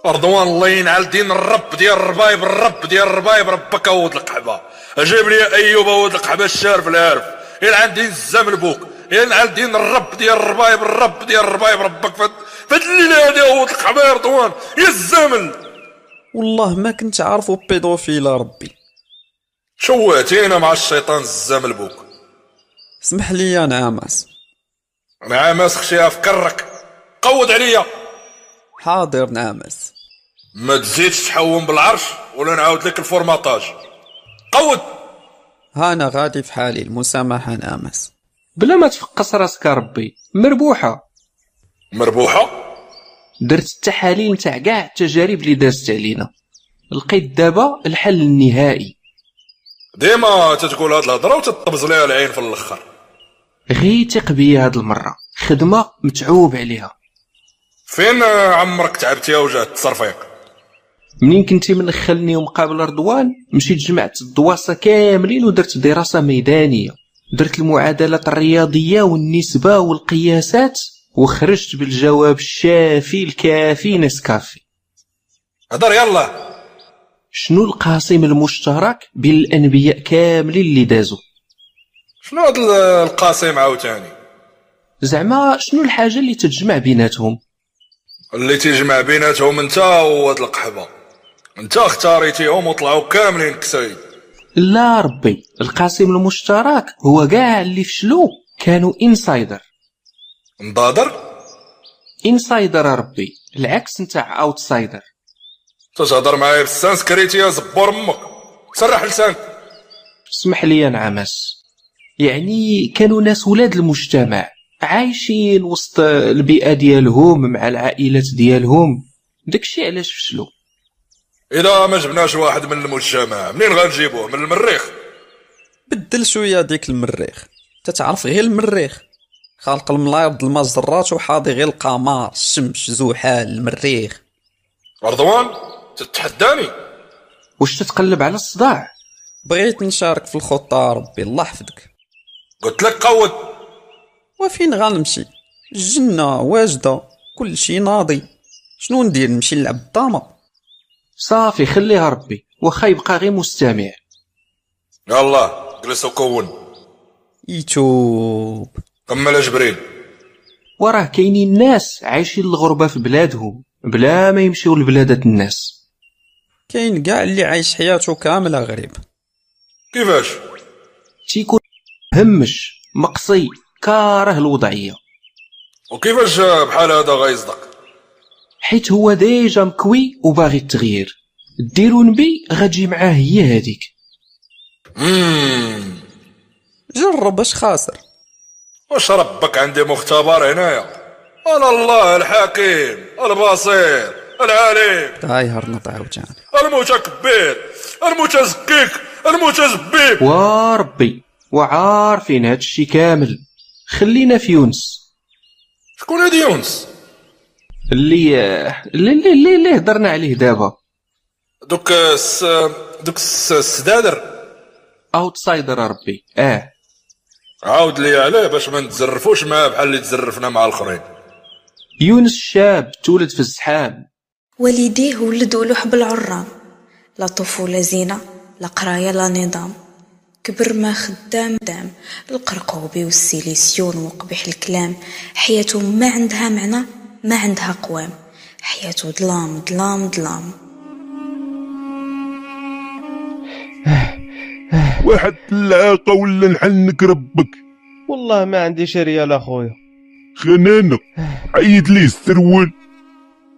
Speaker 9: رضوان الله ينعل دين الرب ديال الربايب الرب ديال الربايب ربك ود القحبه جيب لي ايوب ود القحبه الشارف العارف ينعل دين الزمن بوك ينعل دين الرب ديال الربايب الرب ديال الربايب ربك فد فد الليله هذه ود القحبه يا رضوان يا الزمن
Speaker 12: والله ما كنت عارفو بيدوفيلا ربي
Speaker 9: شواتينا مع الشيطان الزمن بوك
Speaker 12: سمح لي يا نعماس
Speaker 9: مع ما سخشيها في كرك قود عليا
Speaker 12: حاضر نعمس
Speaker 9: ما تزيدش تحوم بالعرش ولا نعاود لك الفورماطاج قود
Speaker 12: ها انا غادي في حالي المسامحه نعمس
Speaker 14: بلا ما تفقس راسك يا ربي مربوحه
Speaker 9: مربوحه
Speaker 14: درت التحاليل نتاع كاع التجارب اللي دازت علينا لقيت دابا الحل النهائي
Speaker 9: ديما تتقول هاد الهضره وتطبز ليها العين في الاخر
Speaker 14: غي ثق بيا هاد المره خدمه متعوب عليها
Speaker 9: فين عمرك تعبتي وجهه التصرفيق
Speaker 14: منين كنتي من خلني ومقابل رضوان مشيت جمعت الدواسة كاملين ودرت دراسة ميدانية درت المعادلات الرياضية والنسبة والقياسات وخرجت بالجواب الشافي الكافي نسكافي
Speaker 9: هضر يلا
Speaker 14: شنو القاسم المشترك بين الأنبياء كاملين اللي دازوا
Speaker 9: شنو هاد ال- القاسم عاوتاني
Speaker 14: زعما شنو الحاجة اللي تتجمع بيناتهم
Speaker 9: اللي تيجمع بيناتهم انت وهاد القحبه انت اختاريتيهم وطلعوا كاملين كسايد
Speaker 14: لا ربي القاسم المشترك هو كاع اللي فشلوا كانوا انسايدر
Speaker 9: مضادر
Speaker 14: انسايدر يا ربي العكس نتاع اوتسايدر
Speaker 9: تتهضر معايا بالسانسكريت يا زبور امك سرح لسانك
Speaker 14: اسمح لي يا نعمس يعني كانوا ناس ولاد المجتمع عايشين وسط البيئة ديالهم مع العائلات ديالهم داكشي علاش فشلوا
Speaker 9: اذا ما جبناش واحد من المجتمع منين غنجيبوه من المريخ
Speaker 12: بدل شويه ديك المريخ تتعرف غير المريخ خالق الملايض المجرات وحاضي غير القمر الشمس زحال المريخ
Speaker 9: رضوان تتحداني
Speaker 12: واش تتقلب على الصداع بغيت نشارك في الخطه ربي الله يحفظك
Speaker 9: قلت لك قود
Speaker 12: وفين غنمشي الجنه واجده كل شي ناضي شنو ندير نمشي نلعب الدامه
Speaker 14: صافي خليها ربي واخا يبقى غير مستمع
Speaker 9: يلا جلس وكون
Speaker 12: يتوب
Speaker 9: كمل جبريل
Speaker 14: وراه كاينين ناس عايشين الغربة في بلادهم بلا ما يمشيو لبلادة الناس
Speaker 12: كاين كاع اللي عايش حياته كامله غريب
Speaker 9: كيفاش
Speaker 14: تيكون همش مقصي كاره الوضعية
Speaker 9: وكيفاش بحال هذا غيصدق
Speaker 14: حيت هو ديجا مكوي وباغي التغيير ديرو نبي غتجي معاه هي هذيك
Speaker 12: جرب اش خاسر
Speaker 9: واش ربك عندي مختبر هنايا انا الله الحكيم البصير العليم
Speaker 12: تايهرنط عاوتاني
Speaker 9: المتكبر المتزكيك المتزبيب
Speaker 14: وربي وعارفين هادشي كامل خلينا في يونس
Speaker 9: شكون هادي يونس
Speaker 14: اللي اللي اللي اللي, اللي هضرنا عليه دابا
Speaker 9: دوك الس... دوك الس- السدادر
Speaker 14: اوتسايدر ربي اه
Speaker 9: عاود لي عليه باش ما نتزرفوش معاه بحال اللي تزرفنا مع الاخرين
Speaker 14: يونس شاب تولد في الزحام
Speaker 2: والديه ولدوا له حب العرام لا طفولة زينة لا قراية لا نظام كبر ما خدام دام القرقوبي والسيليسيون وقبيح الكلام حياته ما عندها معنى ما عندها قوام حياته ظلام ظلام ظلام
Speaker 13: واحد العاقة ولا نحنك ربك
Speaker 5: والله ما عندي ريال اخويا
Speaker 13: خنانة عيد ليه السروال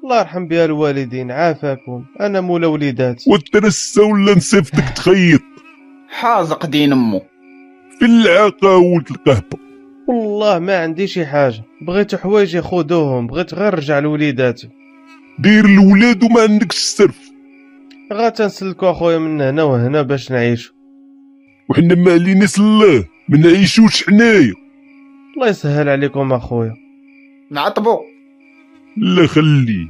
Speaker 5: الله يرحم بها الوالدين عافاكم انا مولى وليداتي
Speaker 13: والترسة ولا نسيفتك تخيط
Speaker 5: حازق دين امو
Speaker 13: في العاقة ولد القهبة
Speaker 5: والله ما عندي شي حاجه بغيت حوايجي خذوهم بغيت غير نرجع لوليداتي
Speaker 13: دير الولاد وما عندكش السرف
Speaker 5: غا تنسلكو اخويا من هنا وهنا باش نعيشو
Speaker 13: وحنا مالين الله ما نعيشوش حنايا
Speaker 5: الله يسهل عليكم اخويا
Speaker 13: نعطبو لا خلي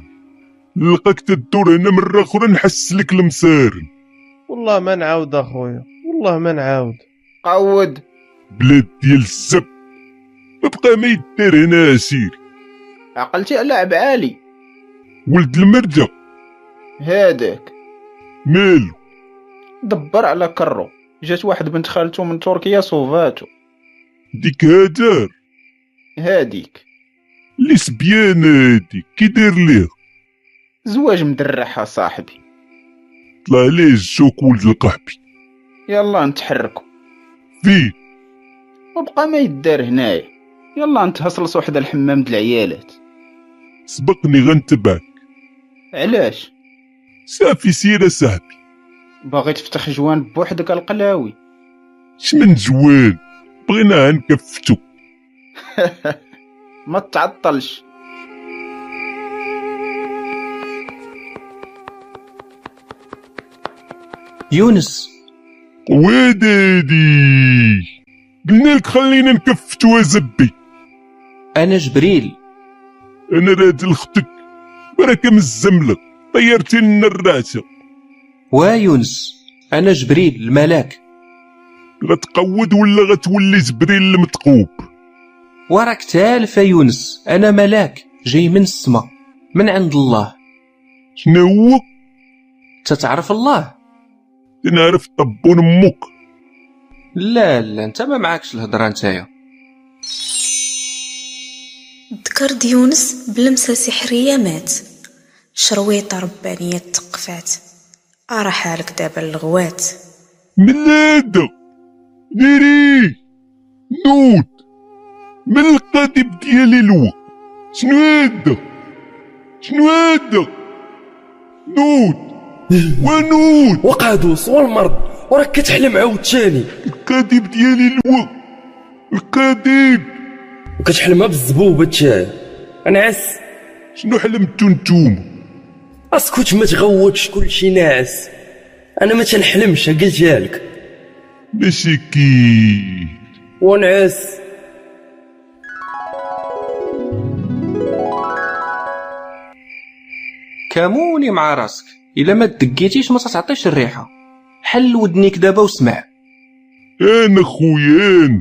Speaker 13: نلقاك تدور هنا مرة أخرى نحسلك المسار
Speaker 5: والله ما نعاود اخويا والله ما نعاود
Speaker 13: قود بلاد ديال السب ما بقى ما يدار هنا أسير
Speaker 22: عقلتي على عبالي
Speaker 13: ولد المرجة
Speaker 22: هاداك
Speaker 13: مالو
Speaker 22: دبر على كرو جات واحد بنت خالته من تركيا صوفاتو
Speaker 13: ديك هاجر
Speaker 22: هاديك
Speaker 13: لي سبيان هادي كي داير ليه
Speaker 22: زواج مدرعها صاحبي
Speaker 13: طلع ليه الشوك ولد القحبي
Speaker 22: يلا نتحركو
Speaker 13: فين
Speaker 22: وبقى ما يدار هنايا يلا نتهصلصو حدا الحمام د العيالات
Speaker 13: سبقني غنتبعك
Speaker 22: علاش
Speaker 13: صافي سير أصاحبي
Speaker 22: باغي تفتح جوان بوحدك القلاوي
Speaker 13: شمن جوان بغينا نكفتو
Speaker 22: ما تعطلش
Speaker 14: يونس
Speaker 13: ودادي قلنا لك خلينا نكفتو زبي
Speaker 14: انا جبريل
Speaker 13: انا راجل اختك بركة من الزملة طيرتي لنا الراشة
Speaker 14: وا يونس انا جبريل الملاك
Speaker 13: غتقود ولا غتولي جبريل المتقوب
Speaker 14: وراك تالف يا يونس انا ملاك جاي من السما من عند الله
Speaker 13: شنو هو
Speaker 14: تتعرف الله
Speaker 13: تنعرف طبون امك
Speaker 14: لا لا انت ما معكش الهضره نتايا
Speaker 2: ذكر ديونس بلمسة سحرية مات شرويطة ربانية تقفات أرى حالك دابا الغوات
Speaker 13: ملادا ديري نوت من القادم ديالي لو شنو هادا شنو هادا نوت ونوت
Speaker 17: وقعدو صور المرض وراك كتحلم عاوتاني
Speaker 13: القادم ديالي الوقت القادم
Speaker 17: وكتحلمها بالزبوبة تاعي انا عس
Speaker 13: شنو حلمتو نتوما
Speaker 17: اسكت ما تغوتش كلشي ناعس انا ما تنحلمش قلتها لك
Speaker 13: ماشي كي
Speaker 17: ونعس
Speaker 14: كاموني مع راسك الا ما دقيتيش ما تعطيش الريحه حل ودنيك دابا واسمع
Speaker 13: انا خويا انا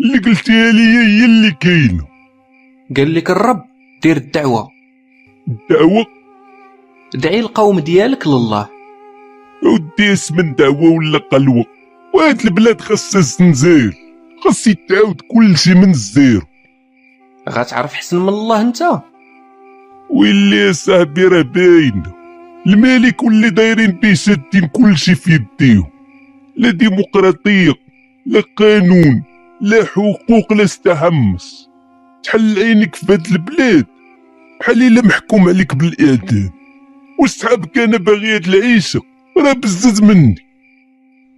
Speaker 13: اللي قلتيها ليا هي اللي كاينه
Speaker 14: قال لك الرب دير الدعوه
Speaker 13: الدعوه
Speaker 14: دعي القوم ديالك لله
Speaker 13: ودي اسم دعوه ولا قلوه وهاد البلاد خاصها زنزير خاص يتعاود كلشي من الزيرو
Speaker 14: غتعرف حسن من الله انت
Speaker 13: ويلي يا صاحبي راه باين الملك واللي دايرين بيه شادين كلشي في يديهم لا ديمقراطية لا قانون لا حقوق لا استحمص تحل عينك في هاد البلاد بحال الا محكوم عليك بالاعدام وصحابك انا باغي هاد العيشة راه بزز مني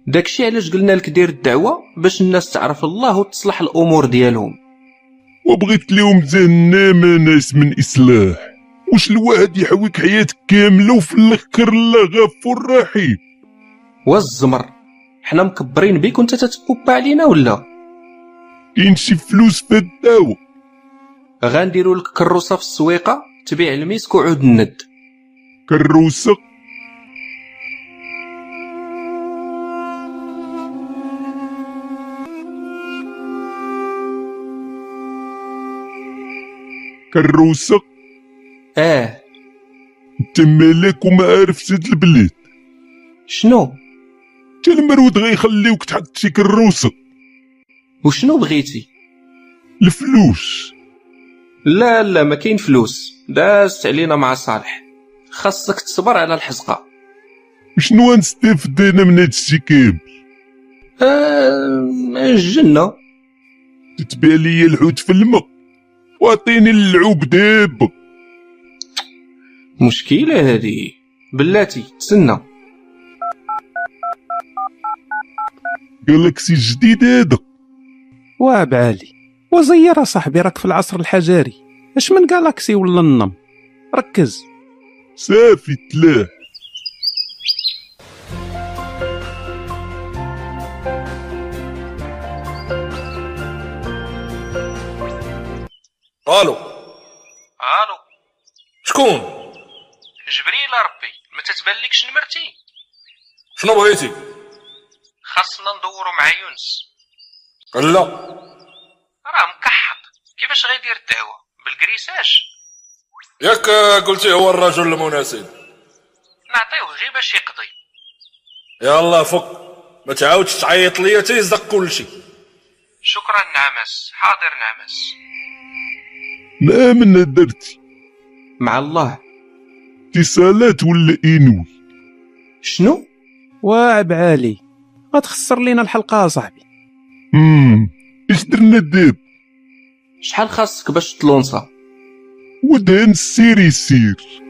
Speaker 14: داكشي علاش قلنا لك دير الدعوه باش الناس تعرف الله وتصلح الامور ديالهم
Speaker 13: وبغيت ليهم جهنم انا من اصلاح واش الواحد يحويك حياتك كامله وفي الاخر لا غفور رحيم
Speaker 14: والزمر حنا مكبرين بيك وانت تتبوبا علينا ولا
Speaker 13: كاين شي فلوس في الدواء
Speaker 14: غنديروا لك كروسه في السويقه تبيع الميسك وعود الند
Speaker 13: كروسه كروسه
Speaker 14: اه
Speaker 13: انت مالك وما عارف سيد البلاد
Speaker 14: شنو
Speaker 13: حتى المرود غيخليوك تحط شي كروسه
Speaker 14: وشنو بغيتي
Speaker 13: الفلوس
Speaker 14: لا لا ما كاين فلوس دازت علينا مع صالح خاصك تصبر على الحزقه
Speaker 13: شنو غنستافد انا من هادشي كامل
Speaker 14: آه الجنه
Speaker 13: تتبع ليا الحوت في الماء واعطيني اللعوب دابا
Speaker 14: مشكله هادي بلاتي تسنى
Speaker 13: جالكسي جديد هذا
Speaker 24: وابعالي وزير صاحبي راك في العصر الحجري اش من جالاكسي ولا النم ركز
Speaker 13: صافي تلاح
Speaker 9: الو
Speaker 14: الو
Speaker 9: شكون
Speaker 14: جبريل ربي ما تتبانلكش نمرتي
Speaker 9: شنو بغيتي
Speaker 14: خاصنا ندورو مع يونس
Speaker 9: لا
Speaker 14: راه مكحط كيفاش غيدير الدعوه بالكريساش
Speaker 9: ياك قلتي هو الرجل المناسب
Speaker 14: نعطيوه غير باش يقضي
Speaker 9: يلا فك ما تعاودش تعيط ليا تيزق كلشي
Speaker 14: شكرا نعمس حاضر نعمس
Speaker 13: ما من درتي
Speaker 14: مع الله
Speaker 13: اتصالات ولا انوي
Speaker 14: شنو
Speaker 24: واعب عالي غتخسر لينا الحلقه صاحبي
Speaker 13: امم اش درنا دابا
Speaker 14: شحال خاصك باش تلونصا
Speaker 13: ودهن السير يسير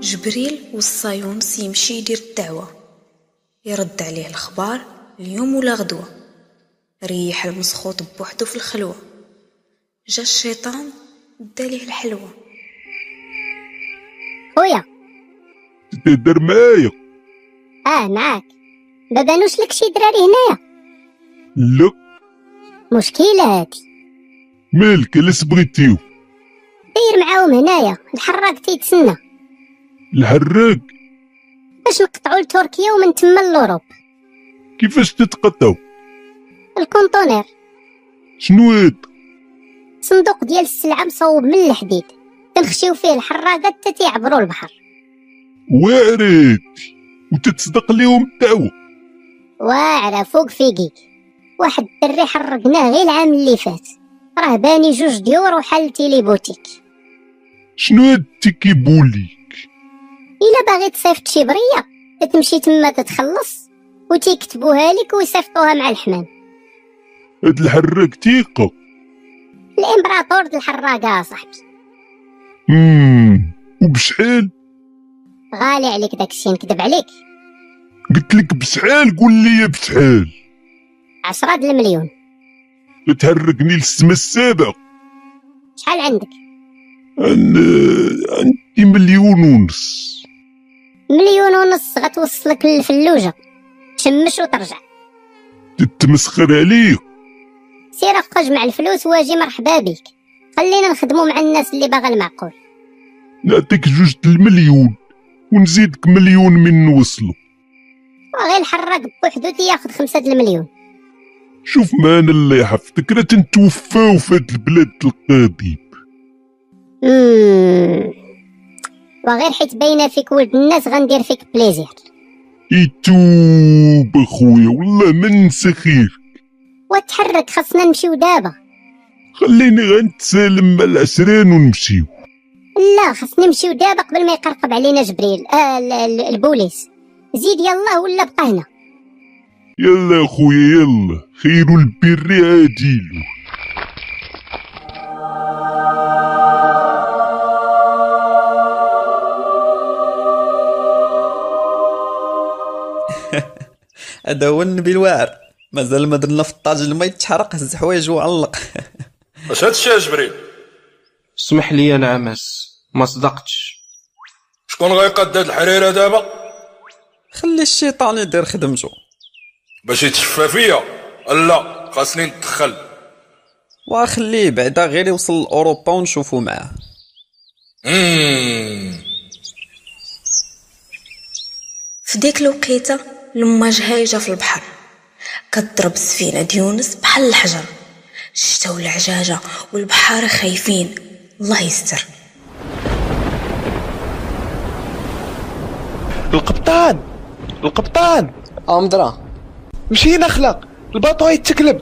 Speaker 2: جبريل وصى يونس يمشي يدير الدعوة يرد عليه الخبار اليوم ولا غدوة ريح المسخوط بوحدو في الخلوة جا الشيطان داليه الحلوة
Speaker 6: خويا
Speaker 13: تهدر معايا
Speaker 6: اه معاك ما بانوش لك شي دراري هنايا
Speaker 13: لا
Speaker 6: مشكله هادي
Speaker 13: مالك علاش بغيتيو
Speaker 6: داير معاهم هنايا الحراق تيتسنى
Speaker 13: الحراق
Speaker 6: باش نقطعوا لتركيا ومن تما لوروب
Speaker 13: كيفاش تتقطعو
Speaker 6: الكونتونير
Speaker 13: شنو هاد
Speaker 6: صندوق ديال السلعه مصوب من الحديد تنخشيو فيه الحراقه حتى تيعبروا البحر
Speaker 13: واعريتي وتتصدق ليهم الدعوة
Speaker 6: واعره فوق فيقيك واحد الدري حرقناه غير العام اللي فات راه باني جوج ديور وحل تيليبوتيك
Speaker 13: شنو هاد التيكيبولي
Speaker 6: الا باغي تصيفط شي بريه تمشي تما تتخلص وتيكتبوها لك ويصيفطوها مع الحمام
Speaker 13: هاد الحراق تيقة
Speaker 6: الامبراطور د الحراقه صاحبي
Speaker 13: امم وبشحال
Speaker 6: غالي عليك داكشي نكذب عليك
Speaker 13: قلت لك بشحال قول لي بشحال
Speaker 6: عشرة د المليون
Speaker 13: تهرقني للسما السابعة
Speaker 6: شحال عندك
Speaker 13: أن... عندي مليون ونص
Speaker 6: مليون ونص غتوصلك للفلوجة تشمش وترجع
Speaker 13: تتمسخر عليك
Speaker 6: سير أفقا جمع الفلوس واجي مرحبا بك خلينا نخدمو مع الناس اللي باغا المعقول
Speaker 13: نعطيك جوج د المليون ونزيدك مليون من نوصلو
Speaker 6: وغير الحراق بوحدو تياخد خمسة د المليون
Speaker 13: شوف معانا الله يحفظك راه تنتوفاو في هاد البلاد القضيب
Speaker 6: مم. وغير حيت باينة فيك ولد الناس غندير فيك بليزير
Speaker 13: يتوب اخويا والله ما ننسى خير
Speaker 6: وتحرك خاصنا نمشيو دابا
Speaker 13: خليني غنتسالم مع العسران ونمشيو
Speaker 6: لا خاصنا نمشيو دابا قبل ما يقرقب علينا جبريل آه ال- ال- البوليس زيد يلاه ولا بقى هنا
Speaker 13: يلا اخويا يلا خير البر عديل
Speaker 12: هذا هو النبي الواعر مازال ما درنا في الطاج الماء يتحرق هز حوايج وعلق
Speaker 9: اش هادشي يا جبريل
Speaker 14: اسمح لي يا نعماس ما صدقتش
Speaker 9: شكون غيقاد هاد الحريره دابا
Speaker 12: خلي الشيطان يدير خدمته
Speaker 9: باش يتشفى فيا لا خاصني ندخل
Speaker 12: وخليه بعدا غير يوصل لاوروبا ونشوفو معاه
Speaker 2: في ديك الوقيته الماج هايجه في البحر كتضرب السفينه ديونس بحال الحجر الشتا والعجاجه والبحاره خايفين الله يستر
Speaker 16: القبطان القبطان امضرة مشينا خلق الباطو يتكلب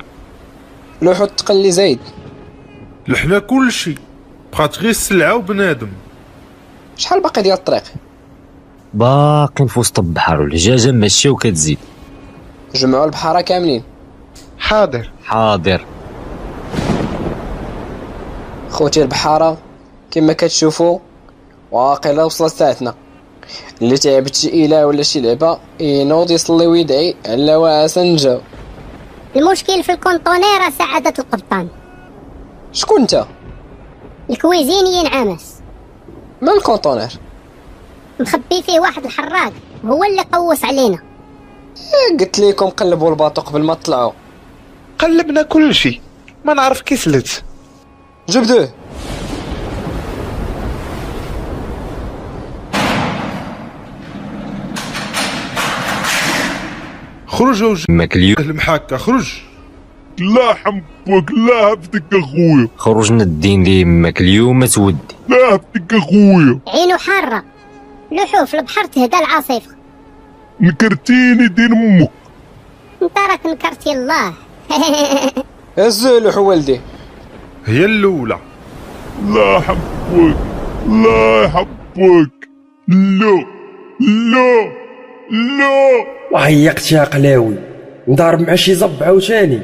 Speaker 16: لوحو التقلي زايد
Speaker 19: لحنا كلشي بقات غير السلعه وبنادم
Speaker 16: شحال باقي ديال الطريق
Speaker 21: باقي في وسط البحر والحجاجه ماشيه وكتزيد
Speaker 16: جمعوا البحارة كاملين حاضر
Speaker 21: حاضر
Speaker 16: خوتي البحارة كما كتشوفوا واقيلا وصلت ساعتنا اللي تعبت شي إله ولا شي لعبة ينوض يصلي ويدعي على وعسى نجاو
Speaker 6: المشكل في الكونطونيرة سعادة القبطان
Speaker 16: شكون انت؟
Speaker 6: الكويزيني نعامس
Speaker 16: ما الكونطونير
Speaker 6: مخبي فيه واحد الحراق هو اللي قوس علينا
Speaker 16: إيه قلت ليكم قلبوا الباطو قبل ما طلعوا قلبنا كل شيء ما نعرف كيسلت جبدوه
Speaker 19: خرج وجه
Speaker 21: ماكليو
Speaker 19: المحاكه خرج
Speaker 13: لا حمبوك لا هفتك اخويا
Speaker 21: خرج من الدين دي يماك اليوم تودي
Speaker 13: لا هفتك اخويا
Speaker 6: عينو حارة لوحو في البحر تهدى العاصفة
Speaker 13: نكرتيني دين امك
Speaker 6: انت راك نكرتي الله
Speaker 16: الزول والدي
Speaker 19: هي الاولى
Speaker 13: لا حبك لا حبك لا لا لا
Speaker 17: وعيقت يا قلاوي نضارب مع شي زب عاوتاني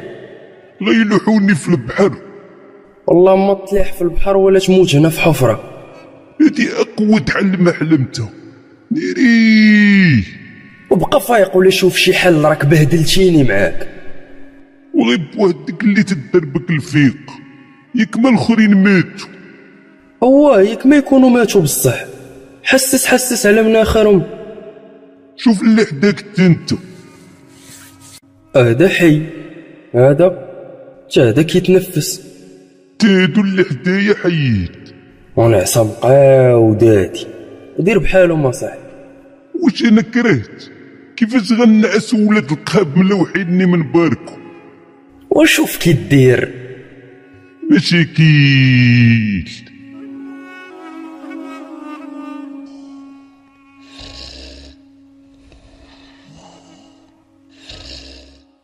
Speaker 13: غيلوحوني في البحر
Speaker 17: والله ما تطيح في البحر ولا تموت هنا في حفرة
Speaker 13: هادي اقوى حل ما حلمته نيري
Speaker 17: وبقى فايق ولا شوف شي حل راك بهدلتيني معاك
Speaker 13: وغير بوحدك اللي تدربك الفيق ياك ما الاخرين ماتوا
Speaker 17: هو ياك ما يكونوا ماتوا بصح حسس حسس على مناخرهم
Speaker 13: شوف اللي حداك انت
Speaker 17: هذا حي هذا تا هذا كيتنفس
Speaker 13: تادو اللي حدايا حييت
Speaker 17: وانا عصام قاوداتي دير بحالهم اصاحبي
Speaker 13: واش انا كرهت كيفاش غنعس ولاد القاب ملوحيني من باركو
Speaker 17: وشوف كي دير
Speaker 13: مشاكيل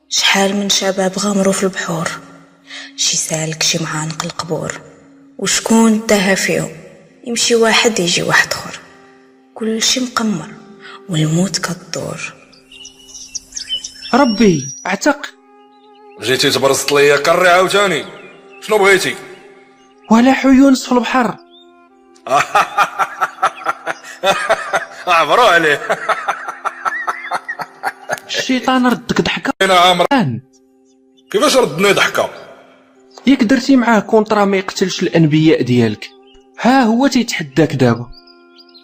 Speaker 2: شحال من شباب غامروا في البحور شي سالك شي معانق القبور وشكون داها فيهم يمشي واحد يجي واحد اخر كلشي مقمر والموت كدور
Speaker 14: ربي اعتق
Speaker 9: جيتي تبرزت ليا كري عاوتاني شنو بغيتي
Speaker 14: ولا حيونس في البحر
Speaker 9: آه، عبرو عليه
Speaker 14: الشيطان ردك ضحكه
Speaker 9: انا عامر
Speaker 14: الآن
Speaker 9: كيفاش ردني ضحكه
Speaker 14: ياك درتي معاه كونترا ما يقتلش الانبياء ديالك ها هو تيتحداك دابا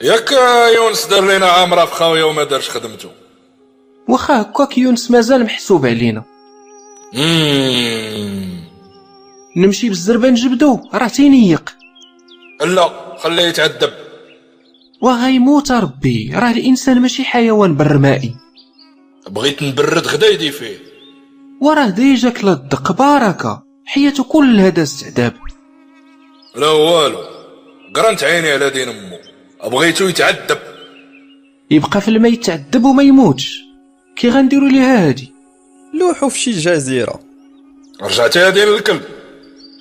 Speaker 9: ياك يونس دار لينا عامره في خاويه وما دارش خدمته
Speaker 14: واخا هكاك يونس مازال محسوب علينا نمشي بالزربه نجبدو راه تينيق
Speaker 9: لا خليه يتعذب
Speaker 14: وغيموت ربي راه الانسان ماشي حيوان برمائي
Speaker 9: بغيت نبرد غدا يدي فيه
Speaker 14: وراه ديجاك للدق باركه حياته كلها دازت عذاب
Speaker 9: لا والو قرنت عيني على دين امو بغيتو يتعذب
Speaker 14: يبقى في الماء يتعذب وما يموتش كي غنديرو ليها هادي
Speaker 12: لوحو في شي جزيره
Speaker 9: رجعت يا دين الكلب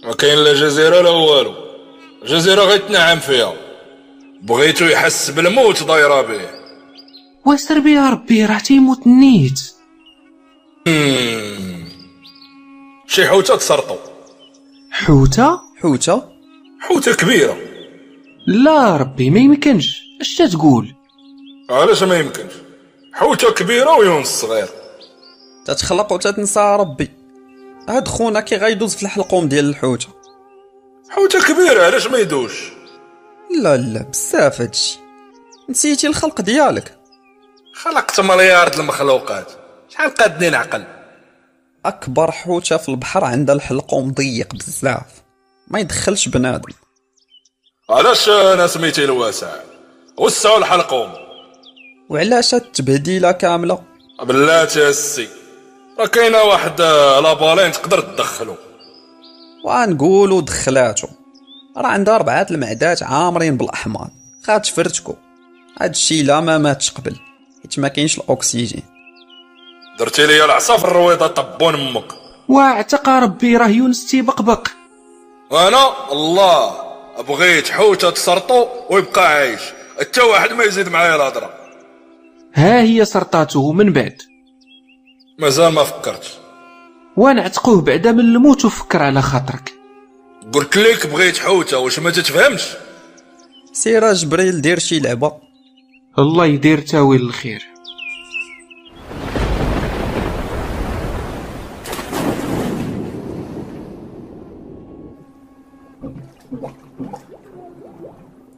Speaker 9: ما كاين لا جزيره لا والو جزيره غيتنعم فيها بغيتو يحس بالموت دايره به
Speaker 14: واسر بيا ربي راه تيموت نيت
Speaker 9: مم. شي حوته تسرطو
Speaker 14: حوته
Speaker 12: حوته
Speaker 9: حوته كبيره
Speaker 14: لا ربي ما يمكنش اش تقول
Speaker 9: علاش ما يمكنش حوته كبيره ويونس صغير
Speaker 12: تتخلق وتتنسى ربي هاد خونا كي غيدوز في الحلقوم ديال الحوته
Speaker 9: حوته كبيره علاش ما يدوش
Speaker 12: لا لا بزاف هادشي نسيتي الخلق ديالك
Speaker 9: خلقت مليارد المخلوقات شحال قادني العقل
Speaker 12: اكبر حوته في البحر عندها الحلقوم ضيق بزاف ما يدخلش بنادم
Speaker 9: علاش انا سميتي الواسع وسعوا الحلقوم
Speaker 12: وعلاش هاد التبهديله كامله
Speaker 9: بلاتي يا السي راه كاينه واحد آه، لابالين تقدر تدخلو
Speaker 12: وغنقولو دخلاتو راه عندها ربعة المعدات عامرين بالاحمر خات فرتكو هاد الشي لا ما ماتش قبل حيت ما كاينش الاكسجين
Speaker 9: درتي لي العصا في الرويضه طبون امك
Speaker 14: واعتقى ربي راه يونس تيبقبق
Speaker 9: وانا الله بغيت حوته تسرطو ويبقى عايش حتى واحد ما يزيد معايا الهضره
Speaker 14: ها هي سرطاته من بعد
Speaker 9: مازال ما فكرت
Speaker 14: ونعتقوه بعدا من الموت وفكر على خاطرك
Speaker 9: قلت لك بغيت حوته واش ما تتفهمش
Speaker 12: سير جبريل دير شي لعبه
Speaker 14: الله يدير تاويل الخير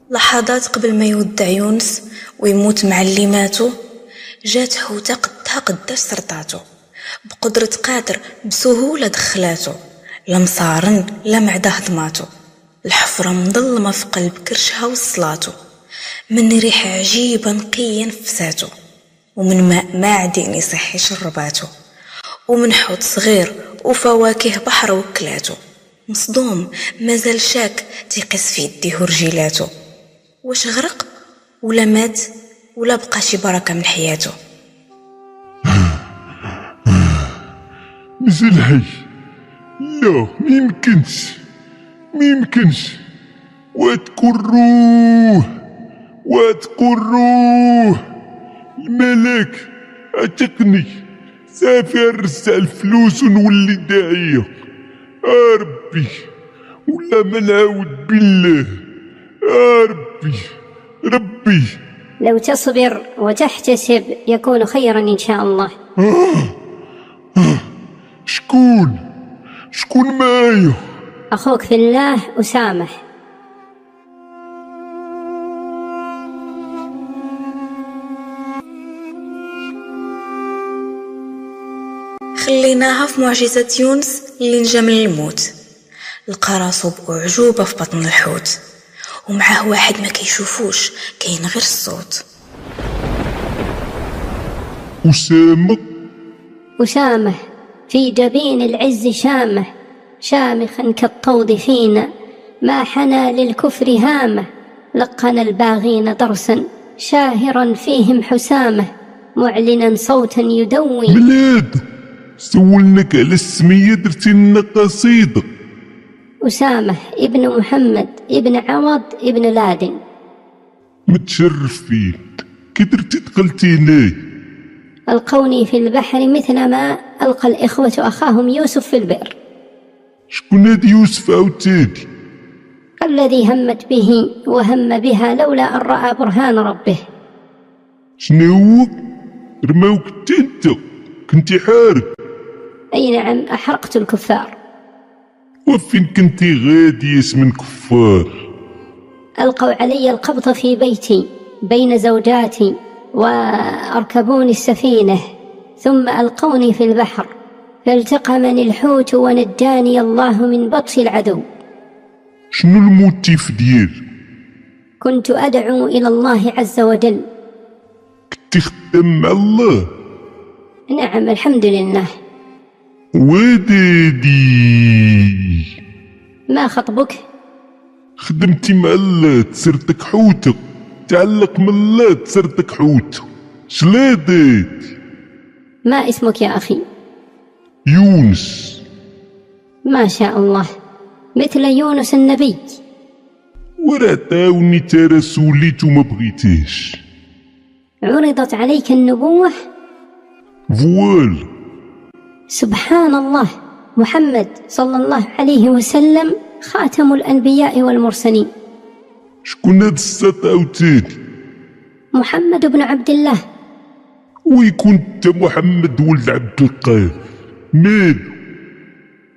Speaker 2: لحظات قبل ما يودع يونس ويموت مع اللي ماتوا جات حوتة قدها قد سرطاتو بقدرة قادر بسهولة دخلاتو لا مصارن لا معدة هضماتو الحفرة مظلمة في قلب كرشها وصلاتو من ريح عجيبة نقية نفساتو ومن ماء ماعدن يصحي شرباتو ومن حوت صغير وفواكه بحر وكلاتو مصدوم مازال شاك تيقيس في يديه ورجيلاته واش غرق ولا مات ولا بقى شي بركة من حياته
Speaker 13: مازال حي لا ميمكنش ميمكنش وتكون روح وتكون روح الملاك عتقني صافي نرجع الفلوس ونولي داعية يا ربي ولا ما نعاود بالله يا ربي ربي
Speaker 23: لو تصبر وتحتسب يكون خيرا إن شاء الله
Speaker 13: آه. آه. شكون شكون معايا
Speaker 23: أخوك في الله أسامح
Speaker 2: خليناها في معجزة يونس اللي نجا من الموت لقى راسو بأعجوبة في بطن الحوت ومعاه واحد ما كيشوفوش كاين غير الصوت
Speaker 13: أسامة
Speaker 23: أسامه في جبين العز شامه شامخا كالطود فينا ما حنى للكفر هامه لقن الباغين درسا شاهرا فيهم حسامه معلنا صوتا يدوي
Speaker 13: ميلاد سولنك على السمية درتي لنا قصيدة
Speaker 23: أسامة ابن محمد ابن عوض ابن لادن
Speaker 13: متشرف فيك كي درتي دخلتي هنايا
Speaker 23: ألقوني في البحر مثلما ألقى الإخوة أخاهم يوسف في البئر
Speaker 13: شكون هاد يوسف عاوتاني
Speaker 23: الذي همت به وهم بها لولا أن رأى برهان ربه
Speaker 13: شنو هو رماوك حتى انت كنتي حارب
Speaker 23: أي نعم أحرقت الكفار
Speaker 13: وفين كنتي غادي اسم كفار
Speaker 23: ألقوا علي القبض في بيتي بين زوجاتي وأركبوني السفينة ثم ألقوني في البحر فالتقمني الحوت ونجاني الله من بطش العدو
Speaker 13: شنو الموتيف ديالك
Speaker 23: كنت أدعو إلى الله عز وجل
Speaker 13: تخدم مع الله
Speaker 23: نعم الحمد لله
Speaker 13: ودادي
Speaker 23: ما خطبك
Speaker 13: خدمتي مع الله تصيرتك حوتة تعلق من الله تصيرتك حوتة شلادات
Speaker 23: ما اسمك يا أخي
Speaker 13: يونس
Speaker 23: ما شاء الله مثل يونس النبي
Speaker 13: ورا تعاوني ترى سوليت وما بغيتيش
Speaker 23: عرضت عليك النبوة
Speaker 13: فوال
Speaker 23: سبحان الله محمد صلى الله عليه وسلم خاتم الأنبياء والمرسلين
Speaker 13: شكون هاد الساط عاوتاني
Speaker 23: محمد بن عبد الله
Speaker 13: ويكون انت محمد ولد عبد القادر مال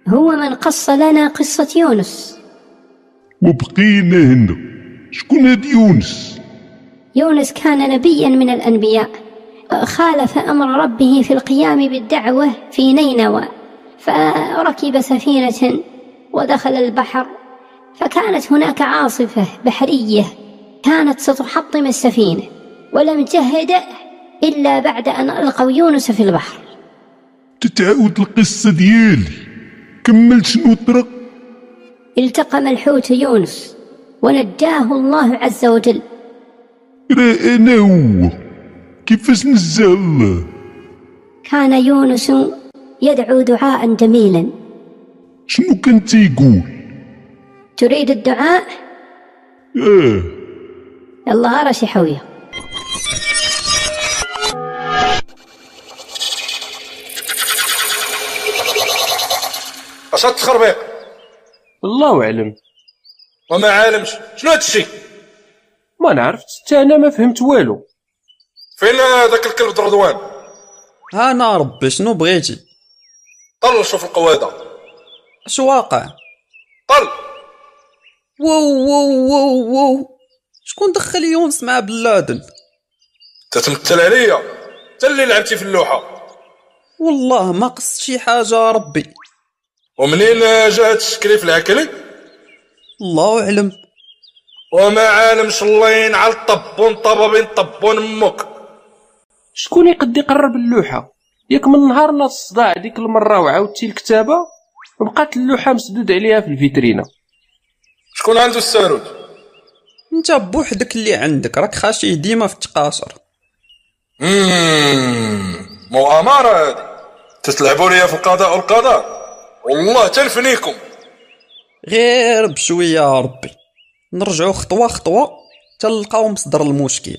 Speaker 23: هو من قص لنا قصة يونس
Speaker 13: وبقينا هنا شكون هاد يونس
Speaker 23: يونس كان نبيا من الأنبياء خالف أمر ربه في القيام بالدعوة في نينوى فركب سفينة ودخل البحر فكانت هناك عاصفة بحرية كانت ستحطم السفينة ولم تهدأ إلا بعد أن ألقوا يونس في البحر
Speaker 13: تتعاود القصة ديالي كمل شنو طرق
Speaker 23: التقم الحوت يونس ونجاه الله عز وجل
Speaker 13: راه انا هو كيفاش نزه الله
Speaker 23: كان يونس يدعو دعاء جميلا
Speaker 13: شنو كان تيقول
Speaker 23: تريد الدعاء
Speaker 13: اه
Speaker 23: يلا أرى شي حوية
Speaker 9: اش هاد التخربيق
Speaker 14: الله اعلم
Speaker 9: وما عالمش شنو هادشي
Speaker 14: ما نعرف حتى انا ما فهمت والو
Speaker 9: فين ذاك الكلب دردوان
Speaker 12: ها انا ربي شنو بغيتي
Speaker 9: طل شوف القواده
Speaker 12: اش واقع
Speaker 9: طل
Speaker 12: واو واو واو واو شكون دخل يونس مع بن لادن
Speaker 9: تتمثل عليا انت اللي لعبتي في اللوحه
Speaker 12: والله ما قصت شي حاجه ربي
Speaker 9: ومنين جا هاد الشكلي في العكلي
Speaker 12: الله اعلم
Speaker 9: وما عالمش الله ينعل طبون طبابين طبون امك
Speaker 14: شكون يقد يقرب اللوحه ياك من نهار ناض الصداع ديك المره وعاودتي الكتابه بقات اللوحه مسدود عليها في الفيترينا
Speaker 9: شكون عنده السارود
Speaker 12: انت بوحدك اللي عندك راك خاشي ديما في التقاشر
Speaker 9: مؤامرة هذه تتلعبوا لي في القضاء والقضاء والله تنفنيكم
Speaker 12: غير بشويه يا ربي نرجعو خطوه خطوه تلقاو مصدر المشكل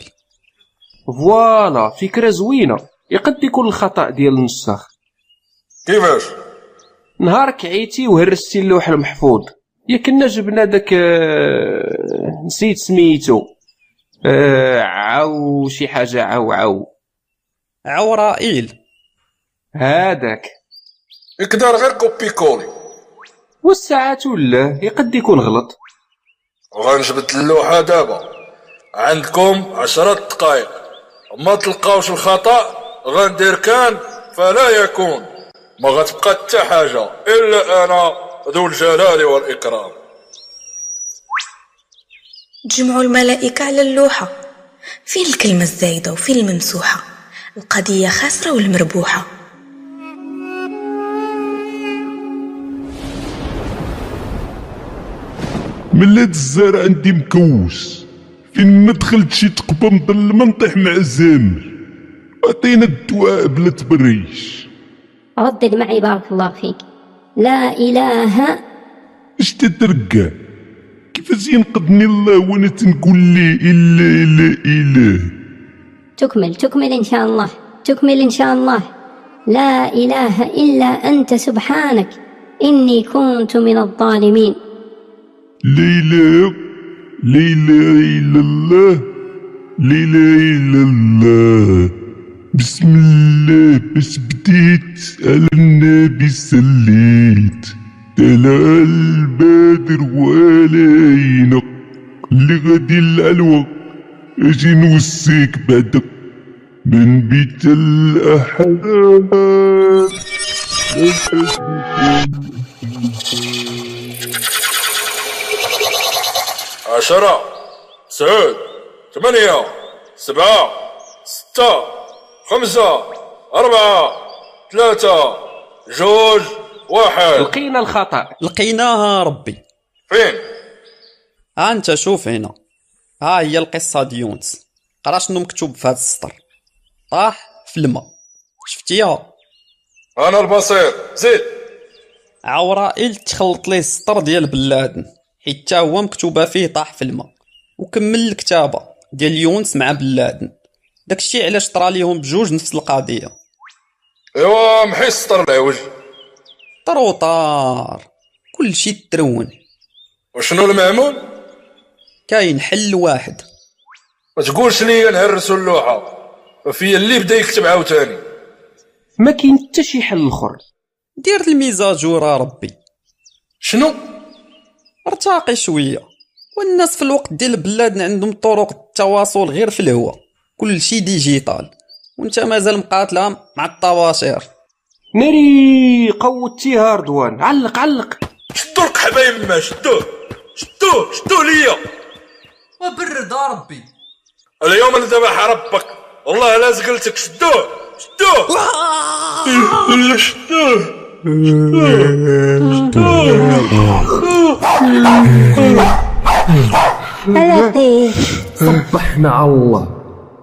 Speaker 14: فوالا فكره زوينه يقد يكون الخطا ديال النساخ
Speaker 9: كيفاش
Speaker 14: نهارك عيتي وهرستي اللوح المحفوظ يا كنا جبنا داك آه، نسيت سميتو آه، عاو شي حاجه عاو عاو
Speaker 12: عورائيل
Speaker 14: هذاك
Speaker 9: يقدر غير كوبي كولي
Speaker 14: والساعة لا يقد يكون غلط
Speaker 9: وغنجبد اللوحة دابا عندكم عشرة دقايق ما تلقاوش الخطأ غندير كان فلا يكون ما غتبقى حتى حاجة إلا أنا ذو الجلال والإكرام
Speaker 2: جمعوا الملائكة على اللوحة فين الكلمة الزايدة وفين الممسوحة القضية خاسرة والمربوحة
Speaker 13: ملات الزهر عندي مكوس فين ما دخلت شي تقبة مظلمة نطيح مع الزامل عطينا الدعاء بلا تبريش
Speaker 23: ردد معي بارك الله فيك لا إله
Speaker 13: اش تترقى كيفاش ينقذني الله وانا تنقول ليه الا الا اله
Speaker 23: تكمل تكمل إن شاء الله تكمل إن شاء الله لا إله إلا أنت سبحانك إني كنت من الظالمين
Speaker 13: ليلى ليلى إلا الله ليلى إلا الله بسم الله بس بديت على النبي سليت تلا البدر وعلينا اللي غادي للعلوة اجي نوصيك بعدك من بيت الأحد
Speaker 9: عشرة تسعود ثمانية سبعة ستة خمسة أربعة ثلاثة جوج واحد
Speaker 12: لقينا الخطأ لقيناها ربي
Speaker 9: فين
Speaker 12: ها انت شوف هنا ها هي القصة ديونس قرا شنو مكتوب في هذا السطر طاح في الماء شفتيها
Speaker 9: انا البصير زيد
Speaker 12: عورائيل تخلط ليه السطر ديال بلادن حيت تا هو مكتوبة فيه طاح في الماء وكمل الكتابة ديال يونس مع بلادن داكشي علاش طرا ليهم بجوج نفس القضية
Speaker 9: ايوا محي السطر العوج
Speaker 12: طار وطار كلشي ترون
Speaker 9: وشنو المعمول
Speaker 12: كاين حل واحد
Speaker 9: ما تقولش لي نهرسوا اللوحة في اللي بدا يكتب عاوتاني
Speaker 12: ما كاين حتى شي حل اخر دير الميزاجور ربي شنو ارتاقي شويه والناس في الوقت ديال بلادنا عندهم طرق التواصل غير في الهوا كلشي ديجيتال وانت مازال مقاتله مع الطواشير
Speaker 14: ناري قوتيها رضوان علق علق
Speaker 9: شدو القحبة يما شدوه شدوه شدوه ليا
Speaker 12: وبرد ربي
Speaker 9: اليوم اللي ذبح ربك والله لا زقلتك شدوه شدوه شدوه
Speaker 17: صبحنا على الله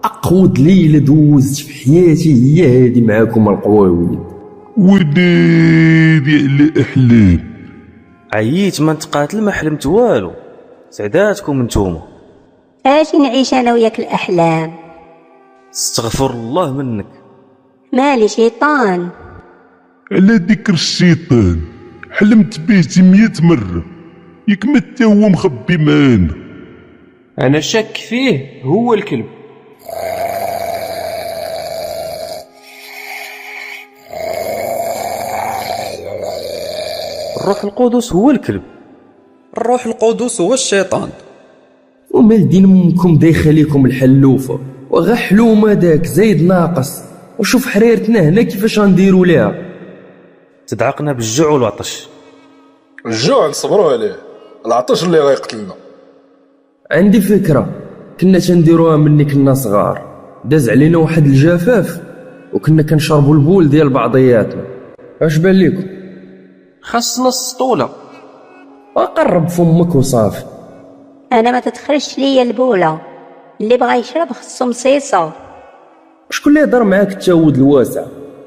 Speaker 17: اقود ليله دوزت في حياتي هي هذه معاكم القواوي
Speaker 13: وديري على أحلام
Speaker 8: عييت ما نتقاتل ما حلمت والو سعداتكم نتوما
Speaker 18: اش نعيش انا وياك الاحلام
Speaker 8: استغفر الله منك
Speaker 18: مالي شيطان
Speaker 13: على ذكر الشيطان حلمت به شي مية مرة ياك ما تا هو مخبي معانا
Speaker 14: انا شاك فيه هو الكلب
Speaker 8: الروح القدس هو الكلب
Speaker 12: الروح القدس هو الشيطان
Speaker 17: وما لدين امكم دايخه ليكم الحلوفه وغا حلومه داك زايد ناقص وشوف حريرتنا هنا كيفاش غنديروا ليها
Speaker 8: تدعقنا بالجوع والعطش
Speaker 9: الجوع نصبروا عليه العطش اللي غيقتلنا
Speaker 17: عندي فكره كنا تنديروها من كنا صغار داز علينا واحد الجفاف وكنا كنشربوا البول ديال بعضياتنا اش بان ليكم
Speaker 14: خاصنا السطوله
Speaker 17: اقرب فمك وصافي
Speaker 18: انا ما تدخلش ليا البوله اللي بغى يشرب خصو مصيصه
Speaker 17: شكون اللي يهضر معاك التاود الواسع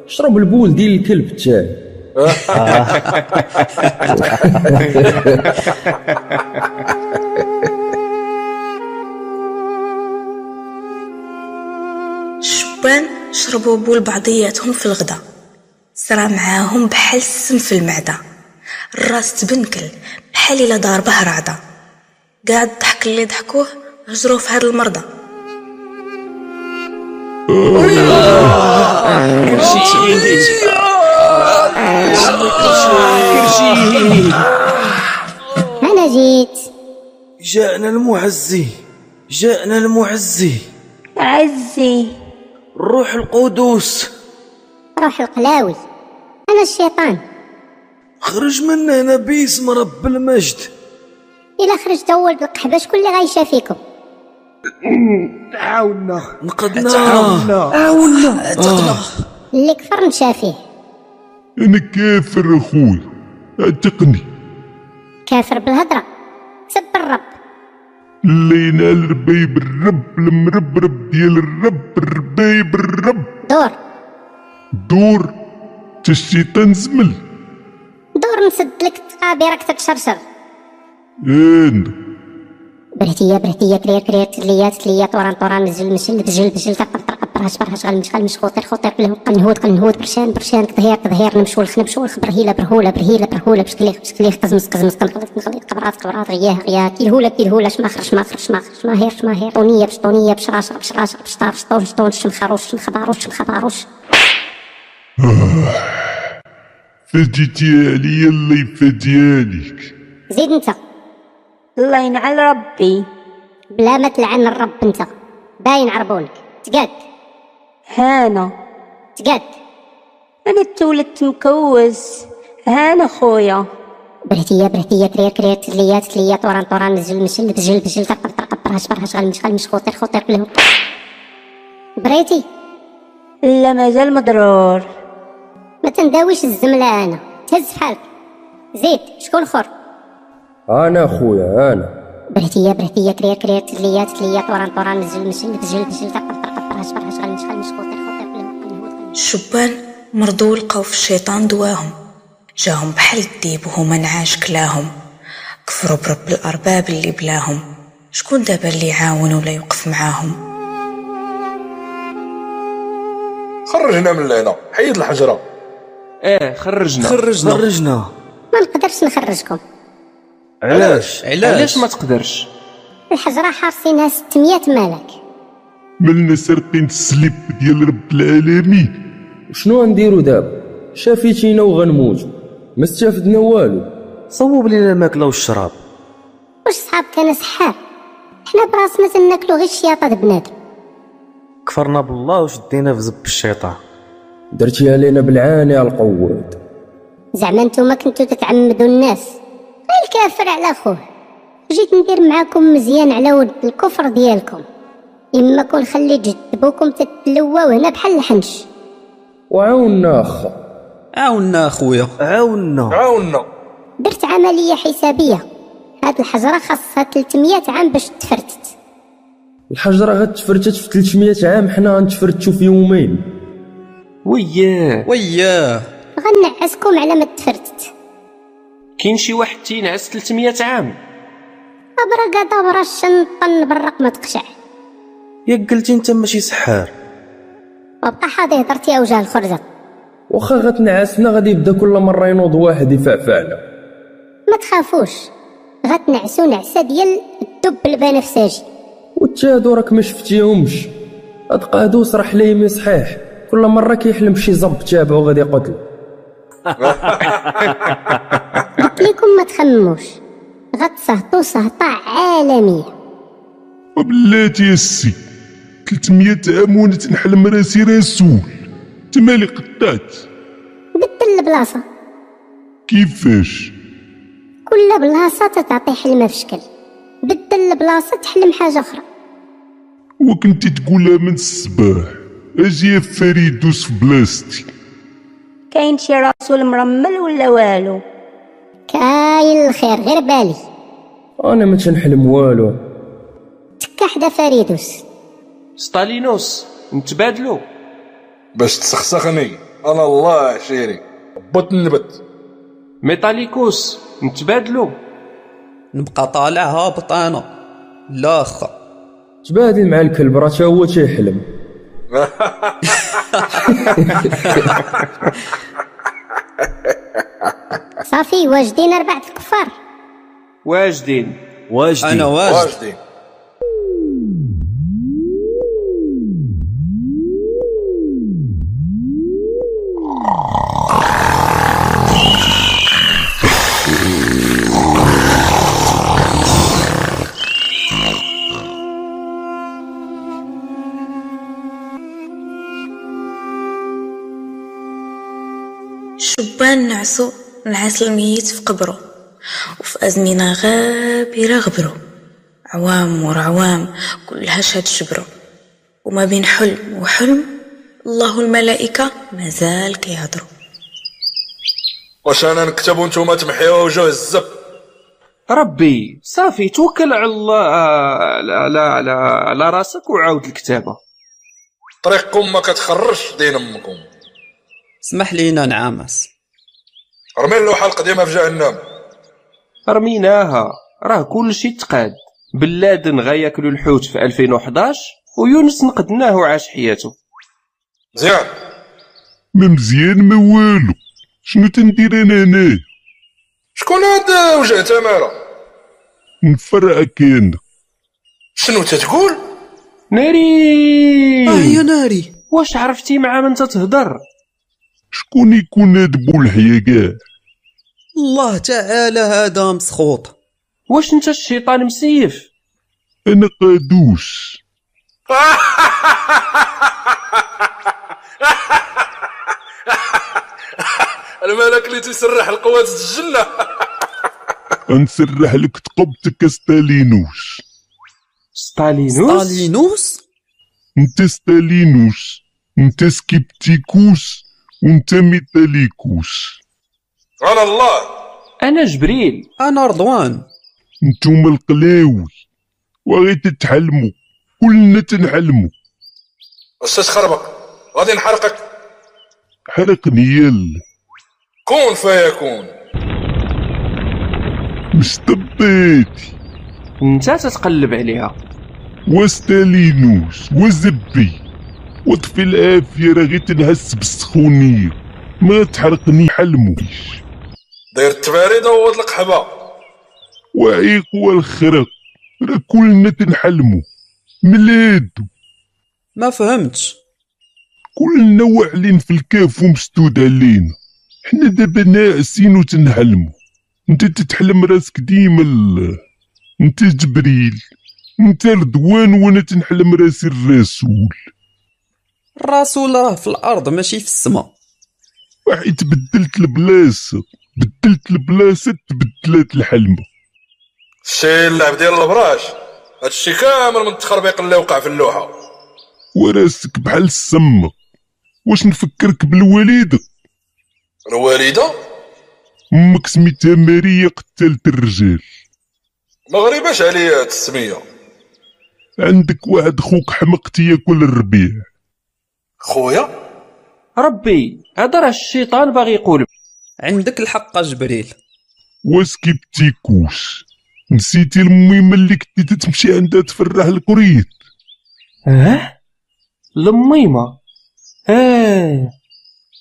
Speaker 17: شرب البول ديال الكلب تاعي
Speaker 2: الشبان شربوا بول بعضياتهم في الغدا صرا معاهم بحال السم في المعدة الراس تبنكل بحال إلا ضاربه رعدة قاع الضحك اللي ضحكوه هجروه في هاد المرضى
Speaker 6: كرشي انا جيت
Speaker 10: جاءنا المعزي جاءنا المعزي
Speaker 6: عزي
Speaker 10: الروح القدوس
Speaker 6: روح القلاوي انا الشيطان
Speaker 10: خرج من هنا باسم رب المجد
Speaker 6: الا خرجت اول بالقحبه شكون اللي غيشافيكم
Speaker 10: عاونا نقدنا
Speaker 6: عاونا.
Speaker 10: عاونا
Speaker 6: عتقنا. اللي كفر نشافيه
Speaker 13: أنا كافر أخوي اعتقني
Speaker 6: كافر بالهضره سب الرب
Speaker 13: اللي ينال ربيب الرب المربرب ديال الرب الربيب الرب
Speaker 6: دور
Speaker 13: دور تا الشيطان زمل
Speaker 6: دور نسد لك التقابي راك تتشرشر
Speaker 13: انا
Speaker 6: برهتية برهتية كرير كرير تليات تليات طوران طوران مزل مزل بجل بجل تقطر تقطر هشبر هشغل مشغل مش خطير خطير كلهم قنهود قنهود برشان برشان كظهير كظهير نمشو الخنبشو الخبر هيلة برهولة برهيلة برهولة بشكليخ بشكليخ قزمز قزمز قنقلط قنقلط قبرات قبرات غياه غياه كيلهولة كيلهولة شماخر شماخر شماخر شماهير شماهير طونية بشطونية بشراشر بشراشر بشطار بشطون شطون شمخروش شمخباروش شمخباروش
Speaker 13: فجيتي عليا الله يفدي عليك
Speaker 6: زيد انت
Speaker 18: الله ينعل ربي
Speaker 6: بلا ما تلعن الرب انت باين عربولك تقاد
Speaker 18: هانا
Speaker 6: تقاد
Speaker 18: انا تولدت مكوز هانا خويا
Speaker 6: برهتية برهتية كرير كرير تليات تليات طوران طوران مزل مشل بزل بزل تقطر تقطر هش برهش غل مشغل مش خطير خطير كلهم بريتي
Speaker 18: لا مازال مضرور
Speaker 6: ما تنداويش الزملة انا تهز في حالك زيد شكون خور
Speaker 17: انا خويا انا
Speaker 6: برهتية برهتية كرير كرير تليات تليات طوران طوران مزل مشل بزل بزل تقطر تقطر هش برهش غل مشغل مش خطير خطير كلهم
Speaker 2: الشبان مرضوا لقاو في الشيطان دواهم جاهم بحال الديب وهما نعاش كلاهم كفروا برب الأرباب اللي بلاهم شكون دابا اللي يعاون ولا يوقف معاهم
Speaker 9: خرجنا من لهنا حيد الحجره
Speaker 14: اه خرجنا
Speaker 9: خرجنا.
Speaker 14: خرجنا
Speaker 6: ما نقدرش نخرجكم
Speaker 14: علاش علاش ما تقدرش
Speaker 6: الحجرة حارسينها 600 ملك
Speaker 13: مالنا سرقين السليب ديال رب العالمين
Speaker 17: شنو غنديرو دابا شافيتينا وغنموتو ما استفدنا والو
Speaker 3: صوب لينا الماكله والشراب
Speaker 6: واش صحابك انا سحار حنا براسنا تناكلو غير الشياطة د بنادم
Speaker 3: كفرنا بالله وشدينا في زب الشيطان
Speaker 17: درتيها لينا بالعاني القوود
Speaker 6: زعما نتوما كنتو تتعمدوا الناس غير الكافر على خوه جيت ندير معاكم مزيان على ود الكفر ديالكم اما كون خليت جد بوكم تتلواو هنا بحال الحنش
Speaker 17: وعاونا اخا
Speaker 12: عاونا اخويا
Speaker 3: عاونا
Speaker 12: عاونا
Speaker 6: درت عملية حسابية هاد الحجرة خاصها 300 عام باش تفرتت
Speaker 17: الحجره غتفرتت في 300 عام حنا غنتفرتو في يومين
Speaker 14: وياه
Speaker 12: وياه
Speaker 6: غنعسكم على ما تفرتت
Speaker 14: كاين شي واحد تينعس 300 عام
Speaker 6: أبرق دبرة الشنطن بالرق ما تقشع
Speaker 3: ياك قلتي انت ماشي سحار
Speaker 6: وبقى حاضي هضرتي أوجه الخرزة
Speaker 17: واخا غتنعسنا غادي يبدا كل مره ينوض واحد يفعفعنا
Speaker 6: ما تخافوش غتنعسو نعسة ديال الدب البنفسجي
Speaker 17: وانت هادو راك ما شفتيهمش هاد قادوس راه حلايمي صحيح كل مره كيحلم بشي زب تابعو غادي يقتل
Speaker 6: قلت لكم ما تخموش غتسهطو سهطة عالمية
Speaker 13: وبلاتي يا سي 300 عام وانا تنحلم راسي رسول تمالي قطعت
Speaker 6: بدل البلاصة
Speaker 13: كيفاش
Speaker 6: كل بلاصة تتعطي حلمة في شكل بدل البلاصة تحلم حاجة أخرى
Speaker 13: وكنتي تقولها من الصباح اجي يا فريد دوس في بلاصتي
Speaker 18: كاين شي رسول مرمل ولا والو
Speaker 6: كاين الخير غير بالي
Speaker 17: انا ما تنحلم والو
Speaker 6: تكا حدا فريدوس
Speaker 14: ستالينوس نتبادلو
Speaker 9: باش تسخسخني انا الله عشيري بط النبت
Speaker 14: ميتاليكوس نتبادلو
Speaker 12: نبقى طالع هابط انا لا اخا
Speaker 17: تبادل مع الكلب راه تا هو تيحلم
Speaker 6: صافي واجدين أربعة الكفار
Speaker 14: واجدين
Speaker 3: واجدين
Speaker 12: انا واجد
Speaker 2: الشبان نعسو نعس الميت في قبره وفي أزمنة غابرة غبرو عوام ورا عوام كلها شاد شبرو وما بين حلم وحلم الله الملائكة مازال كيهضروا
Speaker 9: واش انا نكتب وانتم تمحيوها وجه الزب
Speaker 14: ربي صافي توكل على الله على على على, على راسك وعاود الكتابه
Speaker 9: طريقكم ما كتخرجش دين امكم
Speaker 12: اسمح نعم، لينا نعامس
Speaker 9: رمي اللوحه القديمه في جهنم
Speaker 14: رميناها راه كلشي تقاد بن لادن غياكلو الحوت في 2011 ويونس نقدناه وعاش حياته
Speaker 9: مزيان
Speaker 13: ما مزيان ما والو شنو تندير انا هنا
Speaker 9: شكون هاد وجه تماره
Speaker 13: نفرقك انا
Speaker 9: شنو تتقول
Speaker 14: ناري
Speaker 9: آه، يا
Speaker 14: ناري واش عرفتي مع من تتهضر
Speaker 13: شكون يكون هاد بولحيا كاع
Speaker 12: الله تعالى هذا مسخوط
Speaker 14: واش انت الشيطان مسيف
Speaker 13: انا قادوس
Speaker 9: الملك اللي تيسرح القوات الجنة
Speaker 13: غنسرح لك تقبتك ستالينوس
Speaker 3: ستالينوس
Speaker 12: ستالينوس
Speaker 13: انت ستالينوس انت سكيبتيكوس وانت ميتاليكوس
Speaker 9: على الله
Speaker 3: انا جبريل
Speaker 12: انا رضوان
Speaker 13: نتوما القلاوي وغي تتحلموا كلنا تنحلموا
Speaker 9: استاذ خربق غادي نحرقك
Speaker 13: حرقني يلا
Speaker 9: كون فيكون
Speaker 13: مستبيتي
Speaker 3: انت تتقلب عليها
Speaker 13: وستالينوس وزبي وطفي العافية راه غي تنهس بالسخونية ما تحرقني حلمو
Speaker 9: داير التباريد ووض القحبة
Speaker 13: وعيق والخرق راه كلنا تنحلمو ملادو
Speaker 12: ما فهمتش
Speaker 13: كلنا واعلين في الكاف ومسدود علينا حنا دابا ناعسين وتنحلمو انت تتحلم راسك ديما ال- انت جبريل انت رضوان وانا تنحلم راسي الرسول
Speaker 12: الرسول راه في الارض ماشي في السماء
Speaker 13: وحيت بدلت البلاصه بدلت البلاصه تبدلات الحلمه
Speaker 9: شي اللعب ديال البراش هادشي كامل من التخربيق اللي وقع في اللوحة
Speaker 13: وراسك بحال السما واش نفكرك بالوالده
Speaker 9: الوالدة
Speaker 13: امك سميتها ماريا قتلت الرجال
Speaker 9: ما غريباش عليا هاد السمية
Speaker 13: عندك واحد خوك حمق تياكل الربيع
Speaker 9: خويا
Speaker 3: ربي هذا راه الشيطان باغي يقول
Speaker 12: عندك الحق جبريل
Speaker 13: واسكيبتيكوس نسيتي المهمة اللي كنتي تتمشي عندها تفرح الكريت
Speaker 3: اه الميمه
Speaker 12: اه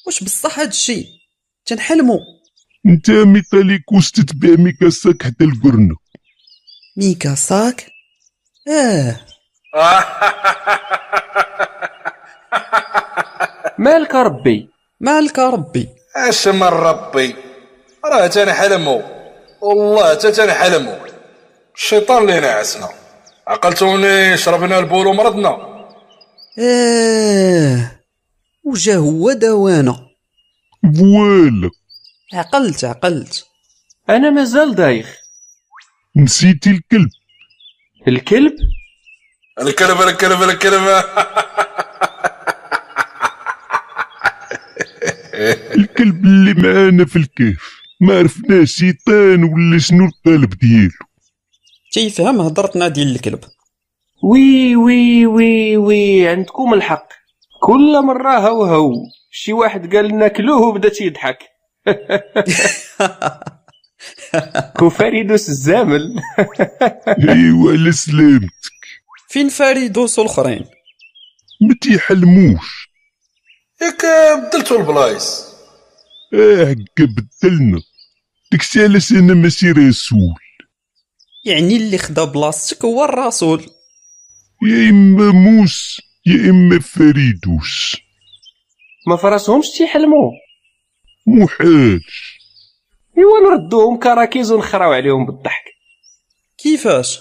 Speaker 12: واش بصح هاد الشيء تنحلمو
Speaker 13: انت ميتاليكوس تتبع ميكاساك حتى القرنة
Speaker 12: ميكا ساك اه
Speaker 3: مالك ربي
Speaker 12: مالك ربي
Speaker 9: اش من ربي راه تاني حلمو والله تا تاني حلمو الشيطان اللي نعسنا عقلتوني شربنا البول ومرضنا
Speaker 12: اه وجا هو دوانا
Speaker 13: فوالا
Speaker 12: عقلت عقلت
Speaker 3: انا مازال دايخ
Speaker 13: نسيتي الكلب
Speaker 3: الكلب
Speaker 9: الكلب الكلب الكلب
Speaker 13: الكلب اللي معانا في الكهف ما عرفناش شيطان ولا شنو القالب ديالو
Speaker 12: تيفهم هضرتنا ديال الكلب
Speaker 3: وي وي وي وي عندكم الحق كل مرة هو هو شي واحد قال ناكلوه وبدا تيضحك كوفاريدوس الزامل
Speaker 13: ايوا على سلامتك
Speaker 12: فين فاريدوس والاخرين
Speaker 13: ما تيحلموش
Speaker 9: ياك بدلتو البلايص
Speaker 13: اه هكا بدلنا داكشي علاش انا ماشي رسول
Speaker 12: يعني اللي خدا بلاصتك هو الرسول
Speaker 13: يا اما موس يا اما فريدوس
Speaker 3: ما فراسهمش تيحلموا
Speaker 13: محال
Speaker 3: ايوا نردوهم كراكيز ونخراو عليهم بالضحك
Speaker 12: كيفاش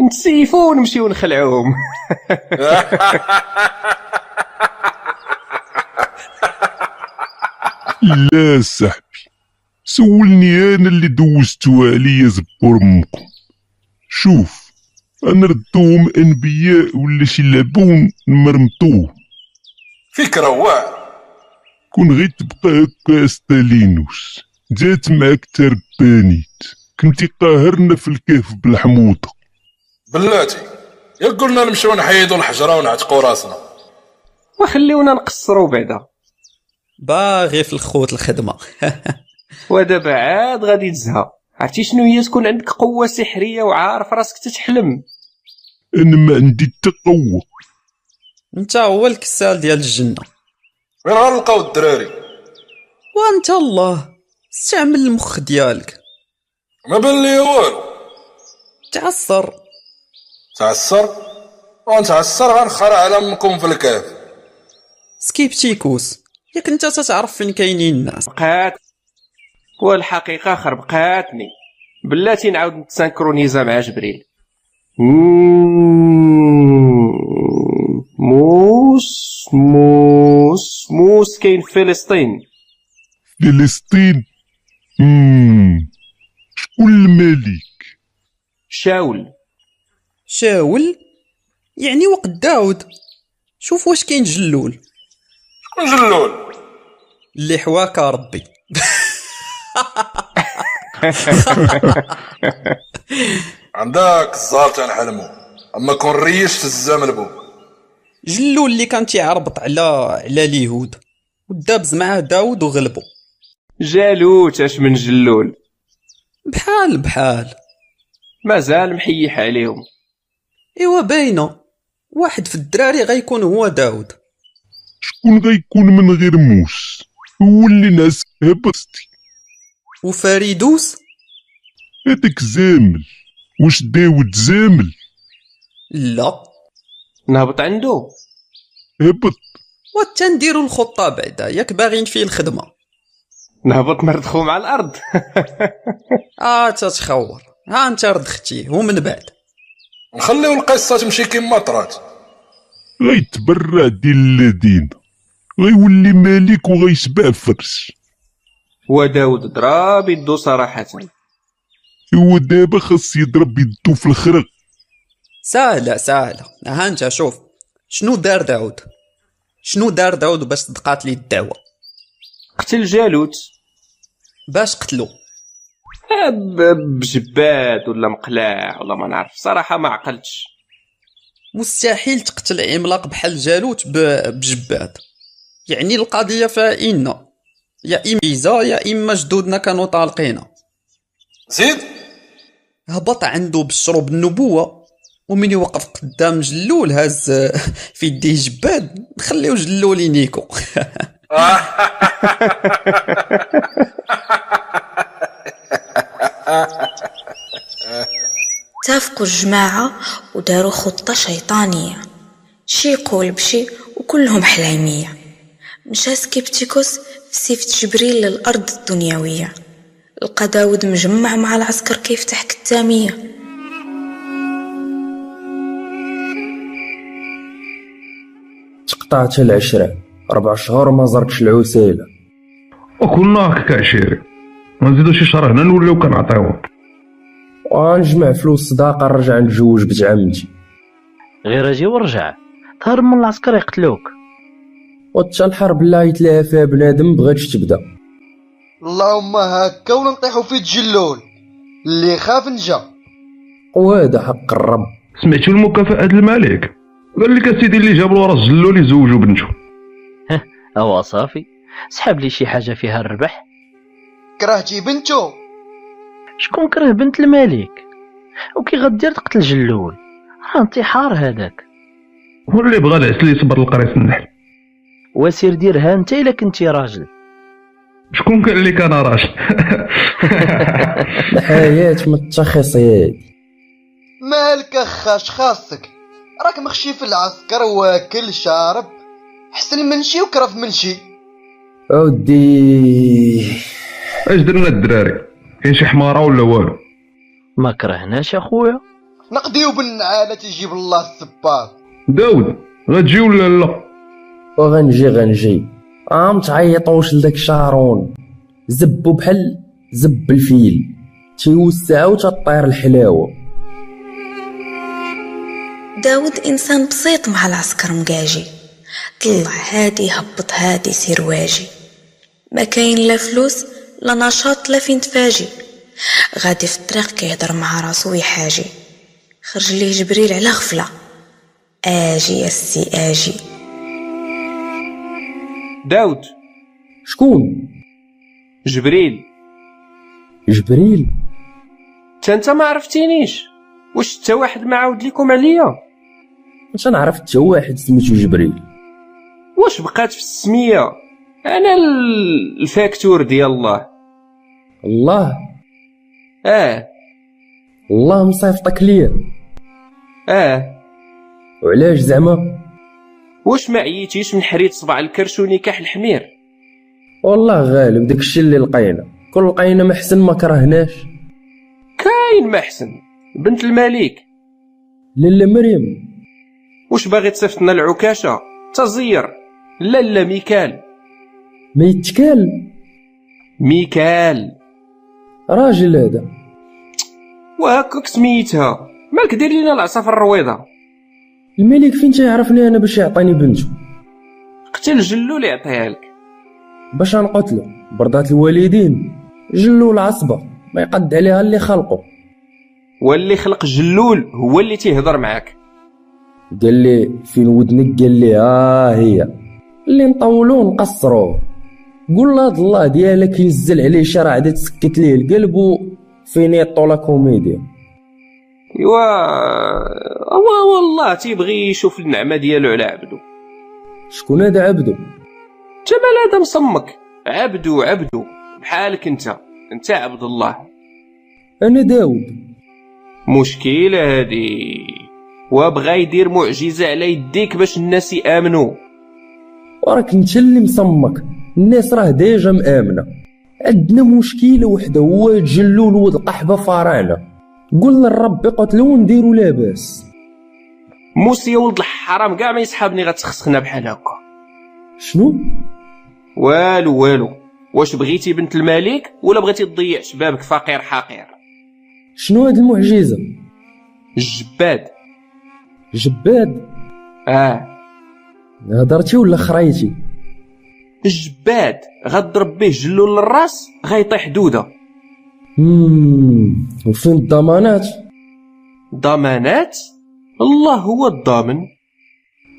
Speaker 3: نتسيفو ونمشيو نخلعوهم
Speaker 13: لا صاحبي سولني انا اللي دوزتو عليا زبور امكم شوف نردوهم انبياء ولا شي لعبون نمرمطوه
Speaker 9: فكرة واعر
Speaker 13: كون غير تبقى هكا ستالينوس جات معاك تربانيت كنتي قاهرنا في الكهف بالحموضة
Speaker 9: بلاتي يا قلنا نمشيو نحيدو الحجرة ونعتقو راسنا
Speaker 3: وخليونا نقصرو بعدا
Speaker 12: باغي في الخوت الخدمة
Speaker 3: ودابا عاد غادي تزهى عرفتي شنو هي تكون عندك قوة سحرية وعارف راسك تتحلم
Speaker 13: انا ما عندي حتى قوة
Speaker 12: انت هو الكسال ديال الجنة
Speaker 9: وين غنلقاو الدراري
Speaker 12: وانت الله استعمل المخ ديالك
Speaker 9: ما بان لي والو
Speaker 12: تعصر
Speaker 9: تعسر ونتعسر غنخرع على امكم في الكهف
Speaker 12: سكيبتيكوس ياك انت تتعرف فين كاينين الناس
Speaker 3: بقات والحقيقة خربقاتني بلاتي نعاود نتسانكرونيزا مع جبريل
Speaker 14: مم. موس موس موس كاين في فلسطين
Speaker 13: فلسطين مم. شكون الملك
Speaker 14: شاول
Speaker 12: شاول يعني وقت داود شوف واش كاين جلول
Speaker 9: شكون جلول
Speaker 12: اللي حواك ربي
Speaker 9: عندك الزهر تاع نحلمو اما كون ريشت الزمن بوك
Speaker 12: جلول اللي كان تيعربط على على اليهود ودابز معاه داود وغلبو
Speaker 14: جالوت اش من جلول
Speaker 12: بحال بحال
Speaker 14: مازال محيح عليهم
Speaker 12: ايوا باينه واحد في الدراري غيكون هو داود
Speaker 13: شكون غيكون من غير موس هو اللي ناس هبستي
Speaker 12: وفريدوس
Speaker 13: هذاك زامل واش داود زامل
Speaker 12: لا
Speaker 14: نهبط عنده
Speaker 13: هبط
Speaker 12: وتنديروا الخطه بعدا ياك باغيين فيه الخدمه
Speaker 14: نهبط نردخو مع الارض
Speaker 12: اه تتخور ها انت ردختي ومن بعد
Speaker 9: نخليو القصه تمشي كيما طرات
Speaker 13: غيتبرع ديال الذين غيولي ملك وغيسبع فرس
Speaker 14: وداود ضراب يدو صراحة
Speaker 13: هو دابا خاص يضرب يدو في الخرق
Speaker 12: سهلة سهلة ها انت شوف شنو دار داود شنو دار داود باش صدقات لي الدعوة
Speaker 14: قتل جالوت
Speaker 12: باش قتلو
Speaker 14: آه، ب- بجباد ولا مقلاع ولا ما نعرف صراحة ما عقلتش
Speaker 12: مستحيل تقتل عملاق بحال جالوت ب- بجباد يعني القضية فإن يا إما إيزا يا إما جدودنا كانوا طالقينا
Speaker 9: زيد
Speaker 12: هبط عنده بشرب النبوة ومن يوقف قدام جلول هاز في يديه جباد نخليو جلول ينيكو
Speaker 2: اتفقوا الجماعة وداروا خطة شيطانية شي يقول بشي وكلهم حلامية مشى سكيبتيكوس في سيفة جبريل للأرض الدنيوية لقى داود مجمع مع العسكر كيفتح كتامية
Speaker 17: تقطعت العشرة ربع شهور ما زرتش العسيلة
Speaker 5: وكلنا هكاك عشيري ما نزيدو شي شهر هنا نوليو كنعطيوهم
Speaker 17: ونجمع فلوس صداقة نرجع نتزوج بنت عمتي
Speaker 11: غير اجي ورجع تهرب من العسكر يقتلوك
Speaker 17: وتا الحرب لا يتلاها فيها بنادم بغاتش تبدا
Speaker 3: اللهم هكا ونطيحوا في الجلول اللي خاف نجا
Speaker 17: وهذا حق الرب
Speaker 5: سمعتوا المكافأة ديال الملك قال لك اسيدي اللي جاب له راس جلول يزوجوا بنته
Speaker 11: اوا صافي سحب لي شي حاجه فيها الربح
Speaker 3: كرهتي بنتو
Speaker 11: شكون كره بنت الملك وكي غدير تقتل جلول راه انتحار هذاك
Speaker 5: هو اللي بغى العسل يصبر القريص النحل
Speaker 11: وسير ديرها انت الا كنتي راجل
Speaker 5: شكون قال لك انا راجل
Speaker 17: الحياة ما التخص هادي
Speaker 3: مالك اخاش خاصك راك مخشي في العسكر واكل شارب حسن من شي وكرف من شي
Speaker 17: اودي
Speaker 5: اش درنا الدراري كاين شي حماره ولا والو
Speaker 11: ما كرهناش اخويا
Speaker 3: نقضيو بالنعالة تجيب الله السباط
Speaker 5: داود غتجي ولا لا
Speaker 17: وغنجي غنجي عم تعيطوش لذاك شارون زبو بحال زب الفيل تيوسع وتطير الحلاوه
Speaker 2: داود إنسان بسيط مع العسكر مقاجي طلع هادي هبط هادي سير واجي ما كاين لا فلوس لا نشاط لا فين تفاجي غادي في الطريق كيهضر مع راسو يحاجي خرج ليه جبريل على غفلة آجي يا السي آجي
Speaker 14: داود
Speaker 17: شكون
Speaker 14: جبريل
Speaker 17: جبريل
Speaker 14: تا انت ما عرفتينيش واش تا واحد ما عاود ليكم عليا
Speaker 17: انت نعرف حتى واحد سميتو جبريل
Speaker 14: واش بقات في السميه انا ال- الفاكتور ديال الله
Speaker 17: الله
Speaker 14: اه
Speaker 17: الله مصيفطك ليا
Speaker 14: اه
Speaker 17: وعلاش زعما
Speaker 14: واش ما عييتيش من حريت صباع الكرش ونكاح الحمير
Speaker 17: والله غالب داكشي اللي لقينا كل لقينا ما حسن ما كرهناش
Speaker 14: كاين ما احسن بنت الملك
Speaker 17: لالا مريم
Speaker 14: واش باغي تصيفطنا العكاشه تزير لا لا ميكال
Speaker 17: ما يتكال
Speaker 14: ميكال
Speaker 17: راجل هذا
Speaker 14: وهكاك سميتها مالك دير لينا العصا في الرويضه
Speaker 17: الملك فين تيعرفني انا باش يعطيني بنته
Speaker 14: قتل جلو اللي يعطيها لك
Speaker 17: باش غنقتلو برضات الوالدين جلو العصبه ما يقد عليها اللي خلقو
Speaker 14: واللي خلق جلول هو اللي تيهضر معاك
Speaker 17: قال لي فين ودنك قال لي ها هي اللي نطولو نقصرو قول هاد الله ديالك ينزل عليه شرع عاد تسكت ليه القلب وفين يطو لا كوميديا
Speaker 14: ايوا هو والله تيبغي يشوف النعمه ديالو على عبدو
Speaker 17: شكون هذا عبدو
Speaker 14: انت مال هذا مصمك عبدو عبدو بحالك انت انت عبد الله
Speaker 17: انا داود
Speaker 14: مشكله هادي وبغى يدير معجزه على يديك باش الناس يامنوا
Speaker 17: وراك انت اللي مصمك الناس راه ديجا مامنه عندنا مشكله وحده هو تجلو الود القحبه فرانا قول للرب قتلو ونديرو لاباس
Speaker 14: موسى يا ولد الحرام كاع ما يسحابني غتسخسخنا بحال هكا
Speaker 17: شنو
Speaker 14: والو والو واش بغيتي بنت الملك ولا بغيتي تضيع شبابك فقير حقير
Speaker 17: شنو هاد المعجزه
Speaker 14: الجباد
Speaker 17: جباد
Speaker 14: اه
Speaker 17: هضرتي ولا خريتي
Speaker 14: الجباد غضرب به جلو للراس غيطيح دوده
Speaker 17: مم، وفين الضمانات
Speaker 14: ضمانات الله هو الضامن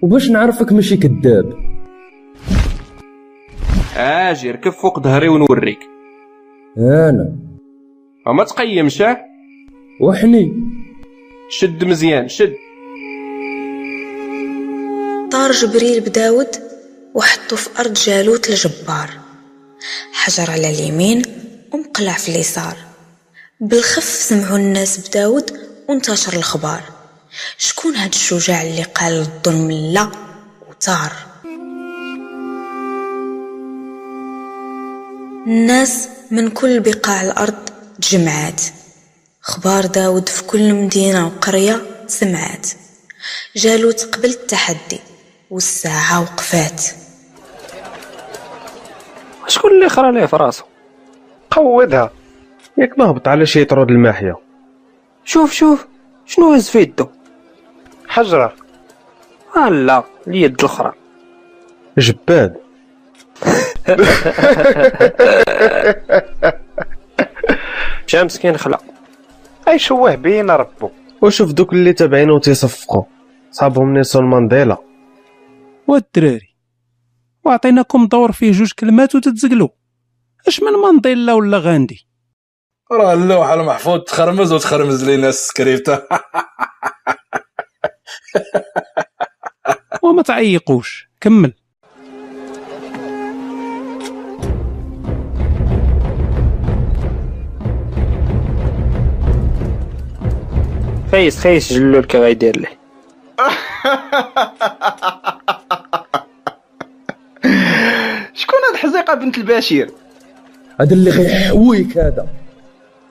Speaker 17: وباش نعرفك ماشي كذاب
Speaker 14: اجي ركب فوق ظهري ونوريك
Speaker 17: انا
Speaker 14: ما تقيمش اه
Speaker 17: وحني
Speaker 14: شد مزيان شد
Speaker 2: طار جبريل بداود وحطو في أرض جالوت الجبار حجر على اليمين ومقلع في اليسار بالخف سمعوا الناس بداود وانتشر الخبار شكون هاد الشجاع اللي قال للظلم لا وطار الناس من كل بقاع الأرض تجمعات خبار داود في كل مدينة وقرية سمعات جالوت قبل التحدي والساعة وقفات
Speaker 31: شكون اللي خرى ليه في راسو
Speaker 5: قوضها ياك ما هبط على شي طرود الماحيه
Speaker 31: شوف شوف شنو هز في يدو
Speaker 5: حجره
Speaker 31: آه لا اليد الاخرى
Speaker 5: جباد
Speaker 31: مشى مسكين خلا
Speaker 5: اي شوه بين ربو وشوف دوك اللي تابعينه وتيصفقوا صابهم نيلسون مانديلا
Speaker 32: والدراري وعطيناكم دور فيه جوج كلمات وتتزقلوا اش من مانديلا ولا غاندي
Speaker 9: راه اللوحه المحفوظ تخرمز وتخرمز لينا السكريبت
Speaker 32: وما تعيقوش كمل
Speaker 31: خيس خيس جلو لك غيدير ليه
Speaker 3: شكون هاد الحزيقه بنت البشير
Speaker 17: هذا اللي غيحويك هذا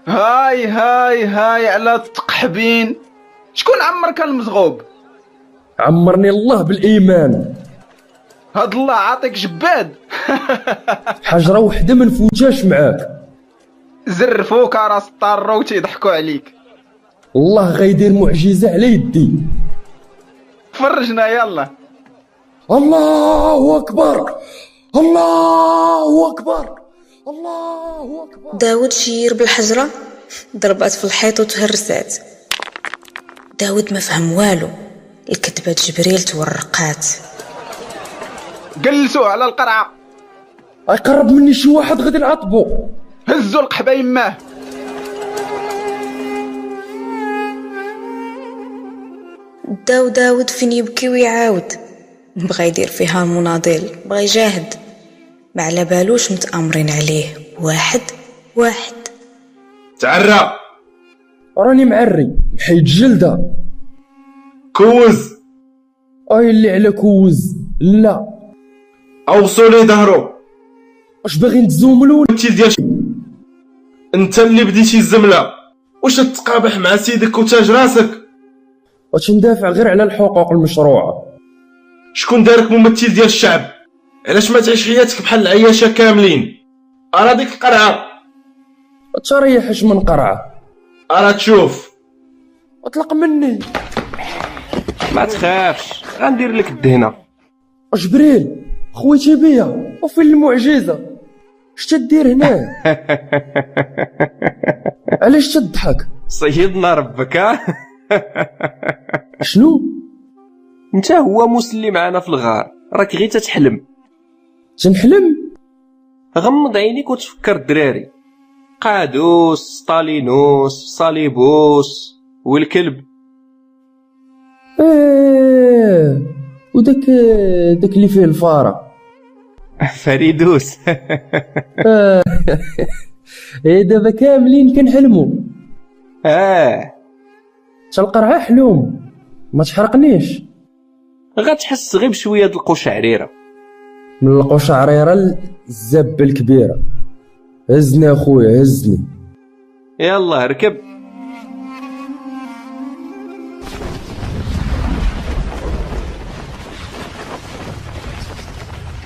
Speaker 3: هاي هاي هاي على التقحبين شكون عمرك المزغوب
Speaker 17: عمرني الله بالايمان
Speaker 3: هاد الله عاطيك جباد
Speaker 17: حجره وحده ما نفوتهاش معاك
Speaker 3: زرفوك راس الطارو وتيضحكوا عليك
Speaker 17: الله غيدير معجزه على يدي
Speaker 3: فرجنا يلا
Speaker 17: الله اكبر الله اكبر الله اكبر
Speaker 2: داود شير بالحجرة ضربات في الحيط وتهرسات داود ما فهم والو الكتبة جبريل تورقات
Speaker 3: جلسوه على القرعه
Speaker 17: يقرب مني شي واحد غادي نعطبو
Speaker 3: هزوا القحبه يماه
Speaker 2: داو داود فين يبكي ويعاود بغا يدير فيها المناضل بغا يجاهد ما على بالوش متآمرين عليه واحد واحد
Speaker 9: تعرى
Speaker 17: راني معري حيد جلده
Speaker 9: كوز
Speaker 17: اي اللي على كوز لا
Speaker 9: اوصلي ظهرو
Speaker 17: واش باغي نتزوملو
Speaker 9: انت ديال انت اللي بديتي الزمله واش تقابح مع سيدك وتاج راسك
Speaker 17: وتندافع غير على الحقوق المشروعه
Speaker 33: شكون دارك ممثل ديال الشعب علاش ما تعيش حياتك بحال العياشه كاملين ارا ديك القرعه
Speaker 17: تريحش من قرعه
Speaker 33: ارا تشوف
Speaker 17: اطلق مني
Speaker 14: ما تخافش غندير لك الدهنه
Speaker 17: جبريل خويتي بيا وفين المعجزه اش تدير هنا علاش تضحك
Speaker 14: صيدنا ربك ها
Speaker 17: شنو
Speaker 14: انت هو موس اللي معانا في الغار راك غير تتحلم
Speaker 17: تنحلم
Speaker 14: غمض عينيك وتفكر الدراري قادوس ستالينوس صليبوس والكلب
Speaker 17: ايه وداك داك اللي فيه الفاره
Speaker 14: فريدوس
Speaker 17: آه. إيه دابا كاملين كنحلموا
Speaker 14: اه
Speaker 17: تا القرعه حلوم ما تحرقنيش
Speaker 14: غتحس غير بشويه د القشعريره
Speaker 17: من القشعريره للزبه الكبيره هزني اخويا هزني
Speaker 14: يلا ركب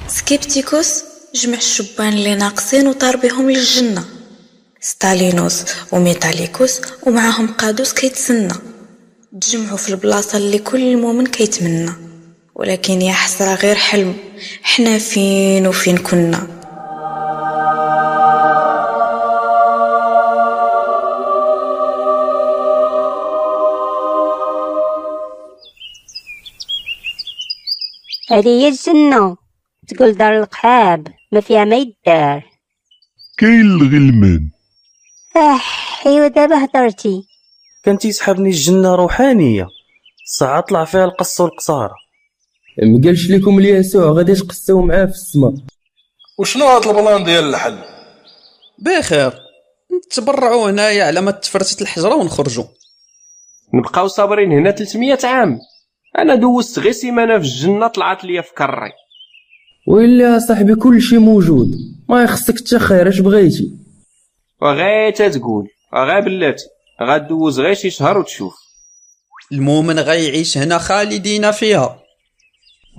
Speaker 2: سكيبتيكوس جمع الشبان اللي ناقصين وطار بهم للجنة ستالينوس وميتاليكوس ومعاهم قادوس كيتسنى تجمعوا في البلاصة اللي كل مؤمن كيتمنى ولكن يا حسرة غير حلم حنا فين وفين كنا
Speaker 18: هذه هي الجنة تقول دار القحاب ما فيها ما يدار
Speaker 13: كاين الغلمان
Speaker 18: اه ايوا دابا هضرتي
Speaker 8: كان تيسحبني الجنة روحانية ساعة طلع فيها القص والقصارة
Speaker 17: ما قالش لكم اليسوع غادي تقساو معاه في السما
Speaker 9: وشنو هاد البلان ديال الحل
Speaker 12: بخير نتبرعوا هنايا على ما تفرتت الحجره ونخرجوا
Speaker 14: نبقاو صابرين هنا 300 عام انا دوزت غير سيمانه في الجنه طلعت ليا في كري
Speaker 17: ويلي صاحبي كل شيء موجود ما يخصك حتى خير اش بغيتي
Speaker 14: وغاية تقول غا بلاتي غدوز غير شي شهر وتشوف
Speaker 12: المؤمن غيعيش هنا خالدين فيها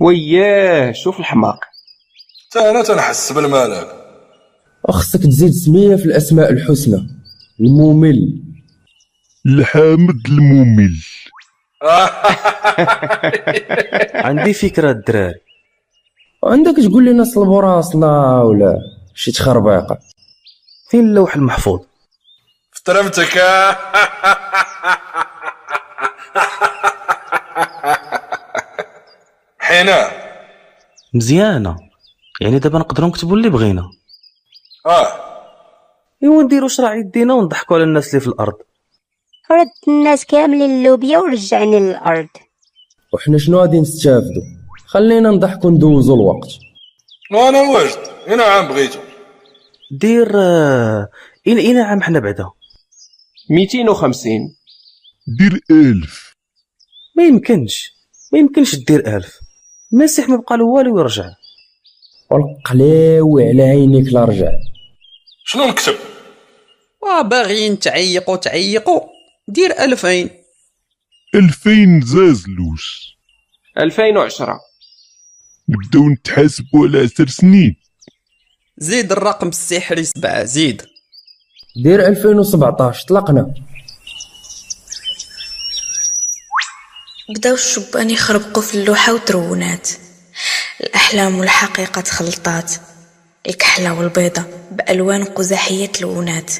Speaker 14: وياه شوف الحماق
Speaker 9: حتى انا تنحس بالملل
Speaker 17: وخصك تزيد سميه في الاسماء الحسنى الممل
Speaker 13: الحامد الممل
Speaker 8: عندي فكرة الدراري
Speaker 17: وعندك تقول لي نص براسنا ولا شي تخربيقه
Speaker 8: فين اللوح المحفوظ
Speaker 9: فترمتك حينا
Speaker 8: مزيانة يعني دابا نقدروا نكتبوا اللي بغينا
Speaker 9: اه
Speaker 8: ايوا نديروا شرع يدينا ونضحكوا على الناس اللي في الارض
Speaker 18: رد الناس كاملين اللوبيا ورجعني للارض
Speaker 17: وحنا شنو غادي نستافدوا خلينا نضحكوا ندوزوا الوقت
Speaker 9: وانا واجد انا عام بغيتو
Speaker 8: دير آه، إن إن عام حنا بعدا
Speaker 14: 250
Speaker 13: دير ألف
Speaker 8: ما يمكنش ما يمكنش دير ألف المسيح ما بقى له والو يرجع
Speaker 17: والقلاوي على عينيك لا رجع
Speaker 9: شنو نكتب
Speaker 12: وباغيين تعيقوا تعيقوا دير ألفين
Speaker 13: ألفين زازلوش
Speaker 14: 2010
Speaker 13: نبداو نتحاسبوا على عشر سنين
Speaker 12: زيد الرقم السحري سبعة زيد
Speaker 17: دير 2017 طلقنا
Speaker 2: بداو الشبان يخربقوا في اللوحة وترونات الأحلام والحقيقة تخلطات الكحلة والبيضة بألوان قزحية تلونات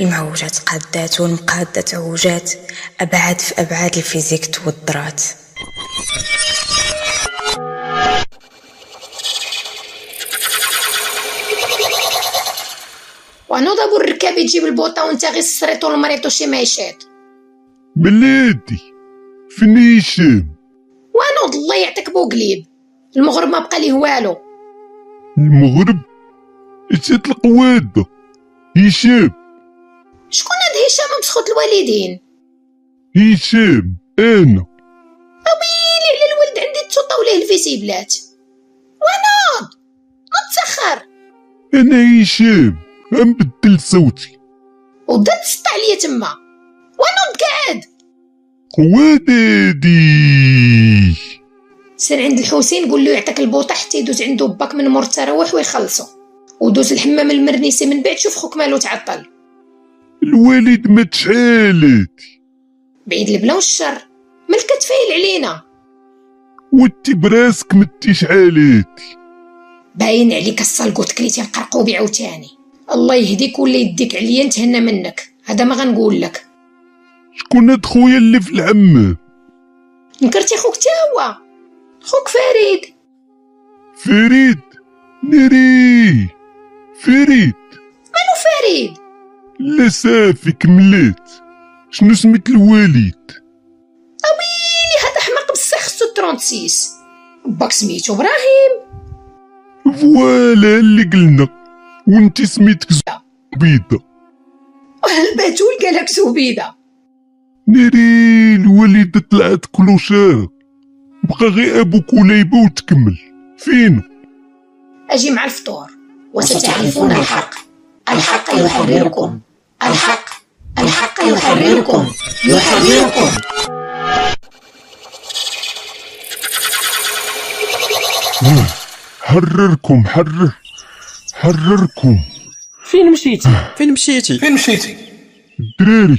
Speaker 2: المعوجات قادات والمقادة تعوجات أبعاد في أبعاد الفيزيك توضرات
Speaker 4: ونضرب الركاب يجيب البوطه وانت غير السريط والمريط وشي ما يشاد
Speaker 13: ملادي فنيشان
Speaker 4: ونوض الله يعطيك بوقليب المغرب ما بقى ليه والو
Speaker 13: المغرب اتشات القوادة هشام
Speaker 4: شكون هاد هشام مسخوط الوالدين
Speaker 13: هشام انا
Speaker 4: اويلي على الولد عندي تشوطه وليه الفيسيبلات ونوض نوض سخر
Speaker 13: انا هشام غنبدل صوتي
Speaker 4: وبدا تسطع عليا تما ونوض قاعد
Speaker 13: ودادي
Speaker 4: سير عند الحسين قول له يعطيك البوطه حتى يدوز عنده باك من مور التراوح ويخلصو ودوز الحمام المرنيسي من بعد شوف خوك مالو تعطل
Speaker 13: الوالد ما تشالت
Speaker 4: بعيد البلا والشر مالك كتفايل علينا
Speaker 13: وانتي براسك ما تشعلت
Speaker 4: باين عليك الصلقوط كليتي نقرقو بيه عاوتاني الله يهديك ولا يديك عليا نتهنى منك هذا ما غنقول لك
Speaker 13: شكون هاد خويا اللي في العمه
Speaker 4: نكرتي خوك تا هو خوك فريد
Speaker 13: فريد ناري فريد
Speaker 4: مالو فريد
Speaker 13: لا صافي كملت شنو سميت الوالد
Speaker 4: اويلي هذا حماق بصح خصو 36 باك سميتو ابراهيم
Speaker 13: فوالا اللي قلنا وانتي سميتك زبيده
Speaker 4: البتول قالك زبيده
Speaker 13: ناري الوالدة طلعت كلوشارة بقى غير أبوك وليبة وتكمل فين
Speaker 4: اجي مع الفطور وستعرفون الحق الحق يحرركم الحق الحق يحرركم يحرركم
Speaker 13: حرركم حرر حرركم
Speaker 12: فين مشيتي فين مشيتي
Speaker 9: فين مشيتي
Speaker 13: الدراري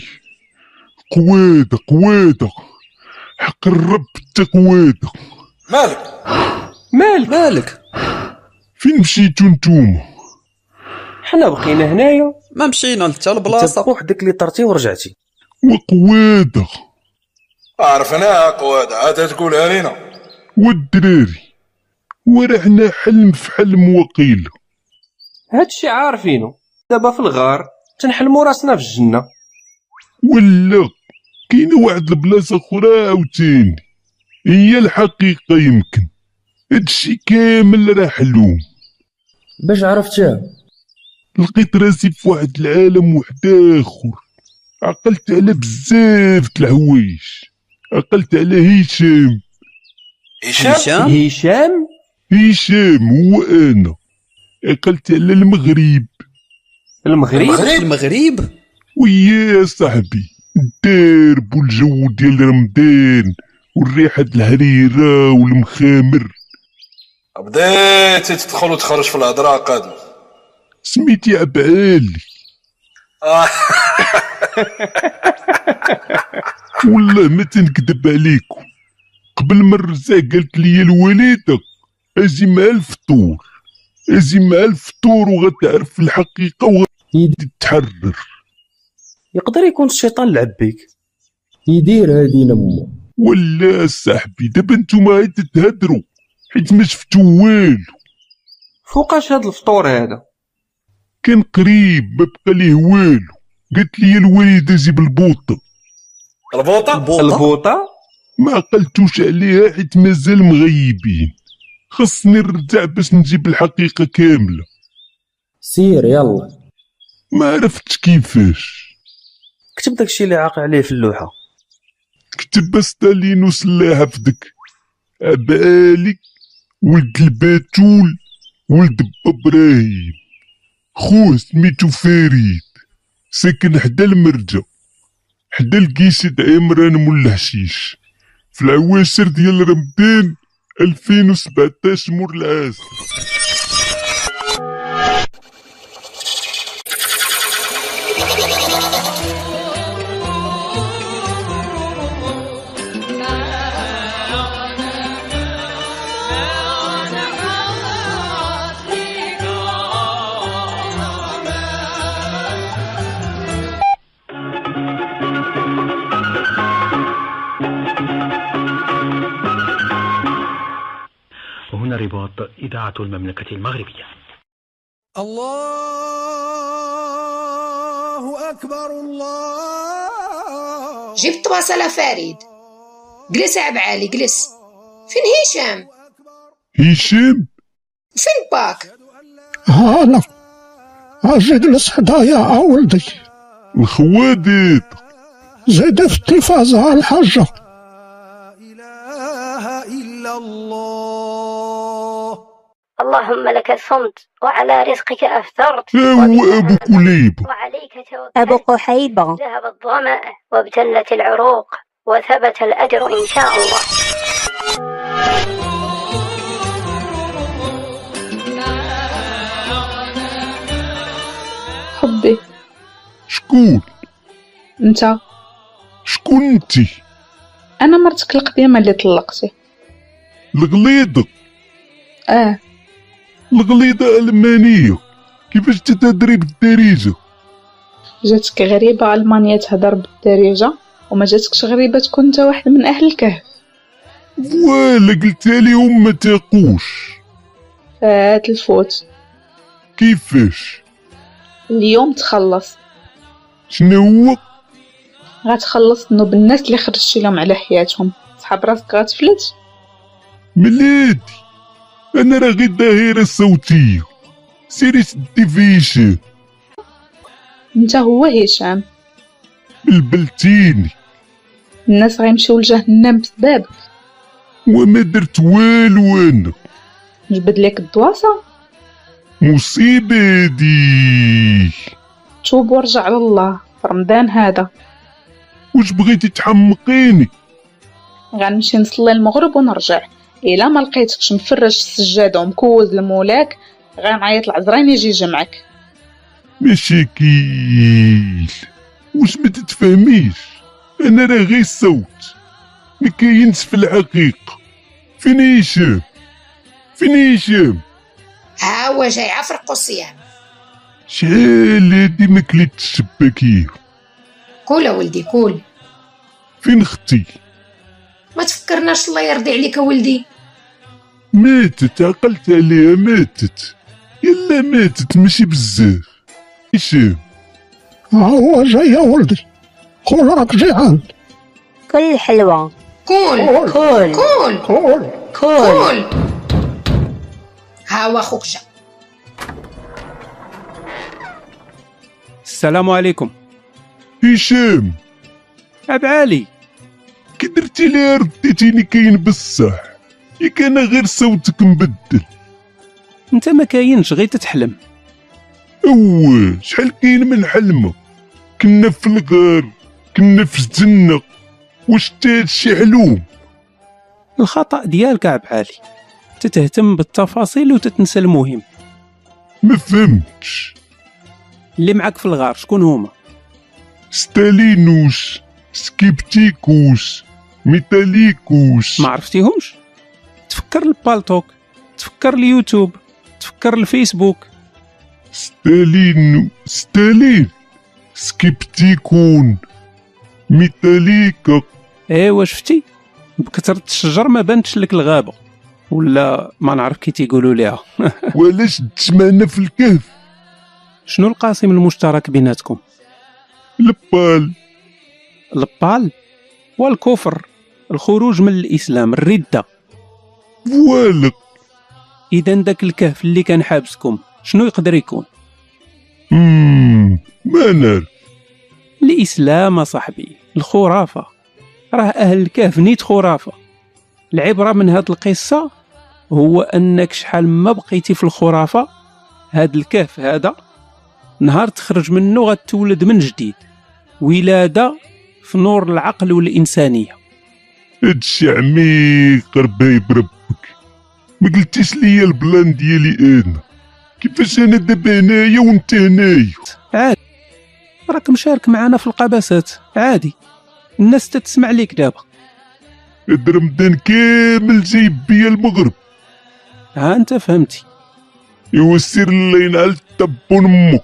Speaker 13: قوادة قوادة حق الرب التقوادة
Speaker 9: مالك
Speaker 12: مالك مالك
Speaker 13: فين مشيتو نتوما
Speaker 12: حنا بقينا هنايا ما مشينا حتى البلاصه بوحدك اللي طرتي ورجعتي
Speaker 13: وقوادة
Speaker 9: عرفناها قواد عاد تقولها لينا
Speaker 13: والدراري ورحنا حلم في حلم وقيل
Speaker 3: هادشي عارفينو دابا في الغار تنحلمو راسنا في الجنه
Speaker 13: ولا كاينه واحد البلاصه اخرى عاوتاني هي الحقيقه يمكن هادشي كامل راه حلوم
Speaker 17: باش عرفتها
Speaker 13: لقيت راسي في واحد العالم واحد اخر عقلت على بزاف د الحوايج عقلت على هشام
Speaker 9: هشام؟
Speaker 13: هشام هشام هو انا عقلت على المغرب
Speaker 12: المغرب المغرب
Speaker 13: ويا صاحبي الدرب والجو ديال رمضان والريحة د الهريرة والمخامر
Speaker 9: بديتي تدخل وتخرج في الهضره قادم
Speaker 13: سميتي عبعالي
Speaker 9: آه.
Speaker 13: والله ما تنكذب عليكم قبل ما الرزاق قالت لي الوالدة اجي مع الفطور اجي مع الفطور وغتعرف الحقيقة وغتتحرر
Speaker 21: يقدر يكون الشيطان لعب بيك
Speaker 17: يدير هادي نمو
Speaker 13: ولا صاحبي دابا نتوما عاد تتهدروا حيت ما شفتو والو
Speaker 3: فوقاش هاد الفطور هذا
Speaker 13: كان قريب ما بقى ليه والو قالت لي الوالده جيب البوطه
Speaker 9: البوطه
Speaker 3: البوطه
Speaker 13: ما عقلتوش عليها حيت مازال مغيبين خصني نرجع باش نجيب الحقيقه كامله
Speaker 17: سير يلا
Speaker 13: ما عرفتش كيفاش
Speaker 21: كتب داكشي اللي عاق عليه في اللوحه
Speaker 13: كتب ستالين وسلاحه في دك عبالي ولد الباتول ولد با ابراهيم خوه سميتو فريد ساكن حدا المرجة حدا الكيشة د عمران مول الحشيش في العواشر ديال رمضان 2017 مور العاس
Speaker 23: وهنا رباط إذاعة المملكة المغربية
Speaker 4: الله اكبر الله جيب الطباسه فريد جلس عب عالي جلس فين هشام
Speaker 13: هشام
Speaker 4: فين باك
Speaker 19: هانا أزيد الصحدايا أولدي
Speaker 13: الخواديت
Speaker 19: زيد في التلفاز ها الحاجة
Speaker 18: اللهم لك صمت وعلى رزقك أفطرت
Speaker 13: ها هو ابو كليب
Speaker 18: أبو قحيبة ذهب الظمأ وابتلت العروق
Speaker 23: وثبت الأجر إن شاء الله
Speaker 34: حبي
Speaker 13: شكون
Speaker 34: انت
Speaker 13: شكون انتي
Speaker 34: انا مرتك القديمه اللي طلقتي
Speaker 13: الغليظه
Speaker 34: اه
Speaker 13: الغليظه المانيه كيفاش تتدري بالدارجه
Speaker 34: جاتك غريبه المانيا تهضر بالدارجه وما جاتكش غريبه تكون انت واحد من اهل الكهف
Speaker 13: فوالا قلت لهم ما تاقوش
Speaker 34: فات الفوت
Speaker 13: كيفاش
Speaker 34: اليوم تخلص
Speaker 13: شنو هو
Speaker 34: غتخلص ذنوب الناس اللي خرجتي لهم على حياتهم صحاب راسك غتفلت
Speaker 13: ملادي انا راه غير ظاهره صوتيه سيري سدي فيشي
Speaker 34: انت هو هشام
Speaker 13: بلبلتيني
Speaker 34: الناس غيمشيو لجهنم بسبابك
Speaker 13: وما درت والو انا
Speaker 34: جبد لك الدواسه
Speaker 13: مصيبه هادي
Speaker 34: توب وارجع لله في رمضان هذا
Speaker 13: واش بغيتي تحمقيني
Speaker 34: غنمشي نصلي المغرب ونرجع الا ما لقيتكش مفرج السجاده ومكوز لمولاك غنعيط العزرين يجي يجمعك
Speaker 13: مشاكيل واش ما تتفهميش انا راه غير صوت ما كاينش في الحقيقه فين هشام فين هشام
Speaker 4: ها هو جاي عفرق الصيام
Speaker 13: شحال هادي ما كليت الشباكيه
Speaker 4: كول ولدي كول
Speaker 13: فين اختي
Speaker 4: ما تفكرناش الله يرضي عليك ولدي
Speaker 13: ماتت عقلت عليها ماتت يلا ماتت ماشي بزاف هشام
Speaker 18: ها هو جاي يا ولدي قول راك جيعان
Speaker 35: كل حلوة
Speaker 4: كول
Speaker 35: كول
Speaker 4: كول
Speaker 18: كول
Speaker 4: كول ها هو خوك جا
Speaker 14: السلام عليكم
Speaker 13: هشام
Speaker 14: أبعالي
Speaker 13: كي درتي لي رديتيني كاين بصح ياك انا غير صوتك مبدل
Speaker 14: انت ما كاينش غير تتحلم
Speaker 13: اوا شحال كاين من حلمه كنا في الغار كنا في الجنه واش تا هادشي حلوم
Speaker 14: الخطأ ديالك أبعالي تتهتم بالتفاصيل وتتنسى المهم
Speaker 13: ما فهمت
Speaker 14: اللي معك في الغار شكون هما
Speaker 13: ستالينوس سكيبتيكوس ميتاليكوس
Speaker 14: ما عرفتيهمش تفكر البالتوك تفكر اليوتيوب تفكر الفيسبوك
Speaker 13: ستالين ستالين سكيبتيكون ميتاليكا Eh,
Speaker 14: ايوا شفتي بكثرة الشجر ما بانتش لك الغابة ولا ما نعرف كي تيقولوا ليها
Speaker 13: وعلاش تجمعنا في الكهف
Speaker 14: شنو القاسم المشترك بيناتكم
Speaker 13: البال
Speaker 14: البال والكفر الخروج من الاسلام الردة
Speaker 13: فوالا
Speaker 14: اذا داك الكهف اللي كان حابسكم شنو يقدر يكون
Speaker 13: مم، ما نعرف
Speaker 14: الاسلام صاحبي الخرافة راه اهل الكهف نيت خرافة العبرة من هاد القصة هو انك شحال ما بقيتي في الخرافة هاد الكهف هذا نهار تخرج منه غتولد من جديد ولادة في نور العقل والإنسانية
Speaker 13: هادشي عميق ربايب ربك ما قلتيش ليا البلان ديالي انا كيفاش انا دابا هنايا وانت هنايا
Speaker 14: عادي راك مشارك معنا في القباسات عادي الناس تتسمع ليك دابا
Speaker 13: هاد رمضان كامل جايب بيا المغرب
Speaker 14: ها انت فهمتي
Speaker 13: ايوا سير اللين على التبون امك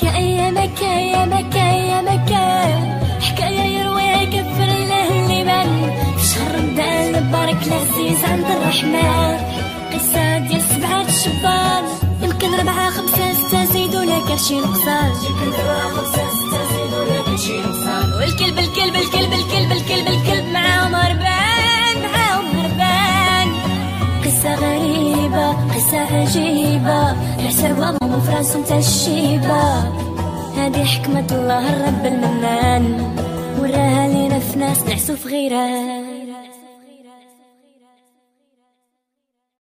Speaker 1: كأيام كأيام كأيام كأيام حكاية يرويها كفر الله اللي بان في شهر رمضان مبارك العزيز عند الرحمن قصة ديال سبعة الشبان يمكن ربعة خمسة ستة زيدوا لك هادشي نقصان يمكن ربعة خمسة ستة زيدوا لك هادشي نقصان والكلب الكلب الكلب الكلب الكلب الكلب معاهم هربان معاهم هربان قصة غريبة قصة عجيبة يحسبوهم وفراسهم تشيبة هذه حكمة الله الرب المنان نحسو في غيرك